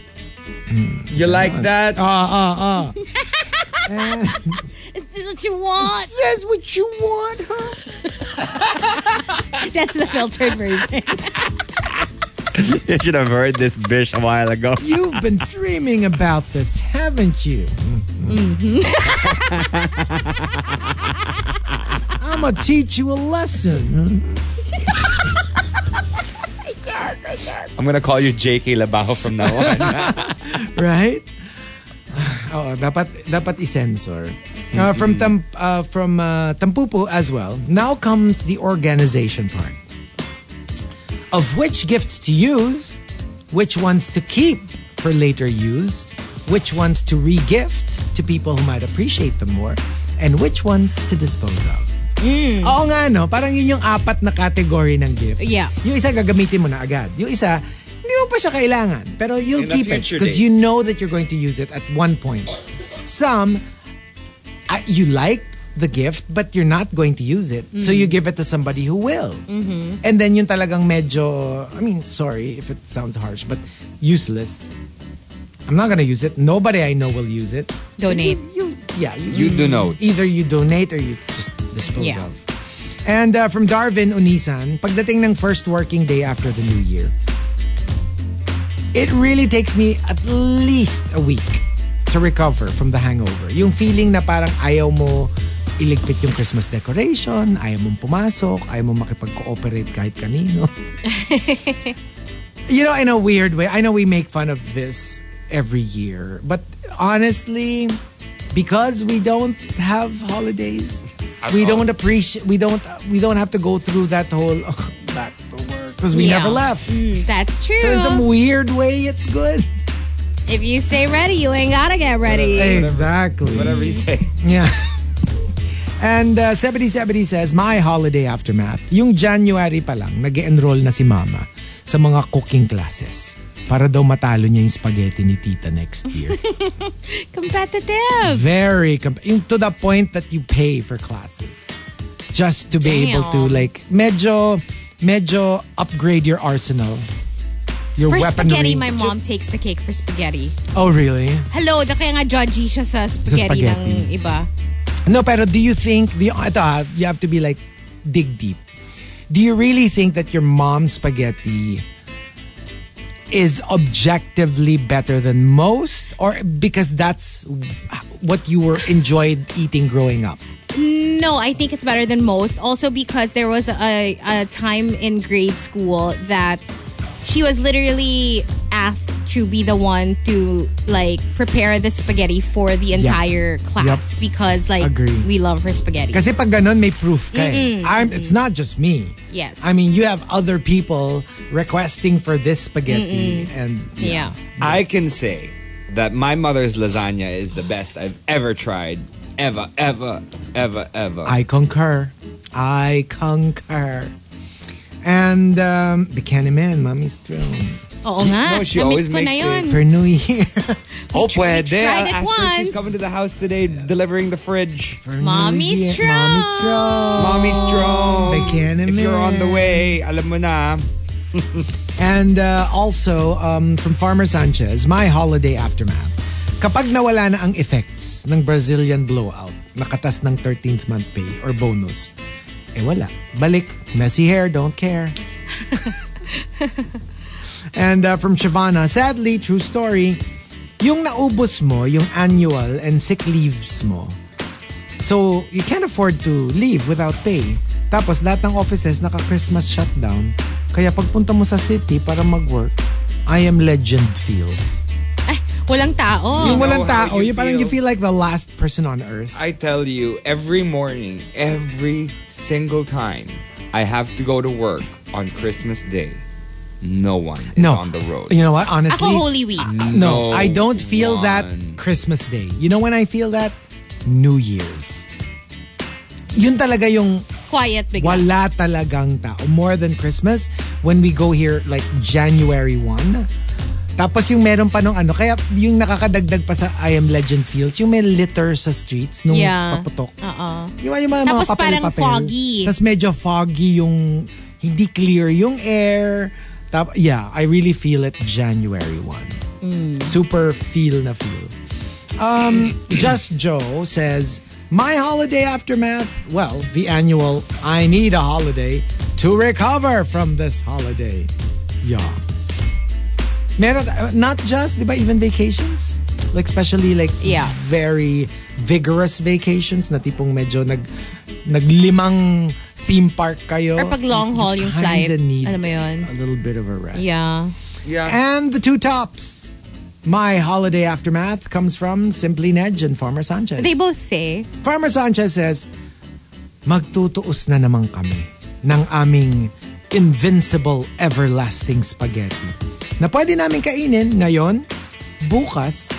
You like that?
Ah, ah, ah.
Is this what you want?
That's what you want, huh?
That's the filtered version.
You should have heard this bish a while ago.
You've been dreaming about this, haven't you? I'm gonna teach you a lesson.
I'm gonna call you JK Labajo from now on.
right? Oh, dapat dapat i-censor. Uh, from tam, uh, from uh, Tampupo as well. Now comes the organization part. Of which gifts to use, which ones to keep for later use, which ones to re-gift to people who might appreciate them more, and which ones to dispose of. Oo nga, no? Parang yun yung apat na category ng gift.
Yeah.
Yung isa gagamitin mo na agad. Yung isa, hindi mo pa siya kailangan. Pero you'll
In a
keep it
future
because
date.
you know that you're going to use it at one point. Some, uh, you like the gift but you're not going to use it. So
Mm-hmm.
you give it to somebody who will. And then yung talagang medyo, I mean, sorry if it sounds harsh, but useless. I'm not gonna use it. Nobody I know will use it.
Donate.
You, yeah, you, Mm.
you do know.
either you donate or you just dispose
Yeah.
of. And uh, from Darwin Unisan, pagdating ng first working day after the new year, it really takes me at least a week to recover from the hangover. Yung feeling na parang ayaw mo iligpit yung Christmas decoration, ayaw mong pumasok, ayaw mong makipag-cooperate kahit kanino. you know, in a weird way, I know we make fun of this every year, but honestly, because we don't have holidays, we don't appreciate, we don't, we don't have to go through that whole "Ugh, back to work because we
Yeah.
never left.
Mm, that's true.
So in some weird way, it's good.
if you stay ready, you ain't gotta get ready.
Exactly.
Whatever you say.
Yeah. And uh, 7070 says, My holiday aftermath, yung January pa lang, nag enroll na si mama sa mga cooking classes para daw matalo niya yung spaghetti ni tita next year.
Competitive.
Very, comp- yung to the point that you pay for classes just to be able to
Damn.
like, medyo, medyo upgrade your arsenal. Your
For
weaponry.
spaghetti, my mom takes the cake for spaghetti.
Oh, really?
Hello, da kaya nga judgy siya sa spaghetti,
spaghetti.
ng iba.
No, pero do you think, do you, ito ah, you have to be like, dig deep. Do you really think that your mom's spaghetti is objectively better than most? Or because that's what you were enjoyed eating growing up?
No, I think it's better than most. Also because there was a, a time in grade school that she was literally asked to be the one to like prepare the spaghetti for the entire class
Yup.
because like
Agree.
we love her spaghetti.
Kasi pag ganun, may proof ka eh. I'm, it's not just me.
Yes.
I mean, you have other people requesting for this spaghetti. And
yeah.
I can say that my mother's lasagna is the best I've ever tried. Ever, ever, ever, ever.
I concur. I concur. And um, the Candyman, Mommy's Throne.
Oo nga.
No, she
Na-miss
always
ko na
makes
yun.
For New Year.
oh, pwede.
tried
Ask
it
her if
once.
She's coming to the house today, delivering the fridge.
For New
Mommy's Throne.
Year- Mommy's Throne.
Mommy strong.
The Candyman.
If you're on the way, alam mo na.
And uh, also, um, from Farmer Sanchez, my holiday aftermath. Kapag nawala na ang effects ng Brazilian blowout, nakatas ng 13th month pay or bonus, eh wala. Balik, messy hair, don't care. and uh, from Shavana, sadly, true story, yung naubos mo, yung annual and sick leaves mo, so you can't afford to leave without pay. Tapos lahat ng offices naka-Christmas shutdown. Kaya pagpunta mo sa city para mag-work, I am legend feels.
Ay, walang tao.
yung
know
walang
Oh. how
tao,
you
yung parang you
feel.
feel like the last person on earth.
I tell you, every morning, every single time, I have to go to work on Christmas Day. No one is
no.
on the road.
You know what? Honestly.
Ako Holy Week.
no,
No
I don't feel that
one.
Christmas Day. You know when I feel that? New Year's. Yun talaga yung
Quiet bigla.
wala talagang tao. More than Christmas, when we go here like January 1, tapos yung meron pa nung ano, kaya yung nakakadagdag pa sa I Am Legend feels, yung may litter sa streets nung
Yeah.
paputok.
Oo.
Yung, yung mga,
Tapos
mga papel,
parang
papel.
foggy.
Tapos medyo foggy yung, hindi clear yung air. Tap, yeah, I really feel it January 1.
Mm.
Super feel na feel. Um, Just Joe says, My holiday aftermath, well, the annual I need a holiday to recover from this holiday. Yeah. Meron, uh, not just, di ba, even vacations? Like, especially like
Yeah.
very vigorous vacations na tipong medyo nag, naglimang theme park kayo.
Or pag long haul yung flight.
kinda need
Alam mo yun?
a little bit of a rest.
Yeah.
And the two tops. My holiday aftermath comes from Simply Nedge and Farmer Sanchez.
They both say,
Farmer Sanchez says, Magtutuos na naman kami ng aming invincible everlasting spaghetti na pwede namin kainin ngayon, bukas,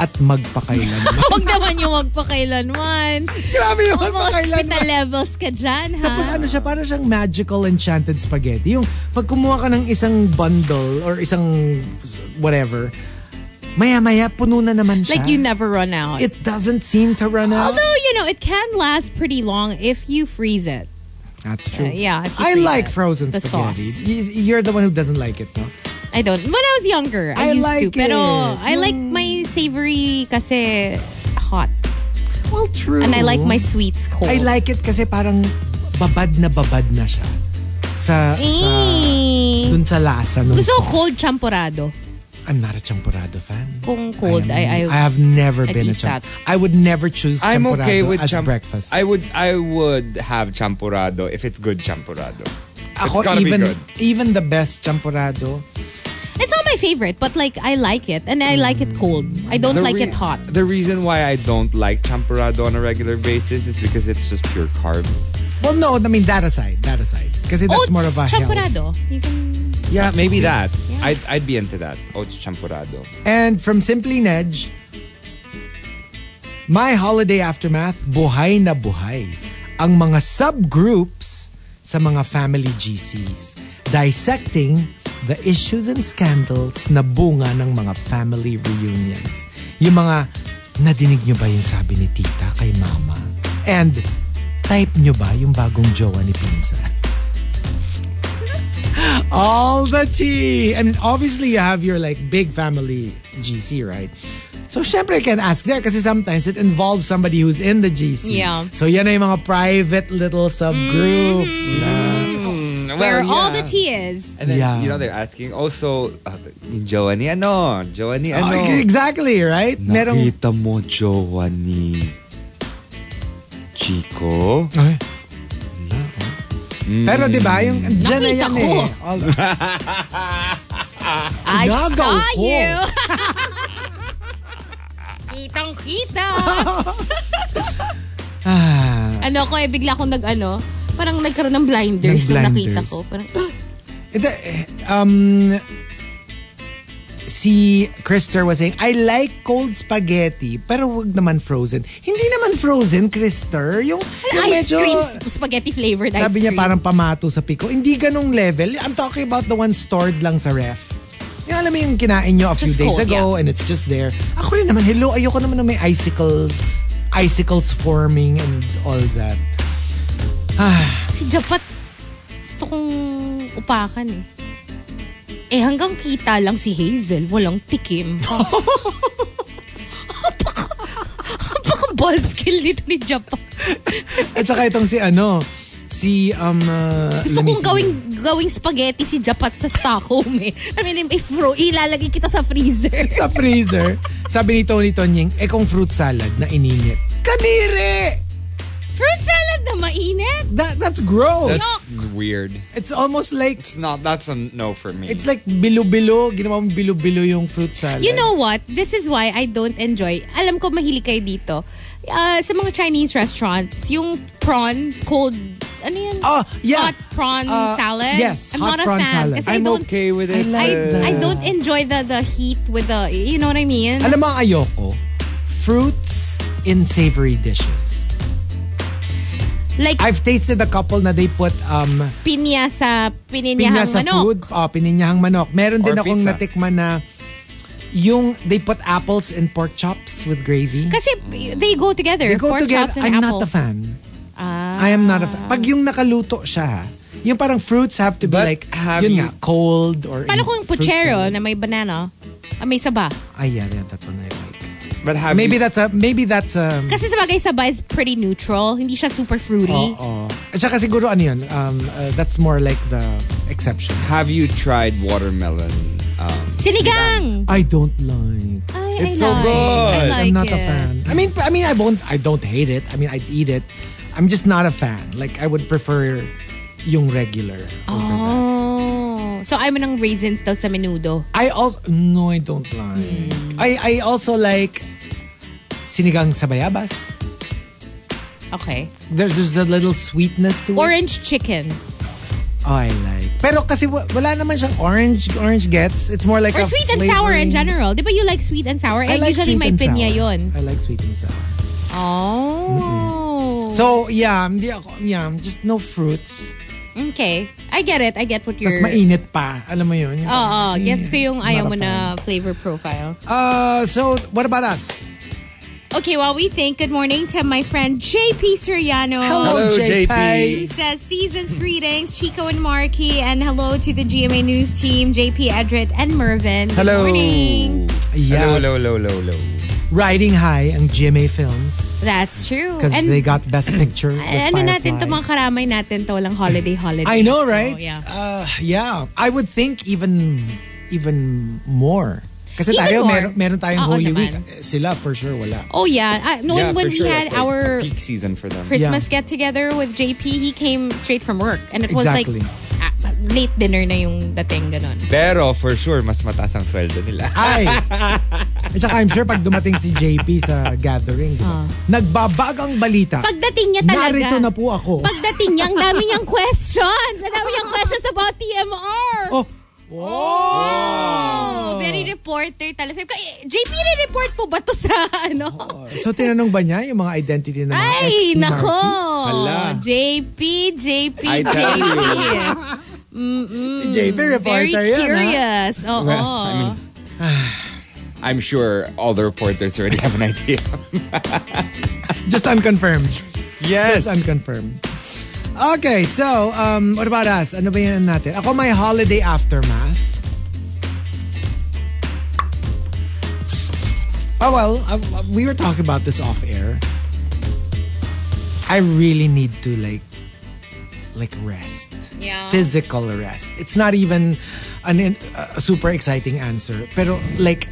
at magpakailanman.
huwag naman yung magpakailanman.
Grabe yung
Hospital
magpakailanman.
levels ka dyan, ha?
Tapos ano siya, parang siyang magical enchanted spaghetti. Yung pag kumuha ka ng isang bundle or isang whatever, maya-maya puno na naman siya.
like, you never run out.
It doesn't seem to run out.
Although, you know, it can last pretty long if you freeze it.
That's true.
Uh, yeah, if you
I
freeze
like
it.
frozen
The
spaghetti.
sauce.
Y- You're the one who doesn't like it, no?
I don't. When I was younger, I,
I
used
like
to. Pero
it. Mm.
I like my savory kasi hot.
Well, true.
And I like my sweets cold.
I like it kasi parang babad na babad na siya. Sa, sa,
Eh.
dun sa lasa. Nung
Gusto ko
sauce.
cold Oh, champorado.
I'm not a champurado fan.
Kung cold,
I,
I-
am-
I-
I have never
I'd
been a
eat
champ.
that.
I would never choose
I'm
champurado
okay with
as
champ-
breakfast.
I would I would have champurado if it's good champurado.
Ako,
it's gotta
even,
be good.
even the best champurado. Ah.
It's not my favorite, but like I like it. And I like it cold. I don't
The
like
re-
it hot.
The reason why I don't like champurado on a regular basis is because it's just pure carbs.
Well, no, I mean, that aside. That aside. Kasi that's
Oats
more of a health.
champorado. You can...
Yeah, maybe that. I'd, I'd be into that. Oh, Oats champurado.
And from Simply Nedge, my holiday aftermath, buhay na buhay. Ang mga subgroups sa mga family GCs. Dissecting the issues and scandals na bunga ng mga family reunions. Yung mga, nadinig nyo ba yung sabi ni tita kay mama? And, type nyo ba yung bagong jowa ni Pinsan? all the tea. And obviously, you have your like big family GC, right? So, syempre, you can ask there kasi sometimes it involves somebody who's in the GC.
Yeah.
So, yan na yung mga private little subgroups na.
Mm-hmm.
Where all the tea is.
And then,
Hmm, Yeah.
you know, they're asking also, uh, jowa ni ano? Jowa ni
Oh,
ano?
exactly, right? Merong...
Nakita mo jowa ni Chico?
Ay. Wala, oh. Pero di ba, yung dyan na
Nakita
yan
ko.
eh. All-
I
Nagaw
saw
ko.
you. Kitang kita. ano ko eh, bigla akong nag ano, parang nagkaroon ng blinders,
Ng
nung nakita
blinders.
ko. Parang,
Ito, eh, um, si Krister was saying, I like cold spaghetti, pero wag naman frozen. Hindi naman frozen, Krister. Yung, yung
"Ah, ice
medyo,
cream, sp- spaghetti flavored ice
sabi niya
cream.
parang pamato sa piko. Hindi ganong level. I'm talking about the one stored lang sa ref. Yung alam mo yung kinain nyo a few
Just
days
cold,
ago and it's just there. Ako rin naman, hello, ayoko naman na may icicle, icicles forming and all that.
Si Japat, gusto kong upakan eh. Eh, hanggang kita lang si Hazel, walang tikim. Napaka-buzzkill nito ni Japat.
At saka itong si ano, si um, uh,
Gusto
Lanisan.
kong gawing, gawing spaghetti si Japat sa Stockholm eh. I mean, if fro, ilalagay kita sa freezer.
sa freezer. Sabi ni Tony Tonyeng, eh kung fruit salad na ininit. Kadiri!
Fruit salad na mainit.
That, that's gross.
That's weird.
it's almost like,
It's not. That's a no for me.
it's like bilo-bilo. Ginawa mong bilo-bilo yung fruit salad.
You know what? This is why I don't enjoy. Alam ko mahilig kayo dito. Ah, sa mga Chinese restaurants, yung prawn cold ano yun?
Oh, yeah.
Hot prawn
Uh,
salad.
yes,
I'm
hot
not a
prawn
fan.
salad.
Kasi I
I'm
don't
okay with it.
like
I,
that.
I don't enjoy the the heat with the you know what I mean?
Alam mo, ang ayoko. Fruits in savory dishes.
Like
I've tasted a couple na they put um,
pinya sa
pinya
pininyahang
sa
manok.
food. Oh, pininyahang manok. Meron din
Or
akong
pizza.
natikman na yung they put apples and pork chops with gravy.
Kasi they go together.
They go
pork
together.
chops and
I'm
apple.
not a fan. I am not a fan. Pag yung nakaluto siya, ha, yung parang fruits have to be
But
like,
have
yun
you-
nga, cold or...
Paano
in
Ano kung
fruit
puchero
salad.
na may banana? Ah, may saba.
Ay, yeah, yeah, that's one I like.
but have
Maybe
you,
that's a... Maybe that's um, a...
Kasi sa bagay saba is pretty neutral. Hindi siya super fruity.
Oo. At saka oh, siguro ano yun, um, uh, that's more like the exception.
have you tried watermelon? Um,
Sinigang!
I don't like.
Ay,
It's
I
so
like.
good.
I like
I'm not
it.
a fan. I mean, I mean, I won't. I don't hate it. I mean, I'd eat it. I'm just not a fan. Like, I would prefer yung regular over that.
Oh. So, ayaw mo ng raisins daw sa menudo.
I also no, I don't like.
Hmm.
I I also like sinigang sa bayabas.
Okay.
There's there's a little sweetness to it.
Orange chicken.
Oh, I like. Pero kasi wa- wala naman siyang orange orange gets. It's more like
Or
a
sweet and sour in
flavoring.
general. Di ba you like sweet and sour?
I
Eh,
like
usually
sweet
may
and
pinya
sour.
yun.
I like sweet and sour.
Oh.
So, yeah, hindi ako, yeah, just no fruits.
Okay. I get it. I get what
Tapos
you're...
mainit pa. Alam mo yun?
Oo, oh, gets ko yung ayaw
Not a
mo na flavor profile.
Uh, so, what about us?
Okay, while we think, good morning to my friend JP Soriano.
Hello,
Who
JP.
says season's greetings, Chico and Marky, and hello to the GMA News team, JP Edrit and Mervin. Good
hello.
morning.
Yes.
Hello, hello, hello, hello.
Riding High ang GMA Films
That's true.
because
And eh,
they got Best Picture with
ano natin to
Firefly.
mga karamay natin to walang holiday holiday.
I know,
So,
right?
yeah.
Uh, yeah. I would think even even more. Kasi
Even
tayo,
more.
meron, meron tayong
Oo
Holy
naman.
Week. Eh, Sila, for sure, wala.
Oh yeah. I, no,
Yeah,
when
for
we
sure,
had
that's like
our
a peak season for them.
Christmas
Yeah.
get together with JP, he came straight from work and it was
Exactly.
like ah, late dinner na yung dating ganun.
Pero for sure, mas mataas ang sweldo nila.
Ah,
Ay! At saka I'm sure pag dumating si JP sa gathering, di ba? nagbabagang balita.
Pagdating niya Ah. talaga.
Narito na po ako.
Pagdating niya, ang dami niyang questions. Ang dami niyang questions about TMR.
Oh! Oh!
Oh, very reporter talaga. Sabi ko, eh, JP, report mo ba to sa ano?
Oh,
So tinanong ba niya yung mga identity ng mga ex
Ay,
ni
nako.
Hala.
JP, JP,
I tell
JP.
you.
Si JP
Very
reporter ah. yun, ha?
curious. Oo.
Well, I mean, I'm sure all the reporters already have an idea.
Just unconfirmed.
yes.
Just unconfirmed. Okay, so, um, what about us? Ano ba yan natin? Ako, my holiday aftermath. Oh, well, uh, we were talking about this off-air. I really need to, like, like rest.
Yeah.
Physical rest. It's not even an, in- a super exciting answer. Pero, like,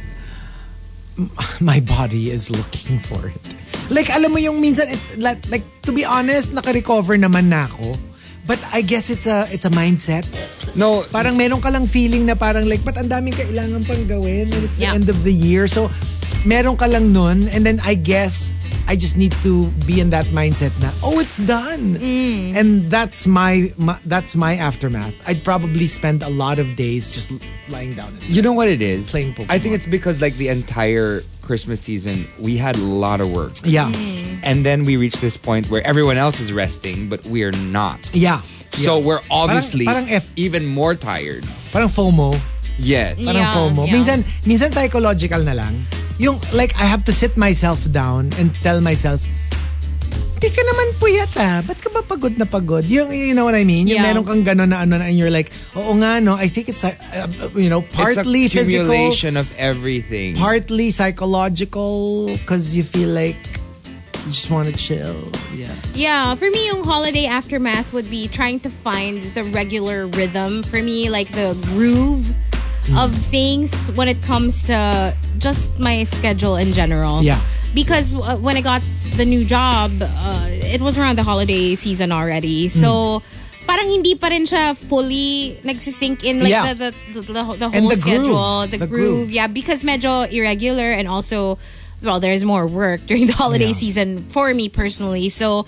m- my body is looking for it. Like, alam mo yung minsan, it's like, like to be honest, naka-recover naman na ako. But I guess it's a it's a mindset.
No,
Parang meron ka lang feeling na parang like, but ang daming kailangan pang gawin and it's
Yeah.
the end of the year. So, meron ka lang nun and then I guess I just need to be in that mindset na, oh, it's done. And that's my, my that's my aftermath. I'd probably spend a lot of days just l- lying down and
you know what it is?
Playing Pokemon.
I think it's because like the entire Christmas season, we had a lot of work.
yeah.
And then we reached this point where everyone else is resting, but we're not.
Yeah.
So
Yeah.
we're obviously
parang F-
even more tired.
parang FOMO,
Yes.
parang
Yeah,
FOMO.
yeah.
Minsan minsan psychological na lang. Yung like I have to sit myself down and tell myself Di ka naman puyat ah. Ba't ka ba pagod na pagod? Yung, you know what I mean? Yung
Yeah.
meron kang gano'n na ano na and you're like, oo nga no, I think it's, uh, uh, you know, partly
it's
physical,
accumulation of everything.
partly psychological because you feel like you just want to chill. Yeah.
Yeah, for me, yung holiday aftermath would be trying to find the regular rhythm for me, like the groove
Mm.
of things when it comes to just my schedule in general.
Yeah.
Because uh, when I got the new job, uh, it was around the holiday season already. So,
Mm.
parang hindi pa rin siya fully nagsisink in like
Yeah.
the, the, the, the, whole
And the groove.
schedule, the,
The
groove.
groove.
Yeah, because medyo irregular and also, well, there's more work during the holiday
Yeah.
season for me personally. So,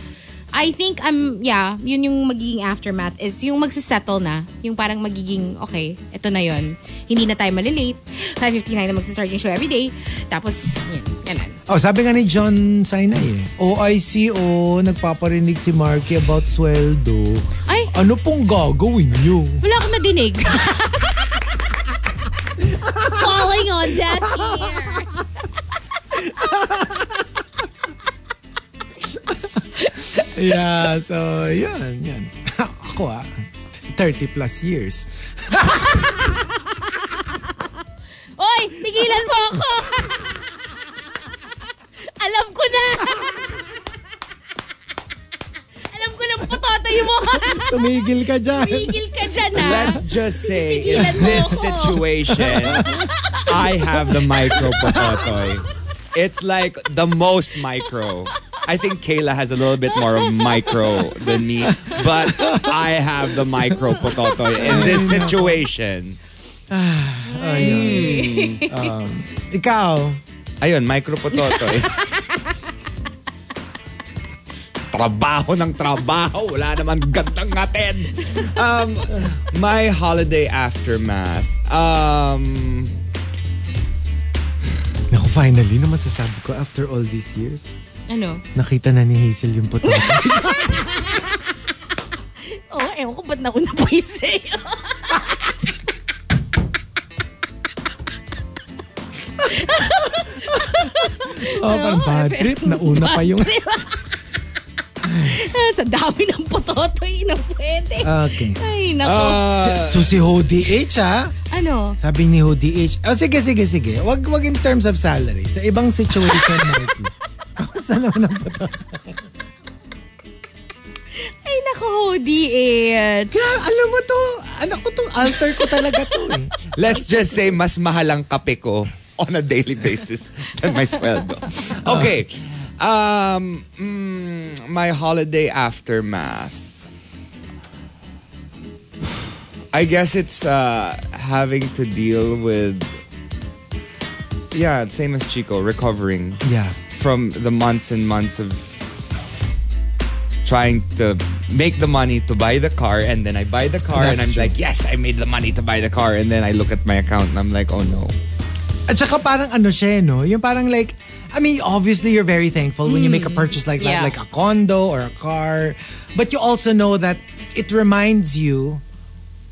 I think I'm, yeah, yun yung magiging aftermath is yung magsisettle na. Yung parang magiging, okay, ito na yun. Hindi na tayo malilate. 5.59 na magsistart yung show every day. Tapos, yun, ganun.
Oh, sabi nga ni John Sinay eh. OICO, nagpaparinig si Marky about sweldo.
Ay!
Ano pong gagawin nyo?
Wala akong nadinig. Falling on deaf ears.
yeah, so yun, yun. Ako ah, 30 plus years.
Oy, tigilan mo ako! Alam ko na! Alam ko na pototoy mo!
Tumigil ka dyan.
Tigil ka dyan ah. na!
Let's just say in
Titigilan mo
this
ako.
situation, I have the micro popotoy. It's like the most micro. I think Kayla has a little bit more of micro than me, but I have the micro pototoy in this situation.
Ikaw,
Ayun, micro pototoy. trabaho ng trabaho. Wala naman gandang natin. Um, my holiday aftermath. Um,
Naku, finally na masasabi ko after all these years,
Ano?
nakita na ni Hazel yung puto.
Oo, oh, ewan ko ba't nauna pa yung sa'yo?
oh, parang bad trip. Nauna pa yung...
Diba? Ah, Sa dami ng pototoy na pwede.
Okay.
Ay, nako.
Ah.
uh,
So si Hody H ah,
ano?
sabi ni Hody H, oh sige, sige, sige. Wag, wag in terms of salary. Sa ibang situation, Mikey. Kamusta naman ang puto?
Ay, nako, Hody eh.
Yeah, alam mo to, anak ko to, alter ko talaga to eh.
let's just say mas mahal ang kape ko on a daily basis than my sweldo. Okay. Um, mm, my holiday aftermath. I guess it's uh, having to deal with, yeah, same as Chico, recovering
Yeah.
from the months and months of trying to make the money to buy the car and then I buy the car and
That's
I'm
true.
like, yes, I made the money to buy the car and then I look at my account and I'm like, oh no.
At saka parang ano siya, eh, no? Yung parang like, I mean, obviously you're very thankful when you make a purchase like
yeah.
that, like a condo or a car. But you also know that it reminds you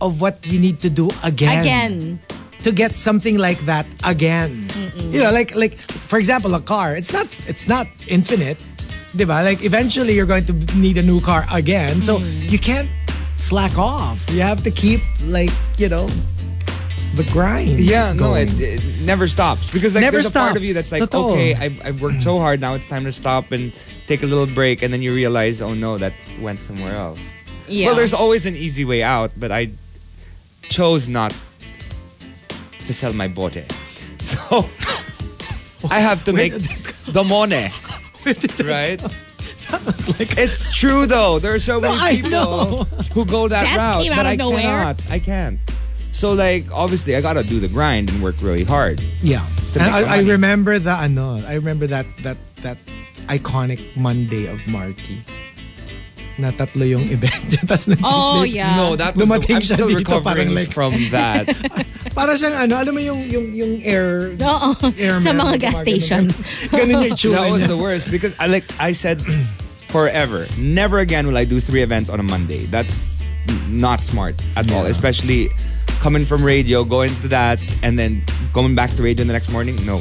of what you need to do again.
Again.
To get something like that again. You know, like like for example, a car. It's not it's not infinite. Diba? Like eventually you're going to need a new car again. So you can't slack off. You have to keep like, you know, the grind.
Yeah, no,
going.
it, it never stops because like
Never
there's a part
stops.
of you that's like,
Totoo.
okay, I've, I've worked so hard, now it's time to stop and take a little break, and then you realize, oh no, that went somewhere else.
Yeah.
Well, there's always an easy way out, but I chose not to sell my bote, so I have to make the money, right?
that was like
It's true though. There are so many
I
people
know.
who go that,
That
route,
came out
but
of
I
nowhere.
cannot. I can't. So like, obviously, I gotta do the grind and work really hard.
Yeah.
To
And
make
I, I
money.
remember the ano, I remember that that that iconic Monday of Marky. Na tatlo yung event. Tapos
Oh, yeah.
No, that was.
Dumating
The, I'm
siya
still
dito,
recovering
parang like-
from that.
Para siyang ano, alam mo yung yung yung air
Oo.
air
Sa mga
meron yung
gas
ganun.
station.
Ganun yung itsura
that was
niya.
the worst because I like I said forever, never again will I do three events on a Monday. That's not smart at all, especially coming from radio, going to that, and then going back to radio the next morning. No,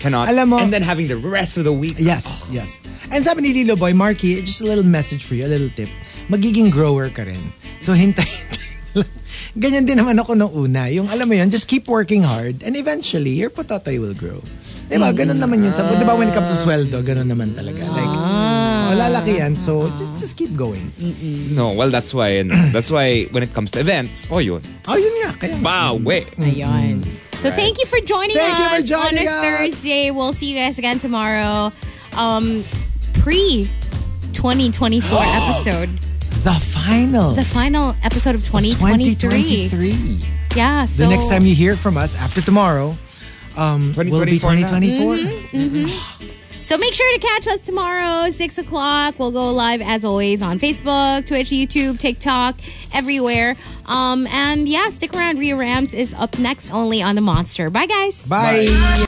cannot.
Alam mo-
and then having the rest of the week.
Yes, yes. And sabi ni Lilo Boy, Marky, just a little message for you, a little tip. Magiging grower ka rin. So hintay, hintay lang. Ganyan din naman ako nung una. Yung alam mo yun, just keep working hard and eventually your pototoy will grow. Diba?
Mm.
Ganun naman yun. Sa, diba when it comes to sweldo, ganun naman talaga. Like,
Ah.
oh, lalaki yan. So, just, just keep going.
Mm.
No, well that's why and that's why when it comes to events, oh yun.
Oh, yun nga. Kaya nga.
Wow, wait.
Ayun. So thank you for joining
Mm. Thank
us
you for joining
on a
us.
Thursday. We'll see you guys again tomorrow. Um, pre 2024 episode,
The final
the
of
final episode of 2023.
2023.
Yeah. So
The next time you hear from us, after tomorrow, um, will be
2024 na.
2024.
Mm-hmm. So make sure to catch us tomorrow, 6 o'clock. We'll go live as always on Facebook, Twitch, YouTube, TikTok, everywhere. Um, and yeah, stick around. Rhea Rams is up next only on The Monster. Bye, guys.
Bye.